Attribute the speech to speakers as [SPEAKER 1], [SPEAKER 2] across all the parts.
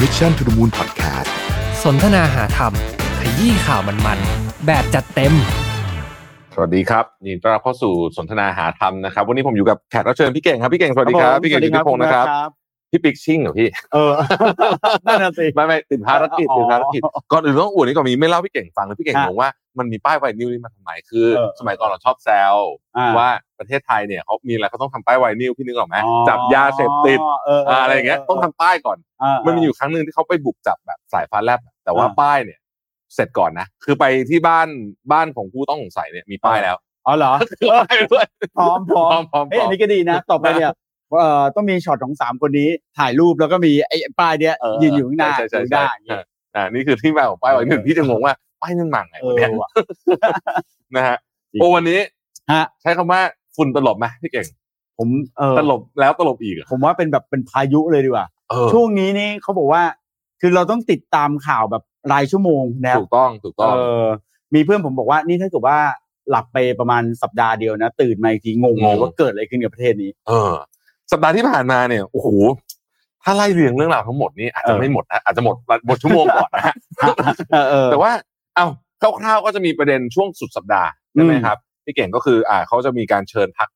[SPEAKER 1] Mission to the Moon Podcast
[SPEAKER 2] สนทนาหาธรรม ขยี้ข่าวมันๆ แบบจัดเต็ม
[SPEAKER 3] สวัสดีครับยินดีต้อนรับเข้าสู่สนทนาหาธรรมนะครับ วันนี้ผมอยู่กับแขกรับเชิญพี่เก่งครับพี่เก่งสวัสดีครับ
[SPEAKER 4] ผม
[SPEAKER 3] พี่เก่งยุทธิพงศ์นะครับพี่ปิ๊กชิ่งเหรอ พี่
[SPEAKER 4] เออ นั่นน่ะสิ
[SPEAKER 3] ไม่ไม่ติดภารกิจ
[SPEAKER 4] อ๋อ
[SPEAKER 3] ติดภารกิจก่อนอื่นต้องอวดนี่ก่อนมีไม่เล่าพี่เก่งฟังเลยพี่เก่ง
[SPEAKER 4] ฮะ
[SPEAKER 3] งงว่ามันมีป้ายไวนิลนี่มาทำไมคือ
[SPEAKER 4] เออ
[SPEAKER 3] สมัยก่อนเราชอบแซว
[SPEAKER 4] อ่
[SPEAKER 3] ว่าประเทศไทยเนี่ยเขามีอะไรเขาต้องทำป้ายไวนิลพี่นึกออกไหม
[SPEAKER 4] อ๋อ
[SPEAKER 3] จับยาเสพติด
[SPEAKER 4] เเ
[SPEAKER 3] อะไรอย่างเงี้ยต้องทำป้ายก่อน
[SPEAKER 4] เออ
[SPEAKER 3] มันมีอยู่ครั้งหนึ่งที่เขาไปบุกจับแบบสายฟ้าแลบอะแต่ว่าป้ายเนี่ยเสร็จก่อนนะคือไปที่บ้านบ้านของผู้ต้องสงสัยเนี่ยมีป้ายแล้ว
[SPEAKER 4] อ๋อเหรอ
[SPEAKER 3] ป้ายไปด้วย
[SPEAKER 4] พร้อมพ
[SPEAKER 3] พ
[SPEAKER 4] ร้
[SPEAKER 3] ร้
[SPEAKER 4] อ
[SPEAKER 3] อ
[SPEAKER 4] ม
[SPEAKER 3] มพร้อม
[SPEAKER 4] เอ้ย
[SPEAKER 3] พร้
[SPEAKER 4] อั
[SPEAKER 3] อน ม
[SPEAKER 4] นี้ก็ดีนะ ต่อไปเนี่ยเอ่อต้องมีช็อตของสามคนนี้ถ่ายรูปแล้วก็มีไอ้ป้ายเนี้ย
[SPEAKER 3] เออ
[SPEAKER 4] ยืนอยู่ข้างหน้า
[SPEAKER 3] ใช่ใช่
[SPEAKER 4] อยู่ข้างห
[SPEAKER 3] ใช่
[SPEAKER 4] น้า
[SPEAKER 3] ใช่
[SPEAKER 4] อย่างเงี้ย
[SPEAKER 3] อ่านี่คือที่มาของป้ายไวนิลพี่จะงงว่าป้ายนั่นหมังไง
[SPEAKER 4] เอ
[SPEAKER 3] วะ
[SPEAKER 4] อ
[SPEAKER 3] เนี่ย
[SPEAKER 4] ว่ะ
[SPEAKER 3] นะฮะ
[SPEAKER 4] จริง
[SPEAKER 3] โอ้วันนี้
[SPEAKER 4] ฮะ
[SPEAKER 3] ใช้คำว่าฝุ่นตลบไหมพี่เก่ง
[SPEAKER 4] ผมเออ
[SPEAKER 3] ตลบแล้วตลบอีกเหรอ
[SPEAKER 4] ผมว่าเป็นแบบเป็นพายุเลยดีกว่า
[SPEAKER 3] เออ
[SPEAKER 4] ช่วงนี้นี่เขาบอกว่า คือเราต้องติดตามข่าวแบบรายชั่วโมงนะ
[SPEAKER 3] ถูกต้องถูกต้อง
[SPEAKER 4] เออมีเพื่อนผมบอกว่านี่ถ้าเกิดว่าหลับไปประมาณสัปดาห์เดียวนะ ตื่นมาอีกทีงง
[SPEAKER 3] ง
[SPEAKER 4] เล
[SPEAKER 3] ง
[SPEAKER 4] ยว่าเกิดอะไรขึ้นกับประเทศนี้
[SPEAKER 3] เออ สัปดาห์ที่ผ่านมาเนี่ยโอ้โหถ้าไล่เรียงเรื่องราวทั้งหมดนี่อาจจะ
[SPEAKER 4] เออ
[SPEAKER 3] ไม่หมดนะอาจจะหมดหมดชั่วโมงก่อนนะฮะ
[SPEAKER 4] เออเออ
[SPEAKER 3] แต่ว่าเอ้าคร่าวๆก็จะมีประเด็นช่วงสุดสัปดาห์ใช่ไหม
[SPEAKER 4] อืม
[SPEAKER 3] ครับพี่เก่งก็คืออ่าเขาจะมีการเชิญพัก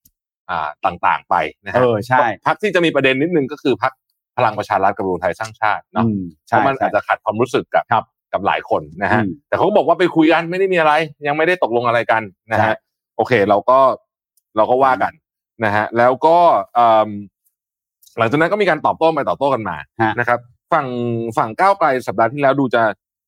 [SPEAKER 3] อ่าต่างๆไปนะ
[SPEAKER 4] เอ
[SPEAKER 3] ฮะ
[SPEAKER 4] อใช่
[SPEAKER 3] พักที่จะมีประเด็นนิดนึงก็คือพักพลังประชารัฐกับรวมไทยสร้างชาติเนาะ
[SPEAKER 4] อืม
[SPEAKER 3] เพ
[SPEAKER 4] ใช่
[SPEAKER 3] ราะมัน
[SPEAKER 4] ใช่
[SPEAKER 3] อาจจะขัดความรู้สึกกับ
[SPEAKER 4] ครับ
[SPEAKER 3] กับหลายคนนะฮะ
[SPEAKER 4] อืม
[SPEAKER 3] แต่เขาก็บอกว่าไปคุยกันไม่ได้มีอะไร ยังไม่ได้ตกลงอะไรกันนะ
[SPEAKER 4] ใช่
[SPEAKER 3] ฮะโอเคเราก็เราก็ว่ากันนะฮะแล้วก็เอิ่มหลังจากนั้นก็มีการตอบโต้ไปตอบโต้กันมา
[SPEAKER 4] ฮะ
[SPEAKER 3] นะครับ ฝั่งฝั่งก้าวไกลสัปดาห์ที่แล้วดูจะ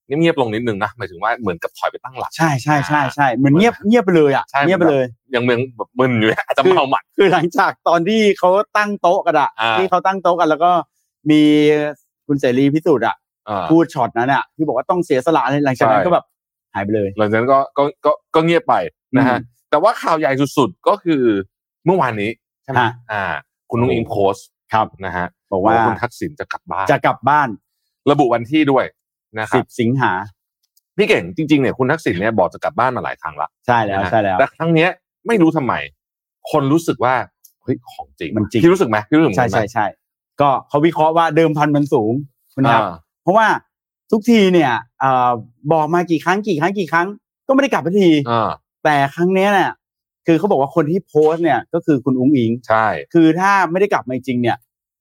[SPEAKER 3] เงียบๆลงนิดนึงนะหมายถึงว่าเหมือนกับถอยไปตั้งหลัก
[SPEAKER 4] ใช่ใช่ใช่ใช่เหมือนเงียบเงียบไปเลยอ่ะ
[SPEAKER 3] ใช่
[SPEAKER 4] เงียบไปเลย
[SPEAKER 3] ยังเมืองแบบมึนอยู่นะอาจจะ
[SPEAKER 4] คือ
[SPEAKER 3] เมาหมัด
[SPEAKER 4] คือหลังจากตอนที่เขาตั้งโต๊ะกันอะ
[SPEAKER 3] อ่า
[SPEAKER 4] ที่เขาตั้งโต๊ะกันแล้วก็มีคุณเสรีพิสูจน์อะ
[SPEAKER 3] อ่า
[SPEAKER 4] พูดช็อตนั้นอะที่บอกว่าต้องเสียสละอะไรหลังจากนั้
[SPEAKER 3] ใช่
[SPEAKER 4] นก็แบบหายไปเลย
[SPEAKER 3] หลังจากนั้นก็ก็ก็ก็เงียบไปนะฮะ
[SPEAKER 4] อืม
[SPEAKER 3] แต่ว่าข่าวใหญ่สุดๆก็คือเมื่อวานนี้ใช่ไหม
[SPEAKER 4] ฮะ
[SPEAKER 3] อ่า คุณนุ้งอิงโพสต์
[SPEAKER 4] ครับ
[SPEAKER 3] นะฮะ
[SPEAKER 4] บอกว่า
[SPEAKER 3] คุณทักษิณจะกลับบ้าน
[SPEAKER 4] จะกลับบ้าน
[SPEAKER 3] ระบุวันที่ด้วยนะค
[SPEAKER 4] สิ
[SPEAKER 3] รับบ
[SPEAKER 4] สิงหา
[SPEAKER 3] พี่เก่งจริงๆเนี่ยคุณทักษิณเนี่ยบอกจะกลับบ้านมาหลายครั้งละ
[SPEAKER 4] ใช่แล้ว
[SPEAKER 3] นะฮะ
[SPEAKER 4] ใช่แล้ว
[SPEAKER 3] แต่ครั้งเนี้ยไม่รู้ทำไม คนรู้สึกว่าเฮ้ยของจริง
[SPEAKER 4] มันจริง
[SPEAKER 3] พี่รู้สึกไหมพี่รู้สึกเหมื
[SPEAKER 4] ใช่
[SPEAKER 3] อนกัน
[SPEAKER 4] ใช่
[SPEAKER 3] ไหม
[SPEAKER 4] ใช่ก็เขาวิเคราะห์ว่าเดิมพันมันสูงคุณครับ
[SPEAKER 3] อ่า
[SPEAKER 4] เพราะว่าทุกทีเนี่ยเอ่อบอกมากี่ครั้งกี่ครั้งกี่ครั้ง ก็ไม่ได้กลับทันที
[SPEAKER 3] อ่า
[SPEAKER 4] แต่ครั้งเนี้ยเนี่ยคือเขาบอกว่าคนที่โพสต์เนี่ยก็คือคุณอุ้งอิง
[SPEAKER 3] ใช่
[SPEAKER 4] คือถ้าไม่ได้กลับมาจริงๆเนี่ย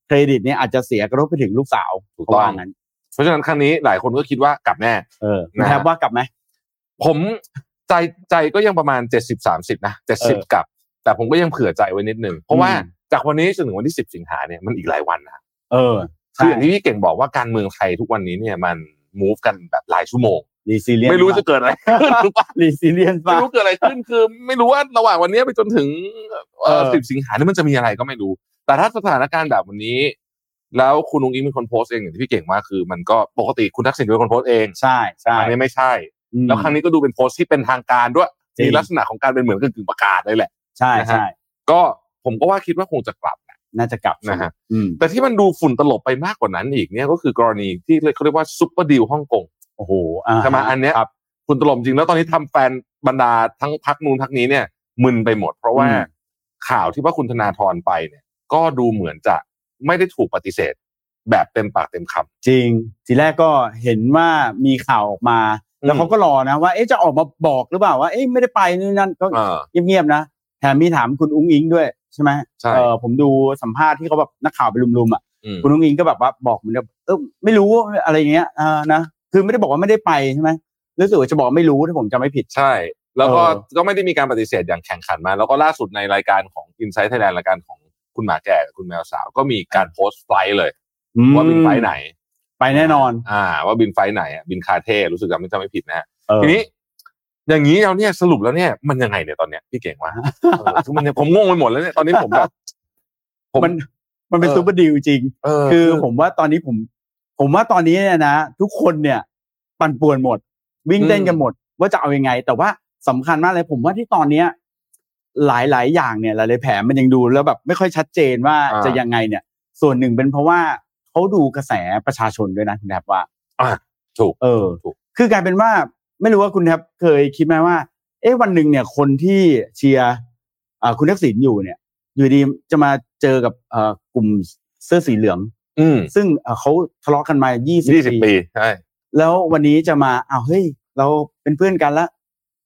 [SPEAKER 4] เครดิตเนี่ยอาจจะเสียกระทบไปถึงลูกสาว
[SPEAKER 3] ถูก
[SPEAKER 4] เขา
[SPEAKER 3] ต้อ
[SPEAKER 4] ว่าง งั้น
[SPEAKER 3] เพราะฉะนั้นครั้งนี้หลายคนก็คิดว่ากลับแน่
[SPEAKER 4] เออ
[SPEAKER 3] นะฮะ
[SPEAKER 4] นะครับว่ากลับไหม
[SPEAKER 3] ผมใจใจก็ยังประมาณ 70 30นะ70กลับ แต่ผมก็ยังเผื่อใจไว้นิดนึงเพราะว่า
[SPEAKER 4] อืม
[SPEAKER 3] จากวันนี้จนถึงวันที่ 10 สิงหาเนี่ยมันอีกหลายวันนะ
[SPEAKER 4] เออ
[SPEAKER 3] คือ
[SPEAKER 4] ใช่
[SPEAKER 3] อย่างที่พี่เก่งบอกว่าการเมืองไทยทุกวันนี้เนี่ยมัน move กันแบบหลายชั่วโมง
[SPEAKER 4] รีซีเรียน
[SPEAKER 3] ไม่รู้จะเกิด อะไรขึ้นหรือเปล่า
[SPEAKER 4] รีซีเรียน
[SPEAKER 3] ไม่
[SPEAKER 4] ป่ะ
[SPEAKER 3] รู้เกิดอะไรขึ้นคือ ไม่รู้ว่าระหว่างวันนี้ไปจนถึงเออ
[SPEAKER 4] เออ
[SPEAKER 3] สิบสิงหาเนี่ยมันจะมีอะไรก็ไม่รู้ แต่ถ้าสถานการณ์แบบวันนี้ แล้วคุณลุงอิงเป็นคนโพสต์เองอย่างที่พี่เก่งว่าคือ มันก็ปกติคุณทักษิณเป็นคนโพสต์เอง
[SPEAKER 4] ใช่
[SPEAKER 3] ค
[SPEAKER 4] ใช่
[SPEAKER 3] รั้งนี้ไม่ใช่
[SPEAKER 4] อืม
[SPEAKER 3] แล้วครั้งนี้ก็ดูเป็นโพสต์ที่เป็นทางการด้วย
[SPEAKER 4] จริง
[SPEAKER 3] มีลักษณะของการเป็นเหมือนกึ่งๆประกาศเลยแหละ
[SPEAKER 4] ใช่
[SPEAKER 3] นะฮะ
[SPEAKER 4] ใช่
[SPEAKER 3] ก็ผมก็ว่าคิดว่าคงจะกลับนะ
[SPEAKER 4] น่าจะกลับ
[SPEAKER 3] นะฮะ
[SPEAKER 4] อืม
[SPEAKER 3] แต่ที่มันดูฝุ่นตลบไปมากกว่านั้นอีกเนี่ยก็คือกรณีที่เขาเรียกว่าซุปเปอร์ดีลฮ่องกง
[SPEAKER 4] โอ้โหอ่า
[SPEAKER 3] ใช่ไหมอันเนี้ย
[SPEAKER 4] ครับ
[SPEAKER 3] คุณตลบจริงแล้วตอนนี้ทำแฟนบรรดาทั้งพักนู้นพักนี้เนี่ยมึนไปหมด เพราะว่า
[SPEAKER 4] อืม
[SPEAKER 3] ข่าวที่ว่าคุณธนาธรไปเนี่ยก็ดูเหมือนจะไม่ได้ถูกปฏิเสธ แบบเต็มปากเต็มคำ
[SPEAKER 4] จริง ทีแรกก็เห็นว่ามีข่าวออกมา แล้
[SPEAKER 3] อื
[SPEAKER 4] ว
[SPEAKER 3] ม
[SPEAKER 4] เขาก็รอนะว่าเอ๊ะจะออกมาบอกหรือเปล่าว่าเอ๊ะไม่ได้ไปนู่นนั่นก็
[SPEAKER 3] เออ
[SPEAKER 4] เงียบๆนะแถมมีถามคุณอุ้งอิงด้วยใช่ไหม
[SPEAKER 3] ใช่
[SPEAKER 4] เออผมดูสัมภาษณ์ที่เขาแบบนักข่าวไปลุมๆอ่ะ
[SPEAKER 3] อืม
[SPEAKER 4] คุณอุ้งอิงก็แบบว่าบอกเหมือนแบบเออไม่รู้อะไรอย่างเงี้ยอ่านะคือไม่ได้บอกว่าไม่ได้ไปใช่ไหมรู้สึกว่าจะบอกไม่รู้ถ้าผมจำไม่ผิด
[SPEAKER 3] ใช่ แล้วก็
[SPEAKER 4] เออ
[SPEAKER 3] ก็ไม่ได้มีการปฏิเสธอย่างแข่งขันมา แล้วก็ล่าสุดในรายการของ i n s i ซต์ไทยแลนด์รายการของคุณหมาแก่กับคุณแมวสาว ก็มีการโพสต์ไฟล์เลย ว่าบินไฟล์ไหน
[SPEAKER 4] ไปแน่นอน
[SPEAKER 3] อ่า ว่าบินไฟล์ไหนอะบินคาเท่รู้สึกจำไม่จำไม่ผิดนะฮะ
[SPEAKER 4] เออ
[SPEAKER 3] ทีนี้อย่างนี้เราเนี่ยสรุปแล้วเนี่ยมันยังไงเนี่ยตอนเนี้ยพี่เก่ง ว่า คือมันเนี่ยผมงงไปหมดแล้วเนี่ยตอนนี้ผมแบบ ผม
[SPEAKER 4] มัน มันเป็น
[SPEAKER 3] เออ
[SPEAKER 4] ซูเปอร์ดีลจริง
[SPEAKER 3] เออ
[SPEAKER 4] คือผมว่าตอนนี้ผม ผมว่าตอนนี้เนี่ยนะ ทุกคนเนี่ย ปั่นป่วนหมด วิ่งเต้นกันหมด ว่าจะเอายังไง แต่ว่าสำคัญมากเลย ผมว่าที่ตอนเนี้ย หลายหลายอย่างเนี่ยหลายๆแผลมันยังดูแล้วแบบไม่ค่อยชัดเจนว่า
[SPEAKER 3] อ่า
[SPEAKER 4] จะยังไงเนี่ย ส่วนหนึ่งเป็นเพราะว่าเขาดูกระแสประชาชนด้วยนะคุณแทบว่า
[SPEAKER 3] ถูก
[SPEAKER 4] เออ
[SPEAKER 3] ถูก
[SPEAKER 4] คือกลายเป็นว่าไม่รู้ว่าคุณแทบเคยคิดไหมว่า เอ๊ะวันหนึ่งเนี่ยคนที่เชียร์อ่าคุณทักษิณอยู่เนี่ย อยู่ดีจะมาเจอกับเอ่อกลุ่มเสื้อสีเหลือง
[SPEAKER 3] อืม
[SPEAKER 4] ซึ่งเอ่อเขาทะเลาะกันมา
[SPEAKER 3] ยี่สิบ
[SPEAKER 4] 20
[SPEAKER 3] ปีใช่
[SPEAKER 4] แล้ววันนี้จะมาอ้าวเฮ้ย เราเป็นเพื่อนกันละ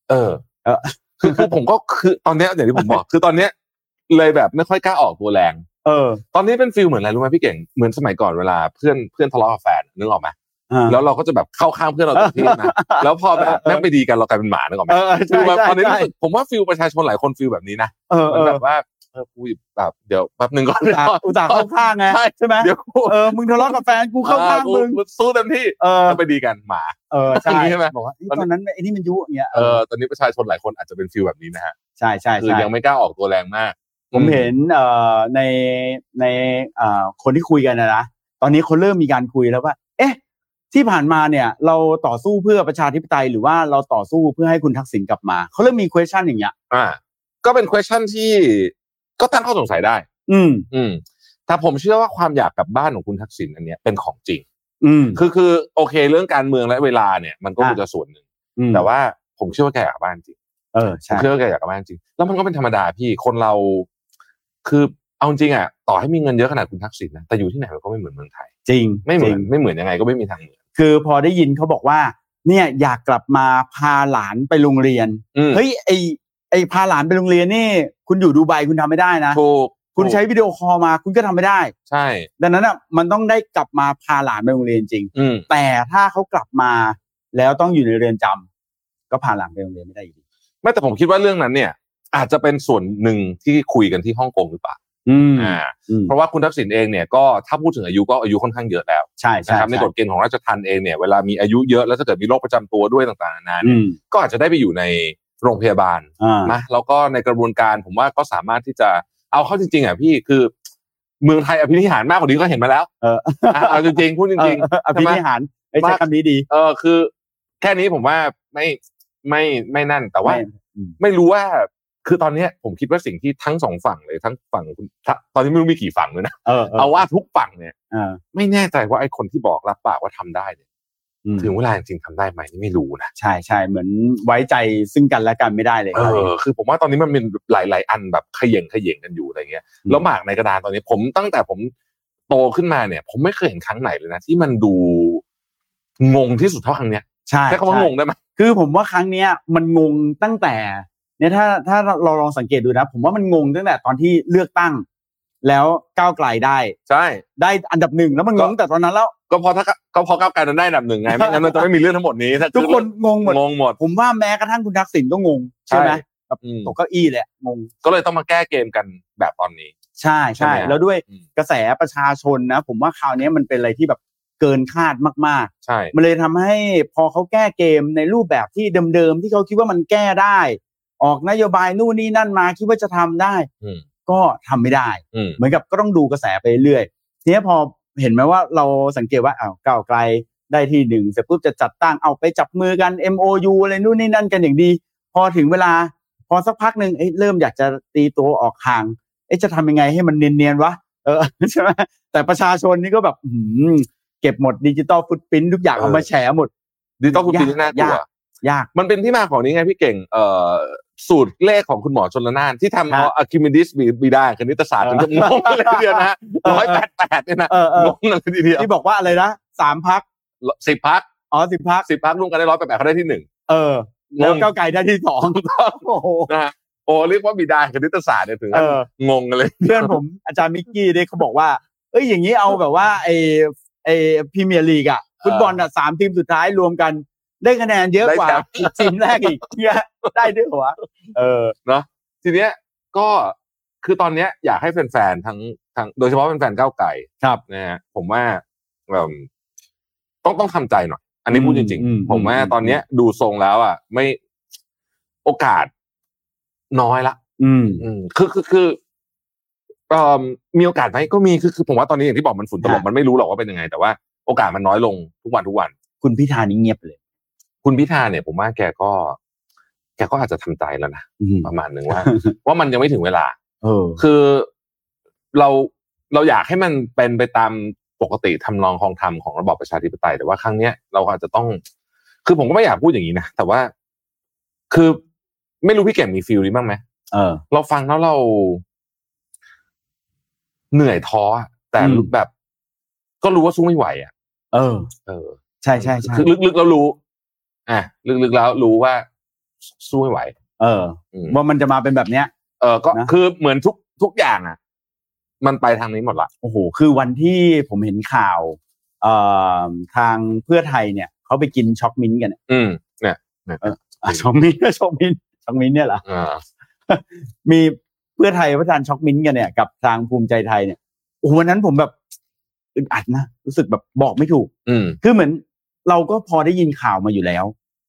[SPEAKER 3] เออ
[SPEAKER 4] เออ
[SPEAKER 3] คือคือผมก็คือตอนเนี้ยอย่างที่ผมบอก คือตอนเนี้ยเลยแบบไม่ค่อยกล้าออกตัวแรง
[SPEAKER 4] เออ
[SPEAKER 3] ตอนนี้เป็นฟิลเหมือนอะไรรู้ไหมพี่เก่งเหมือนสมัยก่อนเวลาเพื่อนเพื่อนทะเลาะกับแฟนนึกออกไหม
[SPEAKER 4] อ่า
[SPEAKER 3] แล้วเราก็จะแบบเข้าข้างเพื่อนเราเต็มที่ นะแล้วพอแบบ
[SPEAKER 4] เออเออ
[SPEAKER 3] แม่งไปดีกันเรากลายเป็นหมานึกออกไหม
[SPEAKER 4] เออ
[SPEAKER 3] คื
[SPEAKER 4] ใช่
[SPEAKER 3] อแบบ
[SPEAKER 4] ใช่
[SPEAKER 3] ตอนนี้
[SPEAKER 4] ใช่
[SPEAKER 3] รู้สึกผมว่าฟิลประชาชนหลายคนฟิลแบบนี้นะ
[SPEAKER 4] เออ
[SPEAKER 3] เหมือน
[SPEAKER 4] เออ
[SPEAKER 3] แบบว่าเออกูแบบเดี๋ยวแป๊บหนึ่งก่ อน
[SPEAKER 4] อุตส่าห์อุตส่าห์เข้าข้างไง
[SPEAKER 3] ใช่
[SPEAKER 4] ใช่ไหม
[SPEAKER 3] เดี๋ยวกู
[SPEAKER 4] เออมึงทะเลาะกับแฟนกูเข้าข้างมึง
[SPEAKER 3] เออกูสู้เต็มที่
[SPEAKER 4] เออ
[SPEAKER 3] แล้วไปดีกันหมา
[SPEAKER 4] เออใช่
[SPEAKER 3] อย่างนี้ใช่ไหม
[SPEAKER 4] บอกว่าเอ้ยตอนนั้นไอ้นี่มันยุอย่างเงี้ย
[SPEAKER 3] เออตอนนี้ประชาชนหลายคนอาจจะเป็นฟิลแบบนี้นะฮะ
[SPEAKER 4] ใช่ใช่
[SPEAKER 3] คือ
[SPEAKER 4] ใช่
[SPEAKER 3] ยังไม่กล้าออกตัวแรงมาก
[SPEAKER 4] ผมเห็นเอ่อในในเอ่อคนที่คุยกันนะนะตอนนี้เขาเริ่มมีการคุยแล้วว่า เอ๊ะ ที่ผ่านมาเนี่ย เราต่อสู้เพื่อประชาธิปไตยหรือว่าเราต่อสู้เพื่อให้คุณทักษิณกลับมาเขาเริ่มมี question อย่างเงี้ย
[SPEAKER 3] อ่า ก็เป็น question ที่ก็ตั้งข้อสงสัยได้
[SPEAKER 4] อืม
[SPEAKER 3] อืมแต่ผมเชื่อว่าความอยากกลับบ้านของคุณทักษิณอันเนี้ยเป็นของจริง
[SPEAKER 4] อืม
[SPEAKER 3] คือคือโอเคเรื่องการเมืองและเวลาเนี่ยมันก็
[SPEAKER 4] อ่ะ
[SPEAKER 3] คงจะส่วนหนึ่ง
[SPEAKER 4] อืม
[SPEAKER 3] แต่ว่าผมเชื่อว่าแกอยากกลับบ้านจริง
[SPEAKER 4] เออ
[SPEAKER 3] ผม
[SPEAKER 4] ใช่
[SPEAKER 3] เชื่อว่าแกอยากกลับบ้านจริง แล้วมันก็เป็นธรรมดาพี่คนเรา คือเอาจริงอ่ะต่อให้มีเงินเยอะขนาดคุณทักษิณนะแต่อยู่ที่ไหนมันก็ไม่เหมือนเมืองไทย
[SPEAKER 4] จริง
[SPEAKER 3] ไม่เหมือน
[SPEAKER 4] จริง
[SPEAKER 3] ไม่เหมือนยังไงก็ไม่มีทางเหมือน
[SPEAKER 4] คือพอได้ยินเขาบอกว่า เนี่ยอยากกลับมาพาหลานไปโรงเรียน
[SPEAKER 3] อืม
[SPEAKER 4] เฮ้ยไอไอพาหลานไปโรงเรียนนี่ คุณอยู่ดูไบคุณทำไม่ได้นะ
[SPEAKER 3] ถูก
[SPEAKER 4] คุณใช้วิดีโอคอลมาคุณก็ทำไม่ได้
[SPEAKER 3] ใช่
[SPEAKER 4] ดังนั้นอ่ะมันต้องได้กลับมาพาหลานไปโรงเรียนจริง
[SPEAKER 3] อืม
[SPEAKER 4] แต่ถ้าเขากลับมาแล้วต้องอยู่ในเรือนจำก็พาหลานไปโรงเรียนไม่ได้อยู่ดี
[SPEAKER 3] ไม่แต่ผมคิดว่าเรื่องนั้นเนี่ย อาจจะเป็นส่วนหนึ่งที่คุยกันที่ฮ่องกงหรือเปล่า
[SPEAKER 4] อืม
[SPEAKER 3] อ่า
[SPEAKER 4] อืม
[SPEAKER 3] เพราะว่าคุณทักษิณเองเนี่ยก็ถ้าพูดถึงอายุก็อายุค่อนข้างเยอะแล้ว
[SPEAKER 4] ใช่
[SPEAKER 3] นะ
[SPEAKER 4] ใช่
[SPEAKER 3] ครับในกฎเกณฑ์ของราชทัณฑ์เองเนี่ยเวลามีอายุเยอะแล้วถ้าเกิดมีโรคประจำตัวด้วยต่างๆนานา
[SPEAKER 4] อืม
[SPEAKER 3] ก็อาจจะได้ไปอยู่ในโรงพยาบาล
[SPEAKER 4] อ่า
[SPEAKER 3] นะแล้วก็ในกระบวนการผมว่าก็สามารถที่จะเอาเข้าจริงๆอ่ะพี่คือ เมืองไทยอภินิหารมากกว่านี้ก็เห็นมาแล้ว
[SPEAKER 4] เออ
[SPEAKER 3] อ่ะเอาจริงๆพูดจริง
[SPEAKER 4] เออเอออภินิหารไอ้ยใช้คำนี้ดี
[SPEAKER 3] ๆ เออคือ แค่นี้ผมว่าไม่ไม่ไม่นั่นแต่ว่า
[SPEAKER 4] ไม่
[SPEAKER 3] ไม่รู้ว่าคือตอนเนี้ยผมคิดว่าสิ่งที่ทั้งสองฝั่งเลยทั้งฝั่งคุณทะตอนนี้ไม่รู้มีกี่ฝั่งเลยนะ
[SPEAKER 4] เออเออ
[SPEAKER 3] เอาว่าทุกฝั่งเนี่ย
[SPEAKER 4] เออ
[SPEAKER 3] ไม่แน่ใจว่าไอ้คนที่บอกรับปากว่าทำได้เนี่ย
[SPEAKER 4] อืม
[SPEAKER 3] ถึงเวลาจริงๆทำได้ไหมนี่ไม่รู้นะ
[SPEAKER 4] ใช่ใช่เหมือนไว้ใจซึ่งกันและกันไม่ได้เลย
[SPEAKER 3] เอ
[SPEAKER 4] ครับ
[SPEAKER 3] อคือผมว่าตอนนี้มันเป็นหลาย ๆ อันแบบเขย่งเขย่งกันอยู่อะไรเงี้ย
[SPEAKER 4] อืม
[SPEAKER 3] แล้วหมากในกระดานตอนนี้ผมตั้งแต่ผมโตขึ้นมาเนี่ย ผมไม่เคยเห็นครั้งไหนเลยนะที่มันดูงงที่สุดเท่าครั้งเนี้ย
[SPEAKER 4] ใช่
[SPEAKER 3] ใช้คำว่า
[SPEAKER 4] ใช่
[SPEAKER 3] งงได้ไหม
[SPEAKER 4] คือผมว่าครั้งเนี้ยมันงงตั้งแต่เนี่ยถ้าถ้าเราลองสังเกตดูนะ ผมว่ามันงงตั้งแต่ตอนที่เลือกตั้ง แล้วก้าวไกลได้
[SPEAKER 3] ใช่
[SPEAKER 4] ได้อันดับหนึ่งแล้วมันงงตั้งแต่ตอนนั้นแล้ว
[SPEAKER 3] ก็เพราะถ้าก็เพราะก้าวไกลนั้นได้อันดับหนึ่งไงไม่งั้นมันจะไม่มีเรื่องทั้งหมดนี้ถ้า
[SPEAKER 4] ทุกคนงงหมด
[SPEAKER 3] งงหมด
[SPEAKER 4] ผมว่าแม้กระทั่งคุณทักษิณก็งงใช่ไหม
[SPEAKER 3] แบบอืม
[SPEAKER 4] ตกเก้าอี้แหละงง
[SPEAKER 3] ก็เลยต้องมาแก้เกมกันแบบตอนนี้
[SPEAKER 4] ใช่
[SPEAKER 3] ใช่
[SPEAKER 4] ใช่
[SPEAKER 3] ไหมฮะ
[SPEAKER 4] แล้วด้วย
[SPEAKER 3] อืม
[SPEAKER 4] กระแสประชาชนนะ ผมว่าคราวเนี้ยมันเป็นอะไรที่แบบเกินคาดมาก ๆ
[SPEAKER 3] ใช่
[SPEAKER 4] มันเลยทำให้พอเขาแก้เกมในรูปแบบที่เดิมๆที่เขาคิดว่ามันแก้ได้ ออกนโยบายนู่นนี่นั่นมาคิดว่าจะทำได้
[SPEAKER 3] อืม
[SPEAKER 4] ก็ทำไม่ได้
[SPEAKER 3] อืม
[SPEAKER 4] เหมือนกับก็ต้องดูกระแสไปเรื่อยทีนี้พอเห็นไหมว่าเราสังเกตว่าอ้าวก้าวไกลได้ที่หนึ่งเสร็จปุ๊บจะจัดตั้งเอาไปจับมือกัน MOU อะไรนู่นนี่นั่นกันอย่างดี พอถึงเวลา พอสักพักหนึ่งเอ้ยเริ่มอยากจะตีตัวออกห่าง เอ๊ะจะทำยังไงให้มันเนียนๆวะเออ ใช่ไหมแต่ประชาชนนี่ก็แบบอื้อหือเก็บหมดดิจิตอลฟุตพิ้นทุกอย่างเอามาแฉหมด
[SPEAKER 3] ดิจิตอลคุณปีนี่น่ากลัวย
[SPEAKER 4] าก ยาก
[SPEAKER 3] มันเป็นที่มาของนี้ไงพี่เก่งเอ่อสูตรเลขของคุณหมอชนละนานที่ทำเอาอะคิมิดิสบีดาคณิตศาสตร์จนจะงงเลยทีเดียวนะฮะ
[SPEAKER 4] เออ
[SPEAKER 3] ร้อยแปดแปดเนี่ยนะ
[SPEAKER 4] เออเออง
[SPEAKER 3] งเลยทีเดียว
[SPEAKER 4] ที่บอกว่าอะไรนะสามพัก
[SPEAKER 3] สิบพัก
[SPEAKER 4] อ๋อสิบพัก
[SPEAKER 3] สิบพักรวมกันได้ร้อยแปดแปดเขาได้ที่หนึ่ง
[SPEAKER 4] เออ
[SPEAKER 3] ง
[SPEAKER 4] แล้ว
[SPEAKER 3] ง
[SPEAKER 4] ก้าวไกลได้ที่สอง โอ้โห
[SPEAKER 3] นะฮะโอ้เรียกว่าบิดาคณิตศาสตร์เนี่ยถึง
[SPEAKER 4] เอ
[SPEAKER 3] ขั้นง
[SPEAKER 4] อ
[SPEAKER 3] งกันเลย
[SPEAKER 4] เพื่อนผมอาจารย์มิกกี้เนี่ยเขาบอกว่า เอ้ยอย่างนี้เอาแบบว่าไอไอพรีเมียร์ลีกอะฟุตบอลอะสามทีมสุดท้ายรวมกัน ได้คะแนนเยอะกว่า
[SPEAKER 3] ได้แชมป์
[SPEAKER 4] อีกทีมแรกอีกเนี่ยได้ด้วยเหรอวะเออ
[SPEAKER 3] ทีเนี้ยก็คือตอนเนี้ยอยากให้แฟนๆทั้งทั้งโดยเฉพาะแฟนๆก้าวไก่
[SPEAKER 4] ครับ
[SPEAKER 3] นะฮะผมว่าเอิ่มต้องต้องทำใจหน่อย อันนี้พูดจริง
[SPEAKER 4] อืมอืม
[SPEAKER 3] ๆ ผมว่า
[SPEAKER 4] อืม
[SPEAKER 3] ตอนเนี้ยดูทรงแล้วอ่ะ ไม่โอกาสน้อยละ
[SPEAKER 4] อืม
[SPEAKER 3] อืมคือคือคือเอิ่มมีโอกาสไหมก็มีคือคือผมว่าตอนนี้อย่างที่บอกมันฝุ่นตลบ
[SPEAKER 4] ฮะ
[SPEAKER 3] มันไม่รู้หรอกว่าเป็นยังไง แต่ว่าโอกาสมันน้อยลงทุกวันทุกวัน
[SPEAKER 4] คุณพิธานี่เงียบเลย
[SPEAKER 3] คุณพิธาเนี่ย ผมว่าแกก็ แกก็อาจจะทำใจแล้วนะ
[SPEAKER 4] อืม
[SPEAKER 3] ประมาณหนึ่ง ว่า ว่ามันยังไม่ถึงเวลา
[SPEAKER 4] เออ
[SPEAKER 3] คือเราเราอยากให้มันเป็นไปตามปกติทำนองคองธรรมของระบอบประชาธิปไตยแต่ว่าครั้งเนี้ยเราก็อาจจะต้อง คือผมก็ไม่อยากพูดอย่างนี้นะแต่ว่าคือไม่รู้พี่เก่งมีฟิลนี้บ้างไหม
[SPEAKER 4] เออ
[SPEAKER 3] เราฟังแล้วเรา เหนื่อยท้ออะแต่
[SPEAKER 4] อืม
[SPEAKER 3] แบบ ก็รู้ว่าสู้ไม่ไหวอ่ะ
[SPEAKER 4] เออ
[SPEAKER 3] เออ
[SPEAKER 4] ใช่ใช่ใช่
[SPEAKER 3] คือลึกๆแล้วรู้ อ่ะลึกๆแล้วรู้ว่าสู้ไม่ไหว
[SPEAKER 4] เออ
[SPEAKER 3] อืม
[SPEAKER 4] ว่ามันจะมาเป็นแบบเนี้ย
[SPEAKER 3] เออก็
[SPEAKER 4] นะ
[SPEAKER 3] คือเหมือนทุกทุกอย่างอ่ะ มันไปทางนี้หมดละ
[SPEAKER 4] โอ้โห คือวันที่ผมเห็นข่าวเอ่อทางเพื่อไทยเนี่ยเขาไปกินช็อกมิ้นท์กันเนี่ย
[SPEAKER 3] อืม เนี่ยเนี่ย
[SPEAKER 4] อ่ะช็อกมิ้นท์ ช็อกมิ้นท์ช็อกมิ้นท์เนี่ยเหรอ
[SPEAKER 3] เออ
[SPEAKER 4] มีเพื่อไทยประธานช็อกมิ้นท์กันเนี่ยกับทางภูมิใจไทยเนี่ยโอ้โหวันนั้นผมแบบอึดอัดนะรู้สึกแบบบอกไม่ถูก
[SPEAKER 3] อืม
[SPEAKER 4] คือเหมือนเราก็พอได้ยินข่าวมาอยู่แล้ว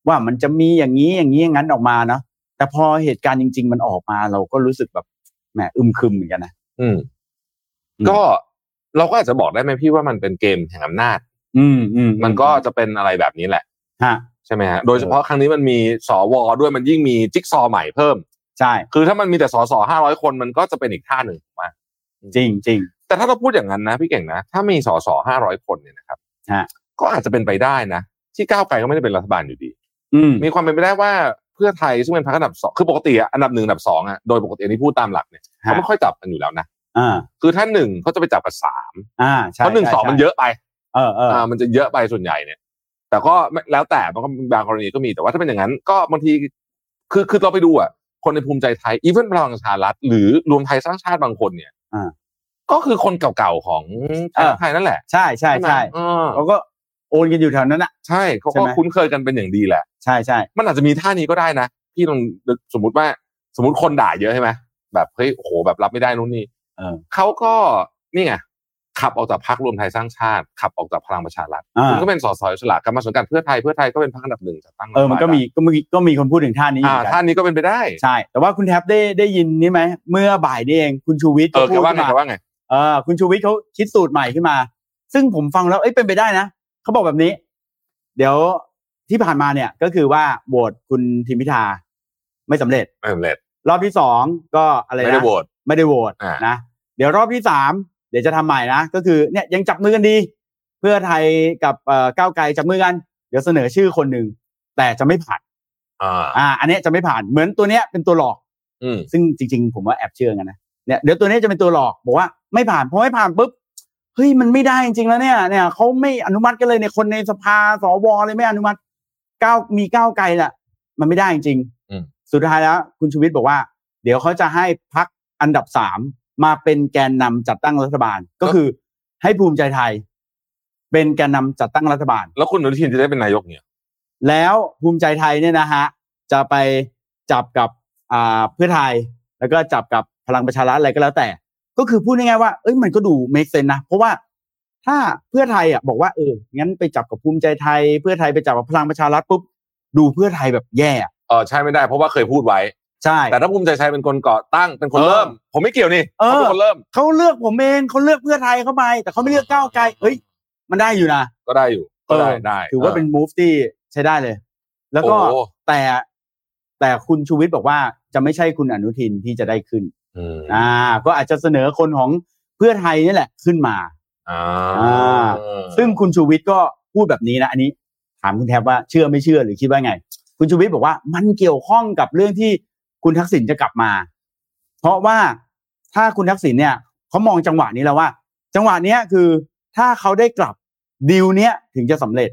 [SPEAKER 4] ว่ามันจะมีอย่างนี้อย่างนี้อย่างนั้นออกมาเนาะแต่พอเหตุการณ์จริง ๆ มันออกมาเราก็รู้สึกแบบแหมอึมครึมเหมือนกันนะ
[SPEAKER 3] อืม
[SPEAKER 4] อืม
[SPEAKER 3] ก็เราก็อาจจะบอกได้ไหมพี่ว่ามันเป็นเกมแห่งอำนาจ
[SPEAKER 4] อืมอืม
[SPEAKER 3] มันก็จะเป็นอะไรแบบนี้แหละ
[SPEAKER 4] ฮะ
[SPEAKER 3] ใช่ไหมฮะ โดยเฉพาะครั้งนี้มันมีสวด้วยมันยิ่งมีจิ๊กซอว์ใหม่เพิ่ม
[SPEAKER 4] ใช่
[SPEAKER 3] คือถ้ามันมีแต่สสห้าร้อยคนมันก็จะเป็นอีกท่าหนึ่งถูกไหม
[SPEAKER 4] จริงจริง
[SPEAKER 3] แต่ถ้าเราพูดอย่างนั้นนะพี่เก่งนะ ถ้ามีสสห้าร้อยคนเนี่ยนะครับ
[SPEAKER 4] ฮะ
[SPEAKER 3] ก็อาจจะเป็นไปได้นะ ที่ก้าวไกลก็ไม่ได้เป็นรัฐบาลอยู่ดี
[SPEAKER 4] อืม
[SPEAKER 3] มีความเป็นไปได้ว่าเพื่อไทยซึ่งเป็นพรรคอันดับสองคือปกติอะอันดับหนึ่งอันดับสองอะโดยปกติอันนี้พูดตามหลักเนี่ย
[SPEAKER 4] ฮะ
[SPEAKER 3] เขาไม่ค่อยจับกันอยู่แล้วนะ
[SPEAKER 4] อ่า
[SPEAKER 3] คือถ้าหนึ่งเขาจะไปจับกับสาม
[SPEAKER 4] อ่าใช่
[SPEAKER 3] เพราะหนึ่ง
[SPEAKER 4] ใช่
[SPEAKER 3] สอง
[SPEAKER 4] ใช่
[SPEAKER 3] มันเยอะไป
[SPEAKER 4] เออเออ
[SPEAKER 3] อ่ามันจะเยอะไปส่วนใหญ่เนี่ย แต่ก็ไม่แล้วแต่มันก็มีบางกรณีก็มีแต่ว่าถ้าเป็นอย่างนั้น ก็บางทีคือคือเราไปดูอ่ะคนในภูมิใจไทยอีเวนพลังประชารัฐหรือรวมไทยสร้างชาติบางคนเนี่ย
[SPEAKER 4] อ่า
[SPEAKER 3] ก็คือคนเก่าๆของไทย
[SPEAKER 4] เออ
[SPEAKER 3] รักไทยนั่นแหละ
[SPEAKER 4] ใช่ใช่ใช่
[SPEAKER 3] ไหมอ่า
[SPEAKER 4] เขาก็โอนกันอยู่แถวนั้นอ่ะ
[SPEAKER 3] ใช่เขา
[SPEAKER 4] ใช่
[SPEAKER 3] ก็
[SPEAKER 4] ไหม
[SPEAKER 3] คุ้นเคยกันเป็นอย่างดีแหละ
[SPEAKER 4] ใช่ใช่
[SPEAKER 3] มันอาจจะมีท่านี้ก็ได้นะพี่ลองนึกสมมติว่าสมมติคนด่าเยอะใช่ไหมแบบเฮ้ยโอ้โหแบบรับไม่ได้นู่นนี่
[SPEAKER 4] เออ
[SPEAKER 3] เขาก็นี่ไงขับออกจากพรรครวมไทยสร้างชาติ ขับออกจากพลังประชารัฐ
[SPEAKER 4] อ่า
[SPEAKER 3] คุณก็เป็นสสอิสระกรรมการสังกัดเพื่อไทยเพื่อไทยก็เป็นพรรคอันดับหนึ่งจัดตั้งรัฐ
[SPEAKER 4] เออมันก็มีก็มีก็มีคนพูดถึงท่านี้อ
[SPEAKER 3] อ่า
[SPEAKER 4] ยู่เหมือน
[SPEAKER 3] ท่า
[SPEAKER 4] กัน
[SPEAKER 3] นี้ก็เป็นไปได้
[SPEAKER 4] ใช่ แต่ว่าคุณแท็บได้ได้ยินนี่ไหมเมื่อบ่ายนี่เองคุณชูวิทย์
[SPEAKER 3] เออ
[SPEAKER 4] พู
[SPEAKER 3] แก
[SPEAKER 4] ด
[SPEAKER 3] ว่า
[SPEAKER 4] ขึ้น
[SPEAKER 3] ไง
[SPEAKER 4] มา
[SPEAKER 3] แกว่าไง
[SPEAKER 4] เออคุณชูวิทย์เขาคิดสูตรใหม่ขึ้นมา ซึ่งผมฟังแล้วเอ้ยเป็นไปได้นะเขาบอกแบบนี้ เดี๋ยวที่ผ่านมาเนี่ยก็คือว่าโหวตคุณทิมพิธาไม่สำเร็จ
[SPEAKER 3] ไม่สำเร็จ
[SPEAKER 4] รอบที่สองก็อะไรนะ
[SPEAKER 3] ไม่ได้โหวต
[SPEAKER 4] ไม่ได้โหวต
[SPEAKER 3] อ่า
[SPEAKER 4] นะเดี๋ยวรอบที่สามเดี๋ยวจะทำใหม่นะก็คือเนี่ยยังจับมือกันดี เพื่อไทยกับเอ่อก้าวไกลจับมือกัน เดี๋ยวเสนอชื่อคนหนึ่งแต่จะไม่ผ่าน
[SPEAKER 3] อ่า
[SPEAKER 4] อ่า อันเนี้ยจะไม่ผ่านเหมือนตัวเนี้ยเป็นตัวหลอก
[SPEAKER 3] อืม
[SPEAKER 4] ซึ่งจริงๆ ผมว่าแอบเชื่อกันนะเนี่ยเดี๋ยวตัวนี้จะเป็นตัวหลอกบอกว่าไม่ผ่านพอไม่ผ่านปุ๊บเฮ้ยมันไม่ได้จริงๆแล้วเนี่ยเนี่ยเขาไม่อนุมัติกันเลยในยคนในสภาสวเลยไม่อนุมัติก้าวมีก้าวไกลแหละมันไม่ได้จริงๆ
[SPEAKER 3] อืม
[SPEAKER 4] สุดท้ายแล้ว คุณชูวิทย์บอกว่า เดี๋ยวเขาจะให้พักอันดับสามมาเป็นแกนนำจัดตั้งรัฐบาล ก็คือให้ภูมิใจไทย เป็นแกนนำจัดตั้งรัฐบาล
[SPEAKER 3] แล้วคุณอนุทินจะได้เป็นนายกเนี่ย
[SPEAKER 4] แล้วภูมิใจไทยเนี่ยนะฮะจะไปจับกับอ่าเพื่อไทย แล้วก็จับกับพลังประชารัฐอะไรก็แล้วแต่ ก็คือพูดง่ายๆว่าเอ้ยมันก็ดู make sense นะ เพราะว่าถ้าเพื่อไทยอ่ะบอกว่าเอองั้นไปจับกับภูมิใจไทย เพื่อไทยไปจับกับพลังประชารัฐปุ๊บดูเพื่อไทยแบบแย่อะ
[SPEAKER 3] เออใช่ไม่ได้เพราะว่าเคยพูดไว้
[SPEAKER 4] ใช่
[SPEAKER 3] แต่ถ้าภูมิใจไทยเป็นคนก่อตั้งเป็นคน
[SPEAKER 4] เออ
[SPEAKER 3] เริ่ม ผมไม่เกี่ยวนี่
[SPEAKER 4] เออ
[SPEAKER 3] เขาเป็นคนเริ่ม
[SPEAKER 4] เขาเลือกผมเองเขาเลือกเพื่อไทยเข้าไป แต่เขาไม่เลือกก้าวไกลเอ้ยมันได้อยู่นะ
[SPEAKER 3] ก็ได้อยู่ก็ได้ได้
[SPEAKER 4] ถือว่าเป็น move ที่ใช้ได้เลย แล้วก็
[SPEAKER 3] โอ้
[SPEAKER 4] แต่แต่คุณชูวิทย์บอกว่าจะไม่ใช่คุณอนุทินที่จะได้ขึ้น
[SPEAKER 3] อืม
[SPEAKER 4] อ่าก็อาจจะเสนอคนของเพื่อไทยนี่แหละขึ้นมา
[SPEAKER 3] อ่า
[SPEAKER 4] อ่า ซึ่งคุณชูวิทย์ก็พูดแบบนี้นะอันนี้ถามคุณแทบว่าเชื่อไม่เชื่อหรือคิดว่าไง คุณชูวิทย์บอกว่ามันเกี่ยวข้องกับเรื่องที่คุณทักษิณจะกลับมา เพราะว่าถ้าคุณทักษิณเนี่ยเขามองจังหวะนี้แล้วว่า จังหวะเนี้ยคือถ้าเขาได้กลับดีลเนี้ยถึงจะสำเร็จ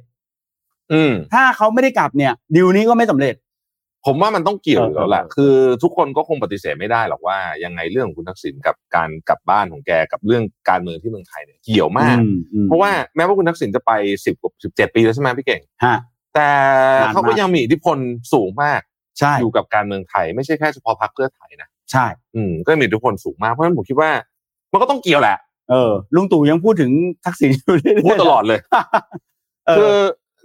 [SPEAKER 3] อืม
[SPEAKER 4] ถ้าเขาไม่ได้กลับเนี่ยดีลนี้ก็ไม่สำเร็จ
[SPEAKER 3] ผมว่ามันต้องเกี่ยวอยู่แล้วแหละ
[SPEAKER 4] เออ
[SPEAKER 3] คือทุกคนก็คงปฏิเสธไม่ได้หรอกว่ายังไงเรื่องของคุณทักษิณกับการกลับบ้านของแกกับเรื่องการเมืองที่เมืองไทยเนี่ยเกี่ยวมาก
[SPEAKER 4] อือืม
[SPEAKER 3] เพราะว่าแม้ว่าคุณทักษิณจะไปสิบกว่าสิบเจ็ดปีแล้วใช่ไหมพี่เก่ง
[SPEAKER 4] ฮะ
[SPEAKER 3] แต่
[SPEAKER 4] นานมาก
[SPEAKER 3] เขาก็ยังมีอิทธิพลสูงมาก
[SPEAKER 4] ใช่
[SPEAKER 3] อยู่กับการเมืองไทย ไม่ใช่แค่เฉพาะพรรคเพื่อไทยนะ
[SPEAKER 4] ใช่
[SPEAKER 3] อืมก็มีอิทธิพลสูงมากเพราะฉะนั้นผมคิดว่า มันก็ต้องเกี่ยวแหละ
[SPEAKER 4] เออ ลุงตู่ยังพูดถึงทักษิณอยู่เรื่อยๆ
[SPEAKER 3] พูดตลอดเลย
[SPEAKER 4] เออ
[SPEAKER 3] คือ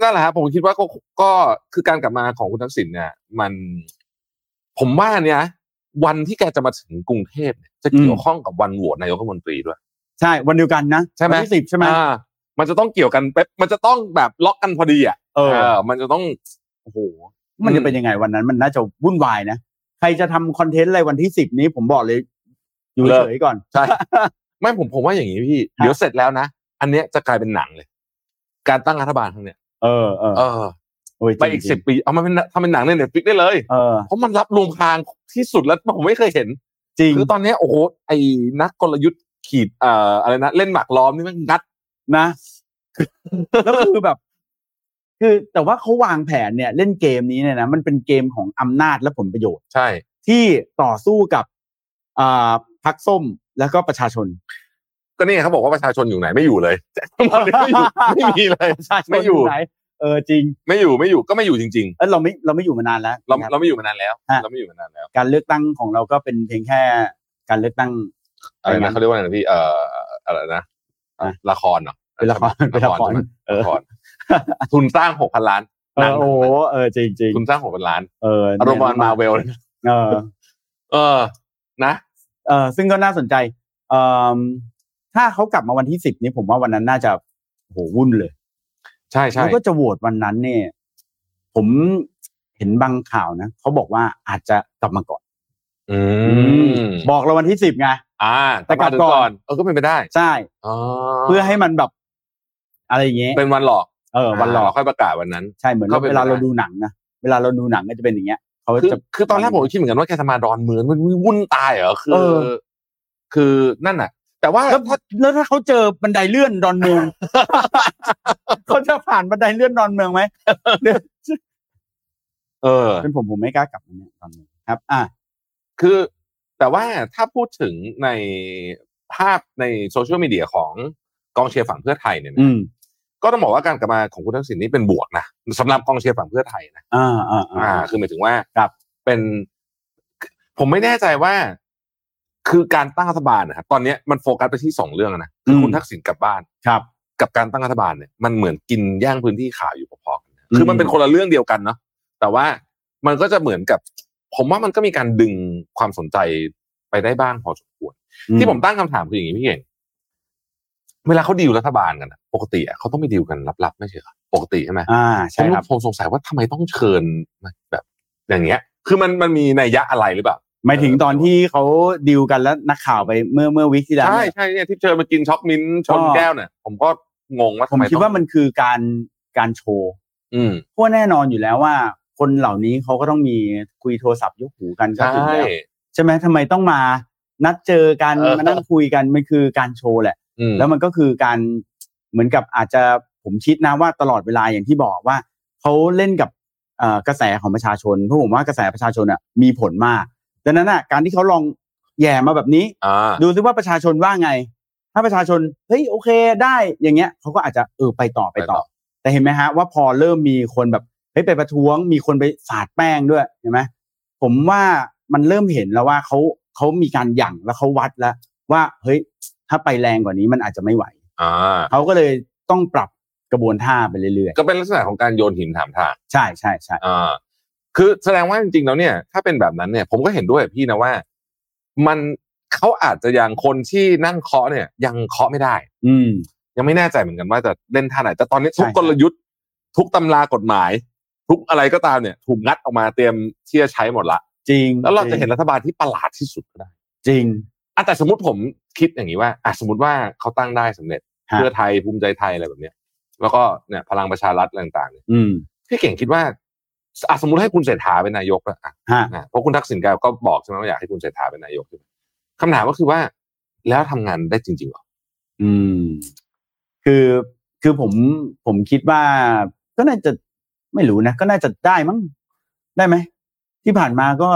[SPEAKER 3] นั่นแหละครับผมคิดว่าก็ก็คือการกลับมาของคุณทักษิณเนี่ยมัน ผมว่าเนี่ยนะวันที่แกจะมาถึงกรุงเทพเนี่ยจะเกี่ยว
[SPEAKER 4] อืม
[SPEAKER 3] ข้องกับวันโหวตนายกรัฐมนตรีด้วย
[SPEAKER 4] ใช่วันเดียวกันนะ
[SPEAKER 3] ใช่ไหม
[SPEAKER 4] วันที่สิบใช่ไหม
[SPEAKER 3] อ่ามันจะต้องเกี่ยวกันเป๊ะมันจะต้องแบบล็อกกันพอดีอ่ะ
[SPEAKER 4] เออ
[SPEAKER 3] มันจะต้องโอ้โห
[SPEAKER 4] มันจะเป็นยังไงวันนั้น มันน่าจะวุ่นวายนะ ใครจะทำคอนเทนต์อะไรวันที่สิบนี้ผมบอกเลย อยู่
[SPEAKER 3] เลิก
[SPEAKER 4] เฉยๆก่อน
[SPEAKER 3] ใช่ ไม่ผมผมว่าอย่างนี้พี่
[SPEAKER 4] ครับ
[SPEAKER 3] เดี๋ยวเสร็จแล้วนะ อันเนี้ยจะกลายเป็นหนังเลย การตั้งรัฐบาลครั้งเนี้ย
[SPEAKER 4] เออเออ
[SPEAKER 3] เออ
[SPEAKER 4] โอ้ยจริง
[SPEAKER 3] ไปอีก
[SPEAKER 4] จ
[SPEAKER 3] สิ
[SPEAKER 4] ริ
[SPEAKER 3] บ
[SPEAKER 4] ง
[SPEAKER 3] ปีเอามันเป็นทำเป็นหนังในเน็ตฟิกได้เลย
[SPEAKER 4] เออ
[SPEAKER 3] เพราะมันรับรวมพรางที่สุดแล้วผมไม่เคยเห็น
[SPEAKER 4] จริง
[SPEAKER 3] คือตอนเนี้ยโอ้โหไอ้นักกลยุทธ์ขีดเอ่ออะไรนะเล่นหมากล้อมนี่แมันงัด
[SPEAKER 4] นะ แล้วคือแบบ คือแต่ว่าเขาวางแผนเนี่ยเล่นเกมนี้เนี่ยนะมันเป็นเกมของอำนาจและผลประโยชน์
[SPEAKER 3] ใช่
[SPEAKER 4] ที่ต่อสู้กับอ่าพักส้มแล้วก็ประชาชน
[SPEAKER 3] ก็นี่ไงเขาบอกว่าประชาชนอยู่ไหนไม่อยู่เลยทั้งหมดเลย ไม่อยู่ไม่มีเลย
[SPEAKER 4] ประชาชน
[SPEAKER 3] ไม่อยู่
[SPEAKER 4] ไหนเออจริง
[SPEAKER 3] ไม่อยู่ไม่อยู่ก็ไม่อยู่จริง
[SPEAKER 4] เออเราไม่เราไม่อยู่มานานแล้ว
[SPEAKER 3] ๆ เรา
[SPEAKER 4] นะครับ
[SPEAKER 3] เราไม่อยู่มานานแล้ว
[SPEAKER 4] ฮะ
[SPEAKER 3] เราไม่อยู่มานานแล้ว
[SPEAKER 4] การเลือกตั้งของเราก็เป็นเพียงแค่การเลือกตั้ง
[SPEAKER 3] อะไร
[SPEAKER 4] อะ
[SPEAKER 3] นะ
[SPEAKER 4] ไรนะ
[SPEAKER 3] เขาเรียกว่าอะไรนะพี่เอ่ออะไรนะ
[SPEAKER 4] ฮะ
[SPEAKER 3] ละครเหรอ
[SPEAKER 4] เป็นละครเป็นละคร
[SPEAKER 3] ใช่ไหม
[SPEAKER 4] เออ
[SPEAKER 3] ละครทุนสร้างหกพันล้าน
[SPEAKER 4] เอ
[SPEAKER 3] หนั
[SPEAKER 4] องโอ้โหเออจริงจริง
[SPEAKER 3] ทุนสร้างหกพันล้าน
[SPEAKER 4] เออ
[SPEAKER 3] อารมณ์ประมาณมาเวลเลยนะ
[SPEAKER 4] เออ
[SPEAKER 3] เออ นะ
[SPEAKER 4] เออซึ่งก็น่าสนใจเอมถ้าเขากลับมาวันที่สิบนี้ผมว่าวันนั้นน่าจะโหวุ่นเลย
[SPEAKER 3] ใช่ใช่
[SPEAKER 4] แล้วก็จะโหวตวันนั้นเนี่ย ผมเห็นบางข่าวนะเขาบอกว่าอาจจะกลับมาก่อน
[SPEAKER 3] อืม
[SPEAKER 4] บอกเราวันที่สิบไง
[SPEAKER 3] อ่า
[SPEAKER 4] แต่กลับ
[SPEAKER 3] มาถึง
[SPEAKER 4] ก่อน
[SPEAKER 3] เออก็เป็นไปได้
[SPEAKER 4] ใช่
[SPEAKER 3] อ๋อ
[SPEAKER 4] เพื่อให้มันแบบ อะไรอย่างเงี้ย
[SPEAKER 3] เป็นวันหลอก
[SPEAKER 4] เออวันหลอก
[SPEAKER 3] าค่อยประกาศวันนั้น
[SPEAKER 4] ใช่เหมือน
[SPEAKER 3] เข้าไป
[SPEAKER 4] เวลา
[SPEAKER 3] ไม่ได้
[SPEAKER 4] เราดูหนังนะเวลาเราดูหนังก็จะเป็นอย่างเงี้ยเขา
[SPEAKER 3] คือ
[SPEAKER 4] จะ
[SPEAKER 3] คือตอนแรกผมก็คิดเหมือนกันว่าแกจะมาดอนเมืองมันวุ่นตายเหรอคือ
[SPEAKER 4] เออ
[SPEAKER 3] คือนั่นน่ะ แต่ว่า
[SPEAKER 4] แล้วถ้าแล้วถ้าเขาเจอบันไดเลื่อนดอนเมือง เขาจะผ่านบันไดเลื่อนดอนเมืองไหม
[SPEAKER 3] เออ
[SPEAKER 4] เป็นผมผมไม่กล้ากลับมาเนี่ยตอนนี้ครับ อ่ะ
[SPEAKER 3] คือแต่ว่าถ้าพูดถึงในภาพในโซเชียลมีเดียของกองเชียร์ฝั่งเพื่อไทยเนี่ยนะ
[SPEAKER 4] อืม
[SPEAKER 3] ก็ต้องบอกว่าการกลับมาของคุณทักษิณนี่เป็นบวกนะสำหรับกองเชียร์ฝั่งเพื่อไทยนะ
[SPEAKER 4] อ่าอ่า
[SPEAKER 3] อ่า
[SPEAKER 4] อ่า
[SPEAKER 3] คือหมายถึงว่า
[SPEAKER 4] ครับ
[SPEAKER 3] เป็น ผมไม่แน่ใจว่า คือการตั้งรัฐบาลนะครับตอนเนี้ยมันโฟกัสไปที่สองเรื่องนะคือคุณทักษิณกลับบ้าน
[SPEAKER 4] ครับ
[SPEAKER 3] กับการตั้งรัฐบาลเนี่ยมันเหมือนกินแย่างพื้นที่ข่าวอยู่พอๆกันนะ
[SPEAKER 4] อืม
[SPEAKER 3] คือมันเป็นคนละเรื่องเดียวกันเนาะแต่ว่ามันก็จะเหมือนกับ ผมว่ามันก็มีการดึงความสนใจไปได้บ้างพอสมควร ที่ผมตั้งคำถามคืออย่างนี้พี่เก่งเวลาเขาดีลรัฐบาลกันอะปกติอะเขาต้องไปดีลกันลับๆไม่ใช่เหรอปกติใช่ไหม
[SPEAKER 4] อ่า
[SPEAKER 3] ผ
[SPEAKER 4] ใช่
[SPEAKER 3] ม
[SPEAKER 4] ครับ
[SPEAKER 3] ผมสงสัยว่าทำไมต้องเชิญมาแบบ อย่างเงี้ย คือมันมันมีนัยยะอะไรหรือเปล่า
[SPEAKER 4] หมายถึงตอนที่เขาดิวกันแล้วนักข่าวไปเมื่อเมื่อวิกที่แล้ว
[SPEAKER 3] ใช่
[SPEAKER 4] เนี่ย
[SPEAKER 3] ใช่เนี่ยที่เชิญมากินช็อกมิ้นท์ชน
[SPEAKER 4] ก็
[SPEAKER 3] แก้วเนี่ยผมก็งงว่า
[SPEAKER 4] ผ
[SPEAKER 3] ทำ
[SPEAKER 4] ม
[SPEAKER 3] ไม
[SPEAKER 4] คิด
[SPEAKER 3] ต้อง
[SPEAKER 4] ว่ามันคือการการโชว์
[SPEAKER 3] อืม
[SPEAKER 4] เพราะว่าแน่นอนอยู่แล้วว่า คนเหล่านี้เขาก็ต้องมีคุยโทรศัพท์ยกหูกันก็
[SPEAKER 3] ใช่
[SPEAKER 4] ถึงแล้วใช่ไหมทำไมต้องมา นัดเจอกัน
[SPEAKER 3] เออ
[SPEAKER 4] มานั่งคุยกันมันคือการโชว์แหละ
[SPEAKER 3] อืม
[SPEAKER 4] แล้วมันก็คือการเหมือนกับอาจจะผมคิดนะว่าตลอดเวลาอย่างที่บอกว่าเขาเล่นกับเอ่อกระแสของประชาชนเพราะผมว่ากระแสประชาชนอ่ะมีผลมากดังนั้นอ่ะการที่เขาลองแย่มาแบบนี้
[SPEAKER 3] อ่า
[SPEAKER 4] ดูซิว่าประชาชนว่าไง ถ้าประชาชนเฮ้ยโอเคได้อย่างเงี้ยเขาก็อาจจะเออไปต่อไปต่อ แต่เห็นไหมฮะว่าพอเริ่มมีคนแบบเฮ้ยไปประท้วง มีคนไปสาดแป้งด้วยเห็นไหมผมว่ามันเริ่มเห็นแล้วว่าเขาเขามีการหยั่งแล้วเขาวัดแล้ว ว่าเฮ้ยถ้าไปแรงกว่านี้มันอาจจะไม่ไหว
[SPEAKER 3] อ่า
[SPEAKER 4] เขาก็เลยต้องปรับกระบวนท่าไปเรื่อย
[SPEAKER 3] ก็เป็นลักษณะของการโยนหินถามทาง
[SPEAKER 4] ๆ ใช่ใช่ใช่
[SPEAKER 3] อ่า คือแสดงว่าจริงๆแล้วเนี่ย ถ้าเป็นแบบนั้นเนี่ย ผมก็เห็นด้วยกับพี่นะว่า มันเขาอาจจะยังคนที่นั่งเคาะเนี่ย ยังเคาะไม่ได้
[SPEAKER 4] อืม
[SPEAKER 3] ยังไม่แน่ใจเหมือนกันว่าจะเล่นท่าไหน แต่ตอนนี้
[SPEAKER 4] ใช่
[SPEAKER 3] ทุกกลยุทธ์ ทุกตำรากฎหมาย ทุกอะไรก็ตามเนี่ย ถูกงัดออกมาเตรียมที่จะใช้หมดละ
[SPEAKER 4] จริง
[SPEAKER 3] แล้วเราจะเห็นรัฐบาลที่ประหลาดที่สุดก็ได้
[SPEAKER 4] จริง
[SPEAKER 3] อ่ะแต่สมมติผมคิดอย่างนี้ว่าอ่ะสมมติว่าเขาตั้งได้สำเร็จ
[SPEAKER 4] ฮะ
[SPEAKER 3] เพื่อไทยภูมิใจไทยอะไรแบบเนี้ย แล้วก็เนี่ยพลังประชารัฐอะไรต่างๆ
[SPEAKER 4] อืม
[SPEAKER 3] พี่เก่งคิดว่าอ่ะสมมติให้คุณเศรษฐาเป็นนายกอะอ่ะ
[SPEAKER 4] ฮะ
[SPEAKER 3] นะเพราะคุณทักษิณแกก็บอกใช่ไหมว่าอยากให้คุณเศรษฐาเป็นนายกใช่ไหมคำถามก็คือว่า แล้วทำงานได้จริงๆเหรอ
[SPEAKER 4] อืม คือคือผมผมคิดว่า ก็น่าจะไม่รู้นะก็น่าจะได้มั้งได้ไหมที่ผ่านมาก็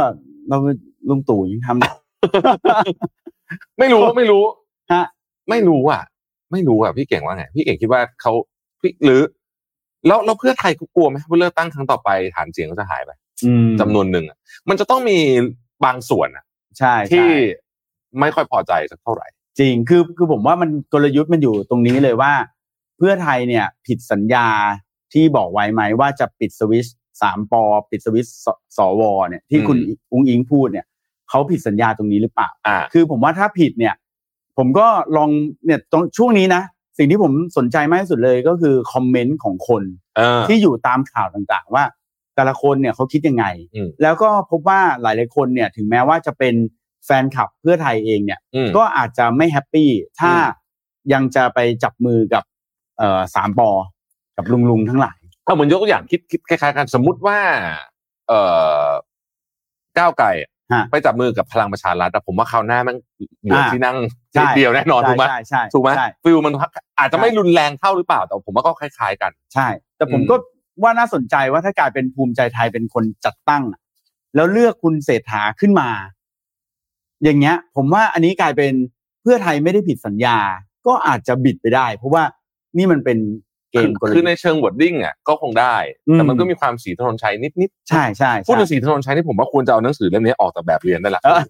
[SPEAKER 4] เราลุงตู่ยังท ำ
[SPEAKER 3] ไม่ รู้ ไม่รู้
[SPEAKER 4] ฮะ
[SPEAKER 3] ไม่รู้อ่ะ ไม่รู้อ่ะพี่เก่งว่าไงพี่เก่งคิดว่าเขาพี่หรือ แล้วแล้วเพื่อไทยเขากลัวไหมว่าเลือกตั้งครั้งต่อไปฐานเสียงเขาจะหายไป
[SPEAKER 4] อืม
[SPEAKER 3] จำนวนหนึ่งอะมันจะต้องมีบางส่วนอะ
[SPEAKER 4] ใช่ใช่
[SPEAKER 3] ที่ไม่ค่อยพอใจสักเท่าไหร่
[SPEAKER 4] จริงคือคือผมว่ามันกลยุทธ์มันอยู่ตรงนี้เลยว่า เพื่อไทยเนี่ย ผิดสัญญาที่บอกไว้ไหมว่าจะปิดสวิตชสามปอปิดสวิตชสสวเนี่ย ที่คุณ
[SPEAKER 3] อืม
[SPEAKER 4] อุ้งอิงพูดเนี่ยเขาผิดสัญญาตรงนี้หรือเปล่า
[SPEAKER 3] อ่า
[SPEAKER 4] คือผมว่าถ้าผิดเนี่ย ผมก็ลองเนี่ยตรงช่วงนี้นะ สิ่งที่ผมสนใจมากที่สุดเลยก็คือคอมเมนต์ของคน
[SPEAKER 3] เออ
[SPEAKER 4] ที่อยู่ตามข่าวต่างๆ ว่า แต่ละคนเนี่ยเขาคิดยังไง
[SPEAKER 3] อืม
[SPEAKER 4] แล้วก็พบว่าหลายๆคนเนี่ย ถึงแม้ว่าจะเป็นแฟนคลับเพื่อไทยเองเนี่ย
[SPEAKER 3] อืม
[SPEAKER 4] ก็อาจจะไม่แฮปปี้ถ้า
[SPEAKER 3] อื
[SPEAKER 4] ยังจะไปจับมือกับเอ่อสามปอกับลุงๆทั้งหลาย
[SPEAKER 3] เอาเหมือนยกตัวอย่างคิดคิดคล้ายๆกันสมมุติว่า เอ่อก้าวไกลอะ
[SPEAKER 4] ฮะ
[SPEAKER 3] ไปจับมือกับพลังประชารัฐอะผมว่าคราวหน้าแมันเหลืออา ที่นั่งนิดเดียวแน่นอน
[SPEAKER 4] ใช่
[SPEAKER 3] ถูกไหม
[SPEAKER 4] ใช่ใช่
[SPEAKER 3] ถูกไหม
[SPEAKER 4] ใช่
[SPEAKER 3] ฟิลมันอาจจะไม่
[SPEAKER 4] ใช่
[SPEAKER 3] รุนแรงเท่าหรือเปล่า แต่ผมว่าก็คล้ายๆกัน
[SPEAKER 4] ใช่ แต่ผม
[SPEAKER 3] อืม
[SPEAKER 4] ก็ว่าน่าสนใจว่าถ้ากลายเป็นภูมิใจไทยเป็นคนจัดตั้งอะแล้วเลือกคุณเศรษฐาขึ้นมา อย่างเงี้ย ผมว่าอันนี้กลายเป็นเพื่อไทยไม่ได้ผิดสัญญา ก็อาจจะบิดไปได้ เพราะว่านี่มันเป็นเกมกล
[SPEAKER 3] คือใน
[SPEAKER 4] ยุทธ์
[SPEAKER 3] เชิงวอร์ดดิ้งอ่ะก็คงได้
[SPEAKER 4] อืม
[SPEAKER 3] แต่มันก็มีความสีถนนชัยนิด
[SPEAKER 4] ใช่ใช่
[SPEAKER 3] ๆ
[SPEAKER 4] ใช่
[SPEAKER 3] พูดถึงสีถนนชัยนี่ผมว่าควรจะเอาหนังสือเล่มนี้ออกจากแบบเรียนได้ละ
[SPEAKER 4] เออ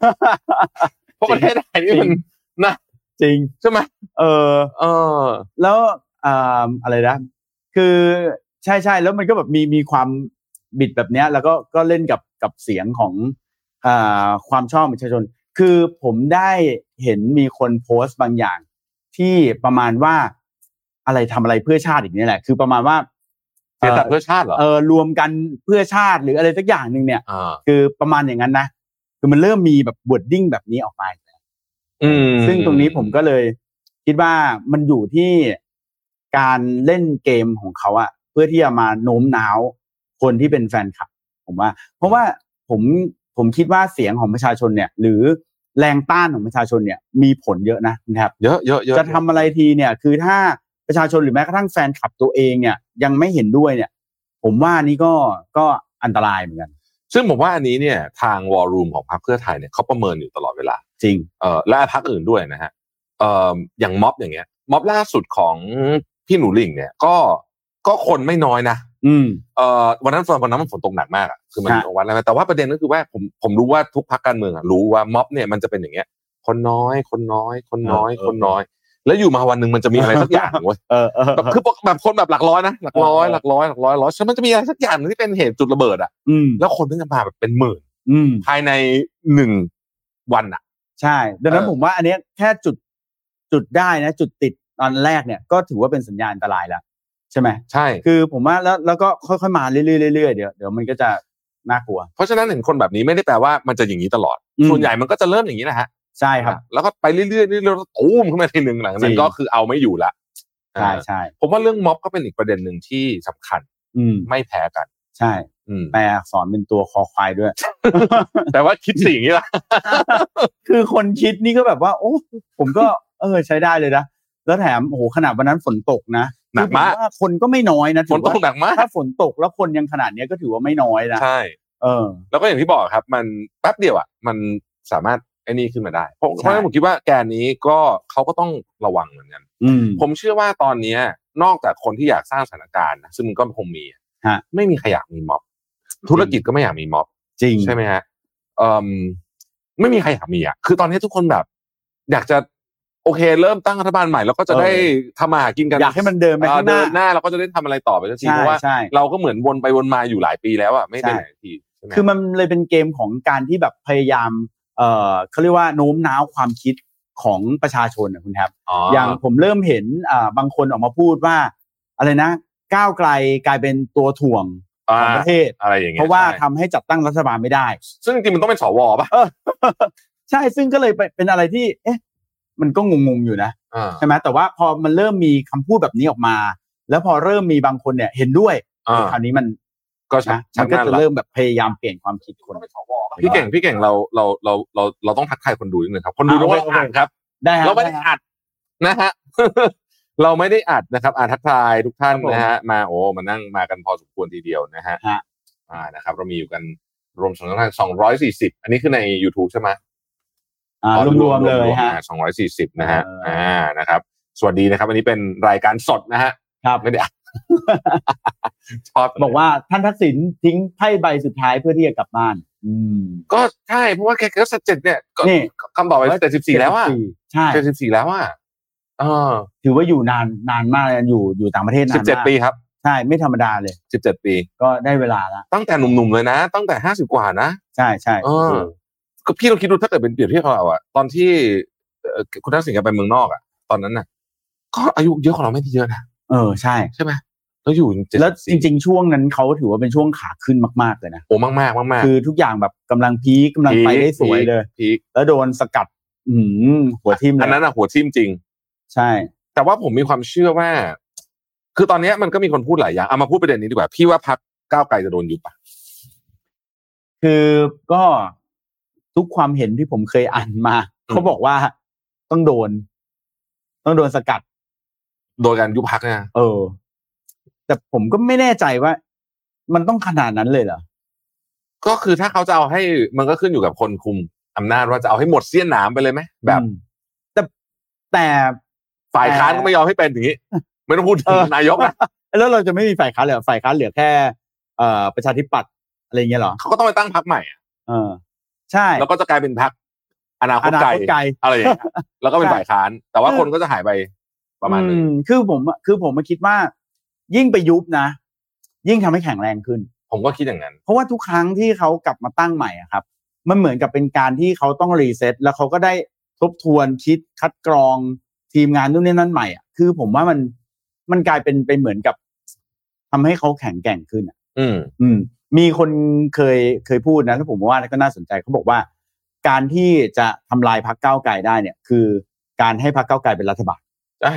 [SPEAKER 3] เพราะประเทศไทยนี่มันนะ
[SPEAKER 4] จริง
[SPEAKER 3] ใช่ไหม
[SPEAKER 4] เออ
[SPEAKER 3] เออ
[SPEAKER 4] แล้วอ่าอะไรนะ คือใช่ใช่แล้วมันก็แบบมีมีความบิดแบบเนี้ย แล้วก็ก็เล่นกับกับเสียงของอ่าความชอบของประชาชน คือผมได้เห็นมีคนโพสต์บางอย่าง ที่ประมาณว่าอะไรทำอะไรเพื่อชาติอีกนี่แหละ คือประมาณว่า
[SPEAKER 3] เสียสัตว์เพื่อชาติเหรอ
[SPEAKER 4] เออรวมกันเพื่อชาติหรืออะไรสักอย่างหนึ่งเนี่ย
[SPEAKER 3] อ่า
[SPEAKER 4] คือประมาณอย่างนั้นนะคือมันเริ่มมีแบบบวดดิ้งแบบนี้ออกมา
[SPEAKER 3] อืม
[SPEAKER 4] ซึ่งตรงนี้ผมก็เลยคิดว่ามันอยู่ที่การเล่นเกมของเขาอะเพื่อที่จะมาโน้มน้าวคนที่เป็นแฟนคลับ ผมว่า เพราะว่าผมผมคิดว่าเสียงของประชาชนเนี่ย หรือแรงต้านของประชาชนเนี่ย มีผลเยอะนะนะครับ
[SPEAKER 3] เยอะเยอะเยอะ
[SPEAKER 4] จะทำอะไรทีเนี่ย คือถ้าประชาชนหรือแม้กระทั่งแฟนคลับตัวเองเนี่ย ยังไม่เห็นด้วยเนี่ย ผมว่านี่ก็ก็อันตรายเหมือนกัน
[SPEAKER 3] ซึ่งผมว่าอันนี้เนี่ยทางวอลลุ่มของพรรคเพื่อไทยเนี่ยเขาประเมินอยู่ตลอดเวลา
[SPEAKER 4] จริง
[SPEAKER 3] เอ่อและพรรคอื่นด้วยนะฮะเอ่ออย่างม็อบอย่างเงี้ย ม็อบล่าสุดของพี่หนูหลิงเนี่ยก็ก็คนไม่น้อยนะ
[SPEAKER 4] อืม
[SPEAKER 3] เอ่อวันนั้นตอนวันนั้นมันฝนตกหนักมากอะคือมัน
[SPEAKER 4] ฮะ
[SPEAKER 3] วันนั้นแต่ว่าประเด็นก็คือว่าผมผมรู้ว่าทุกพรรคการเมืองอะรู้ว่าม็อบเนี่ยมันจะเป็นอย่างเงี้ย คนน้อย คนน้อย คนน้อย คนน้อย แล้วอยู่มาวันหนึ่งมันจะมีอะไรสักอย่าง เว้ย
[SPEAKER 4] เออเออ
[SPEAKER 3] แบบคือปกแบบคนแบบหลักร้อยนะหลักร้อย
[SPEAKER 4] เออ
[SPEAKER 3] หลักร้อยหลักร้อยหลักร้อยฉะนั้นมันจะมีอะไรสักอย่างหนึ่งที่เป็นเหตุจุดระเบิดอะ
[SPEAKER 4] อืม
[SPEAKER 3] แล้วคนเพิ่งจะมาแบบเป็นหมื่น
[SPEAKER 4] อืม
[SPEAKER 3] ภายในหนึ่งวันอะ
[SPEAKER 4] ใช่ ดังนั้น
[SPEAKER 3] เออ
[SPEAKER 4] ผมว่าอันเนี้ยแค่จุดจุดได้นะ จุดติดตอนแรกเนี่ยก็ถือว่าเป็นสัญญาณอันตรายแล้วใช่ไหม
[SPEAKER 3] ใช่
[SPEAKER 4] คือผมว่าแล้วแล้วก็ค่อยๆมาเรื่อยๆเรื่อยๆเดี๋ยวเดี๋ยวมันก็จะน่ากลัว
[SPEAKER 3] เพราะฉะนั้นเห็นคนแบบนี้ไม่ได้แปลว่ามันจะอย่างนี้ตลอด
[SPEAKER 4] อืม
[SPEAKER 3] ส่วนใหญ่มันก็จะเริ่มอย่างนี้นะฮะ
[SPEAKER 4] ใช่ครับ
[SPEAKER 3] แล้วก็ไปเรื่อยๆเรื่อยๆแล้วก็ตูมขึ้นมาทีหนึ่งหลังจากนั้
[SPEAKER 4] จริ
[SPEAKER 3] น
[SPEAKER 4] ง
[SPEAKER 3] ก็คือเอาไม่อยู่ละ
[SPEAKER 4] ใช่
[SPEAKER 3] อ่า
[SPEAKER 4] ใช่
[SPEAKER 3] ผมว่าเรื่องม็อบก็เป็นอีกประเด็นหนึ่งที่สำคัญ
[SPEAKER 4] อืม
[SPEAKER 3] ไม่แพ้กัน
[SPEAKER 4] ใช่
[SPEAKER 3] อืม
[SPEAKER 4] แปลอักษรเป็นตัวคอควาย ด้วย
[SPEAKER 3] แต่ว่าคิดสิ่างนี้ละ
[SPEAKER 4] คือคนคิดนี่ก็แบบว่า โอ้ผมก็ เออใช้ได้เลยนะแล้วแถมโอ้โหขนาดวันนั้นฝนตกนะ
[SPEAKER 3] หนักมาก
[SPEAKER 4] คือผว่คนก็ไม่น้อยนะ
[SPEAKER 3] ฝ
[SPEAKER 4] ถื
[SPEAKER 3] น
[SPEAKER 4] อ
[SPEAKER 3] ต
[SPEAKER 4] ว่าก
[SPEAKER 3] หนักมาก
[SPEAKER 4] ถ้าฝนตกแล้วคนยังขนาดเนี้ยก็ถือว่าไม่น้อยนะ
[SPEAKER 3] ใช่
[SPEAKER 4] เออ
[SPEAKER 3] แล้วก็อย่างที่บอกครับ มันแป๊บเดียวอ่ะมันสามารถไอ้นี่ขึ้นมาได้เพราะเพ
[SPEAKER 4] ใช่
[SPEAKER 3] ราะฉะนั้นผมคิดว่าแกนนี้ก็เขาก็ต้องระวังเหมือนกัน
[SPEAKER 4] อืม
[SPEAKER 3] ผมเชื่อว่าตอนเนี้ย นอกจากคนที่อยากสร้างสถานการณ์นะซึ่งมันก็คงมีอะ
[SPEAKER 4] ฮะ
[SPEAKER 3] ไม่มีใครอยากมีม็อบ ธุรกิจก็ไม่อยากมีม็อบ
[SPEAKER 4] จริง
[SPEAKER 3] ใช่ไหมฮะเอ่มไม่มีใครอยากมีอ่ะ คือตอนนี้ทุกคนแบบ อยากจะโอเค เริ่มตั้งรัฐบาลใหม่แล้วก็จะ
[SPEAKER 4] เออ
[SPEAKER 3] ได้ทำมาหากินกัน
[SPEAKER 4] อยากให้มันเดินไป
[SPEAKER 3] เอ่อ
[SPEAKER 4] ข้างห
[SPEAKER 3] เดิ
[SPEAKER 4] น้า
[SPEAKER 3] นหน้าเราก็จะได้ทำอะไรต่อไปสักที
[SPEAKER 4] ใช่
[SPEAKER 3] เพราะว่า
[SPEAKER 4] ใช่
[SPEAKER 3] เราก็เหมือนวนไปวนมาอยู่หลายปีแล้วอ่ะไม่ไป
[SPEAKER 4] ใช่
[SPEAKER 3] ไหนสักทีใช่ไหม
[SPEAKER 4] คือมันเลยเป็นเกมของการที่แบบพยายาม เอ่อเขาเรียกว่าโน้มน้าวความคิดของประชาชนนะคุณครับ อย่างผมเริ่มเห็นอ่าบางคนออกมาพูดว่า อะไรนะ ก้าวไกลกลายเป็นตัวถ่วง
[SPEAKER 3] อ่า
[SPEAKER 4] ของประเทศ
[SPEAKER 3] อะไรอย่างเงี้ย
[SPEAKER 4] เพราะว่า
[SPEAKER 3] ใช่
[SPEAKER 4] ทำให้จัดตั้งรัฐบาลไม่ได้
[SPEAKER 3] ซึ่งจริงๆมันต้องเป็นสวป่ะ
[SPEAKER 4] ใช่ซึ่งก็เลยเป็นเป็นอะไรที่ เอ๊ะ มันก็งงๆอยู่นะ
[SPEAKER 3] อ่า
[SPEAKER 4] ใช่ไหมแต่ว่าพอมันเริ่มมีคำพูดแบบนี้ออกมา แล้วพอเริ่มมีบางคนเนี่ย เห็นด้วย
[SPEAKER 3] อ่า
[SPEAKER 4] คราวนี้มัน
[SPEAKER 3] ก็ชัด
[SPEAKER 4] นะ
[SPEAKER 3] ชั
[SPEAKER 4] มั
[SPEAKER 3] ด
[SPEAKER 4] นก็
[SPEAKER 3] มาก
[SPEAKER 4] จะ
[SPEAKER 3] แล้ว
[SPEAKER 4] เริ่มแบบพยายามเปลี่ยนความคิดคน
[SPEAKER 3] พี่เก่งพี่เก่งเราเราเราเราเราต้องทักทายคนดูนิดนึงครับ คนดู
[SPEAKER 4] อ่า
[SPEAKER 3] เราไม่ได้
[SPEAKER 4] โอเค
[SPEAKER 3] อ่านครับ
[SPEAKER 4] ได้ฮะ
[SPEAKER 3] เราไม่ได้
[SPEAKER 4] ด้ฮะ
[SPEAKER 3] อัดนะฮะ เราไม่ได้อัดนะครับ อาทักทายทุกท่าน
[SPEAKER 4] ครับผม
[SPEAKER 3] นะฮะ มาโอ้มานั่งมากันพอสมควรทีเดียวนะฮะ
[SPEAKER 4] ฮะ
[SPEAKER 3] อ่านะครับ เรามีอยู่กันรวมสองท่านสองร้อยสี่สิบอันนี้คือใน YouTube ใช่ไหม
[SPEAKER 4] อ่ารวมๆเลยฮะ
[SPEAKER 3] สองร้อยสี่สิบนะฮะ
[SPEAKER 4] เอออ่
[SPEAKER 3] อ่านะครับ สวัสดีนะครับ อันนี้เป็นรายการสดนะฮะ
[SPEAKER 4] ครับ
[SPEAKER 3] ไม่ได้อัด ชอบ
[SPEAKER 4] บอกว่าท่านทักษิณทิ้งไพ่ใบสุดท้ายเพื่อที่จะกลับบ้าน อืม
[SPEAKER 3] ก็ใช่เพราะว่าแกก็สเจ็ดเนี่ยก็
[SPEAKER 4] นี่
[SPEAKER 3] คำตอบไปแต่สิบสี่แล้วอ่ะ
[SPEAKER 4] 74ใช่
[SPEAKER 3] เจ็ดสิบสี่แล้วอ่ะเออ
[SPEAKER 4] ถือว่าอยู่นานนานมากเลยอยู่อยู่ต่างประเทศนาน
[SPEAKER 3] สิบเจ็ด
[SPEAKER 4] มาก
[SPEAKER 3] ปีครับ
[SPEAKER 4] ใช่ไม่ธรรมดาเลย
[SPEAKER 3] สิบเจ็ดปี
[SPEAKER 4] ก็ได้เวลาละ
[SPEAKER 3] ตั้งแต่หนุ่มๆเลยนะ ตั้งแต่ห้าสิบกว่านะ
[SPEAKER 4] ใช่ใช่
[SPEAKER 3] เออ ก็พี่เราคิดดูถ้าเกิดเป็นเปรียบเทียบกับเราอะตอนที่เอ่อคุณทักษิณแกไปเมืองนอกอะตอนนั้นน่ะ ก็อายุเยอะของเราไม่ได้เยอะนะ
[SPEAKER 4] เออใช่
[SPEAKER 3] ใช่ไหมแล้วอยู่เจ็ด
[SPEAKER 4] แล้วจริง ๆ ช่วงนั้นเขาถือว่าเป็นช่วงขาขึ้นมากๆเลยนะ
[SPEAKER 3] โอ้มากมากมากมาก
[SPEAKER 4] คือทุกอย่างแบบกำลังพีคกำลังไปได้สวยเลย
[SPEAKER 3] พีค
[SPEAKER 4] แล้วโดนสกัด อืมหัวทิ่มเล
[SPEAKER 3] อัน
[SPEAKER 4] ย
[SPEAKER 3] นั้นอะหัวทิ่มจริง
[SPEAKER 4] ใช่
[SPEAKER 3] แต่ว่าผมมีความเชื่อว่า คือตอนเนี้ยมันก็มีคนพูดหลายอย่างเอามาพูดประเด็นนี้ดีกว่า พี่ว่าพักก้าวไกลจะโดนยุบปะ
[SPEAKER 4] คือก็ ทุกความเห็นที่ผมเคยอ่านมา
[SPEAKER 3] อืม
[SPEAKER 4] เขาบอกว่าต้องโดน ต้องโดนสกัด
[SPEAKER 3] โดยการยุบพักเนี่ย
[SPEAKER 4] เออ แต่ผมก็ไม่แน่ใจว่า มันต้องขนาดนั้นเลยเหรอ
[SPEAKER 3] ก็คือถ้าเขาจะเอาให้มันก็ขึ้นอยู่กับคนคุมอำนาจว่าจะเอาให้หมดเสี้ยนหนามไปเลยไหมแบบ
[SPEAKER 4] อืมแต่แต่
[SPEAKER 3] ฝ่ายค้าน
[SPEAKER 4] แต่
[SPEAKER 3] ก็ไม่ยอมให้เป็นอย่างนี้ ไม่ต้องพูดถึ
[SPEAKER 4] เอง อ
[SPEAKER 3] นายกนะ
[SPEAKER 4] แล้วเราจะไม่มีฝ่ายค้านเหรอฝ่ายค้านเหลือแค่เอ่อประชาธิปัตย์อะไรอย่างเงี้ยเหรอ
[SPEAKER 3] เขาก็ต้องไปตั้งพรรคใหม่อะ
[SPEAKER 4] เออ ใช่
[SPEAKER 3] แล้วก็จะกลายเป็นพรรคอนาค
[SPEAKER 4] อ
[SPEAKER 3] ต
[SPEAKER 4] นา
[SPEAKER 3] ไกล
[SPEAKER 4] คตไกล
[SPEAKER 3] อะไรอย่างเงี้ยแล้วก็เป็น
[SPEAKER 4] ใช่
[SPEAKER 3] ฝ่ายค้าน แต่ว่าคนก็จะหายไปประมาณนึง
[SPEAKER 4] อืคือผมอะคือผมมาคิดว่า ยิ่งไปยุบนะ ยิ่งทำให้แข็งแรงขึ้น
[SPEAKER 3] ผมก็คิดอย่างนั้น
[SPEAKER 4] เพราะว่าทุกครั้งที่เขากลับมาตั้งใหม่อะครับ มันเหมือนกับเป็นการที่เขาต้องรีเซ็ตแล้วเขาก็ได้ทบทวนคิดคัดกรองทีมงานนู่นนี่นั่นใหม่อะคือผมว่ามันมันกลายเป็นไปเหมือนกับทำให้เขาแข็งแกร่งขึ้นอะ
[SPEAKER 3] อืม
[SPEAKER 4] อืม มีคนเคยเคยพูดนะแล้วผมว่าก็น่าสนใจเขาบอกว่า การที่จะทำลายพักเก้าวไกลได้เนี่ย คือการให้พักเก้าวไกลเป็นรัฐบาล
[SPEAKER 3] ใช่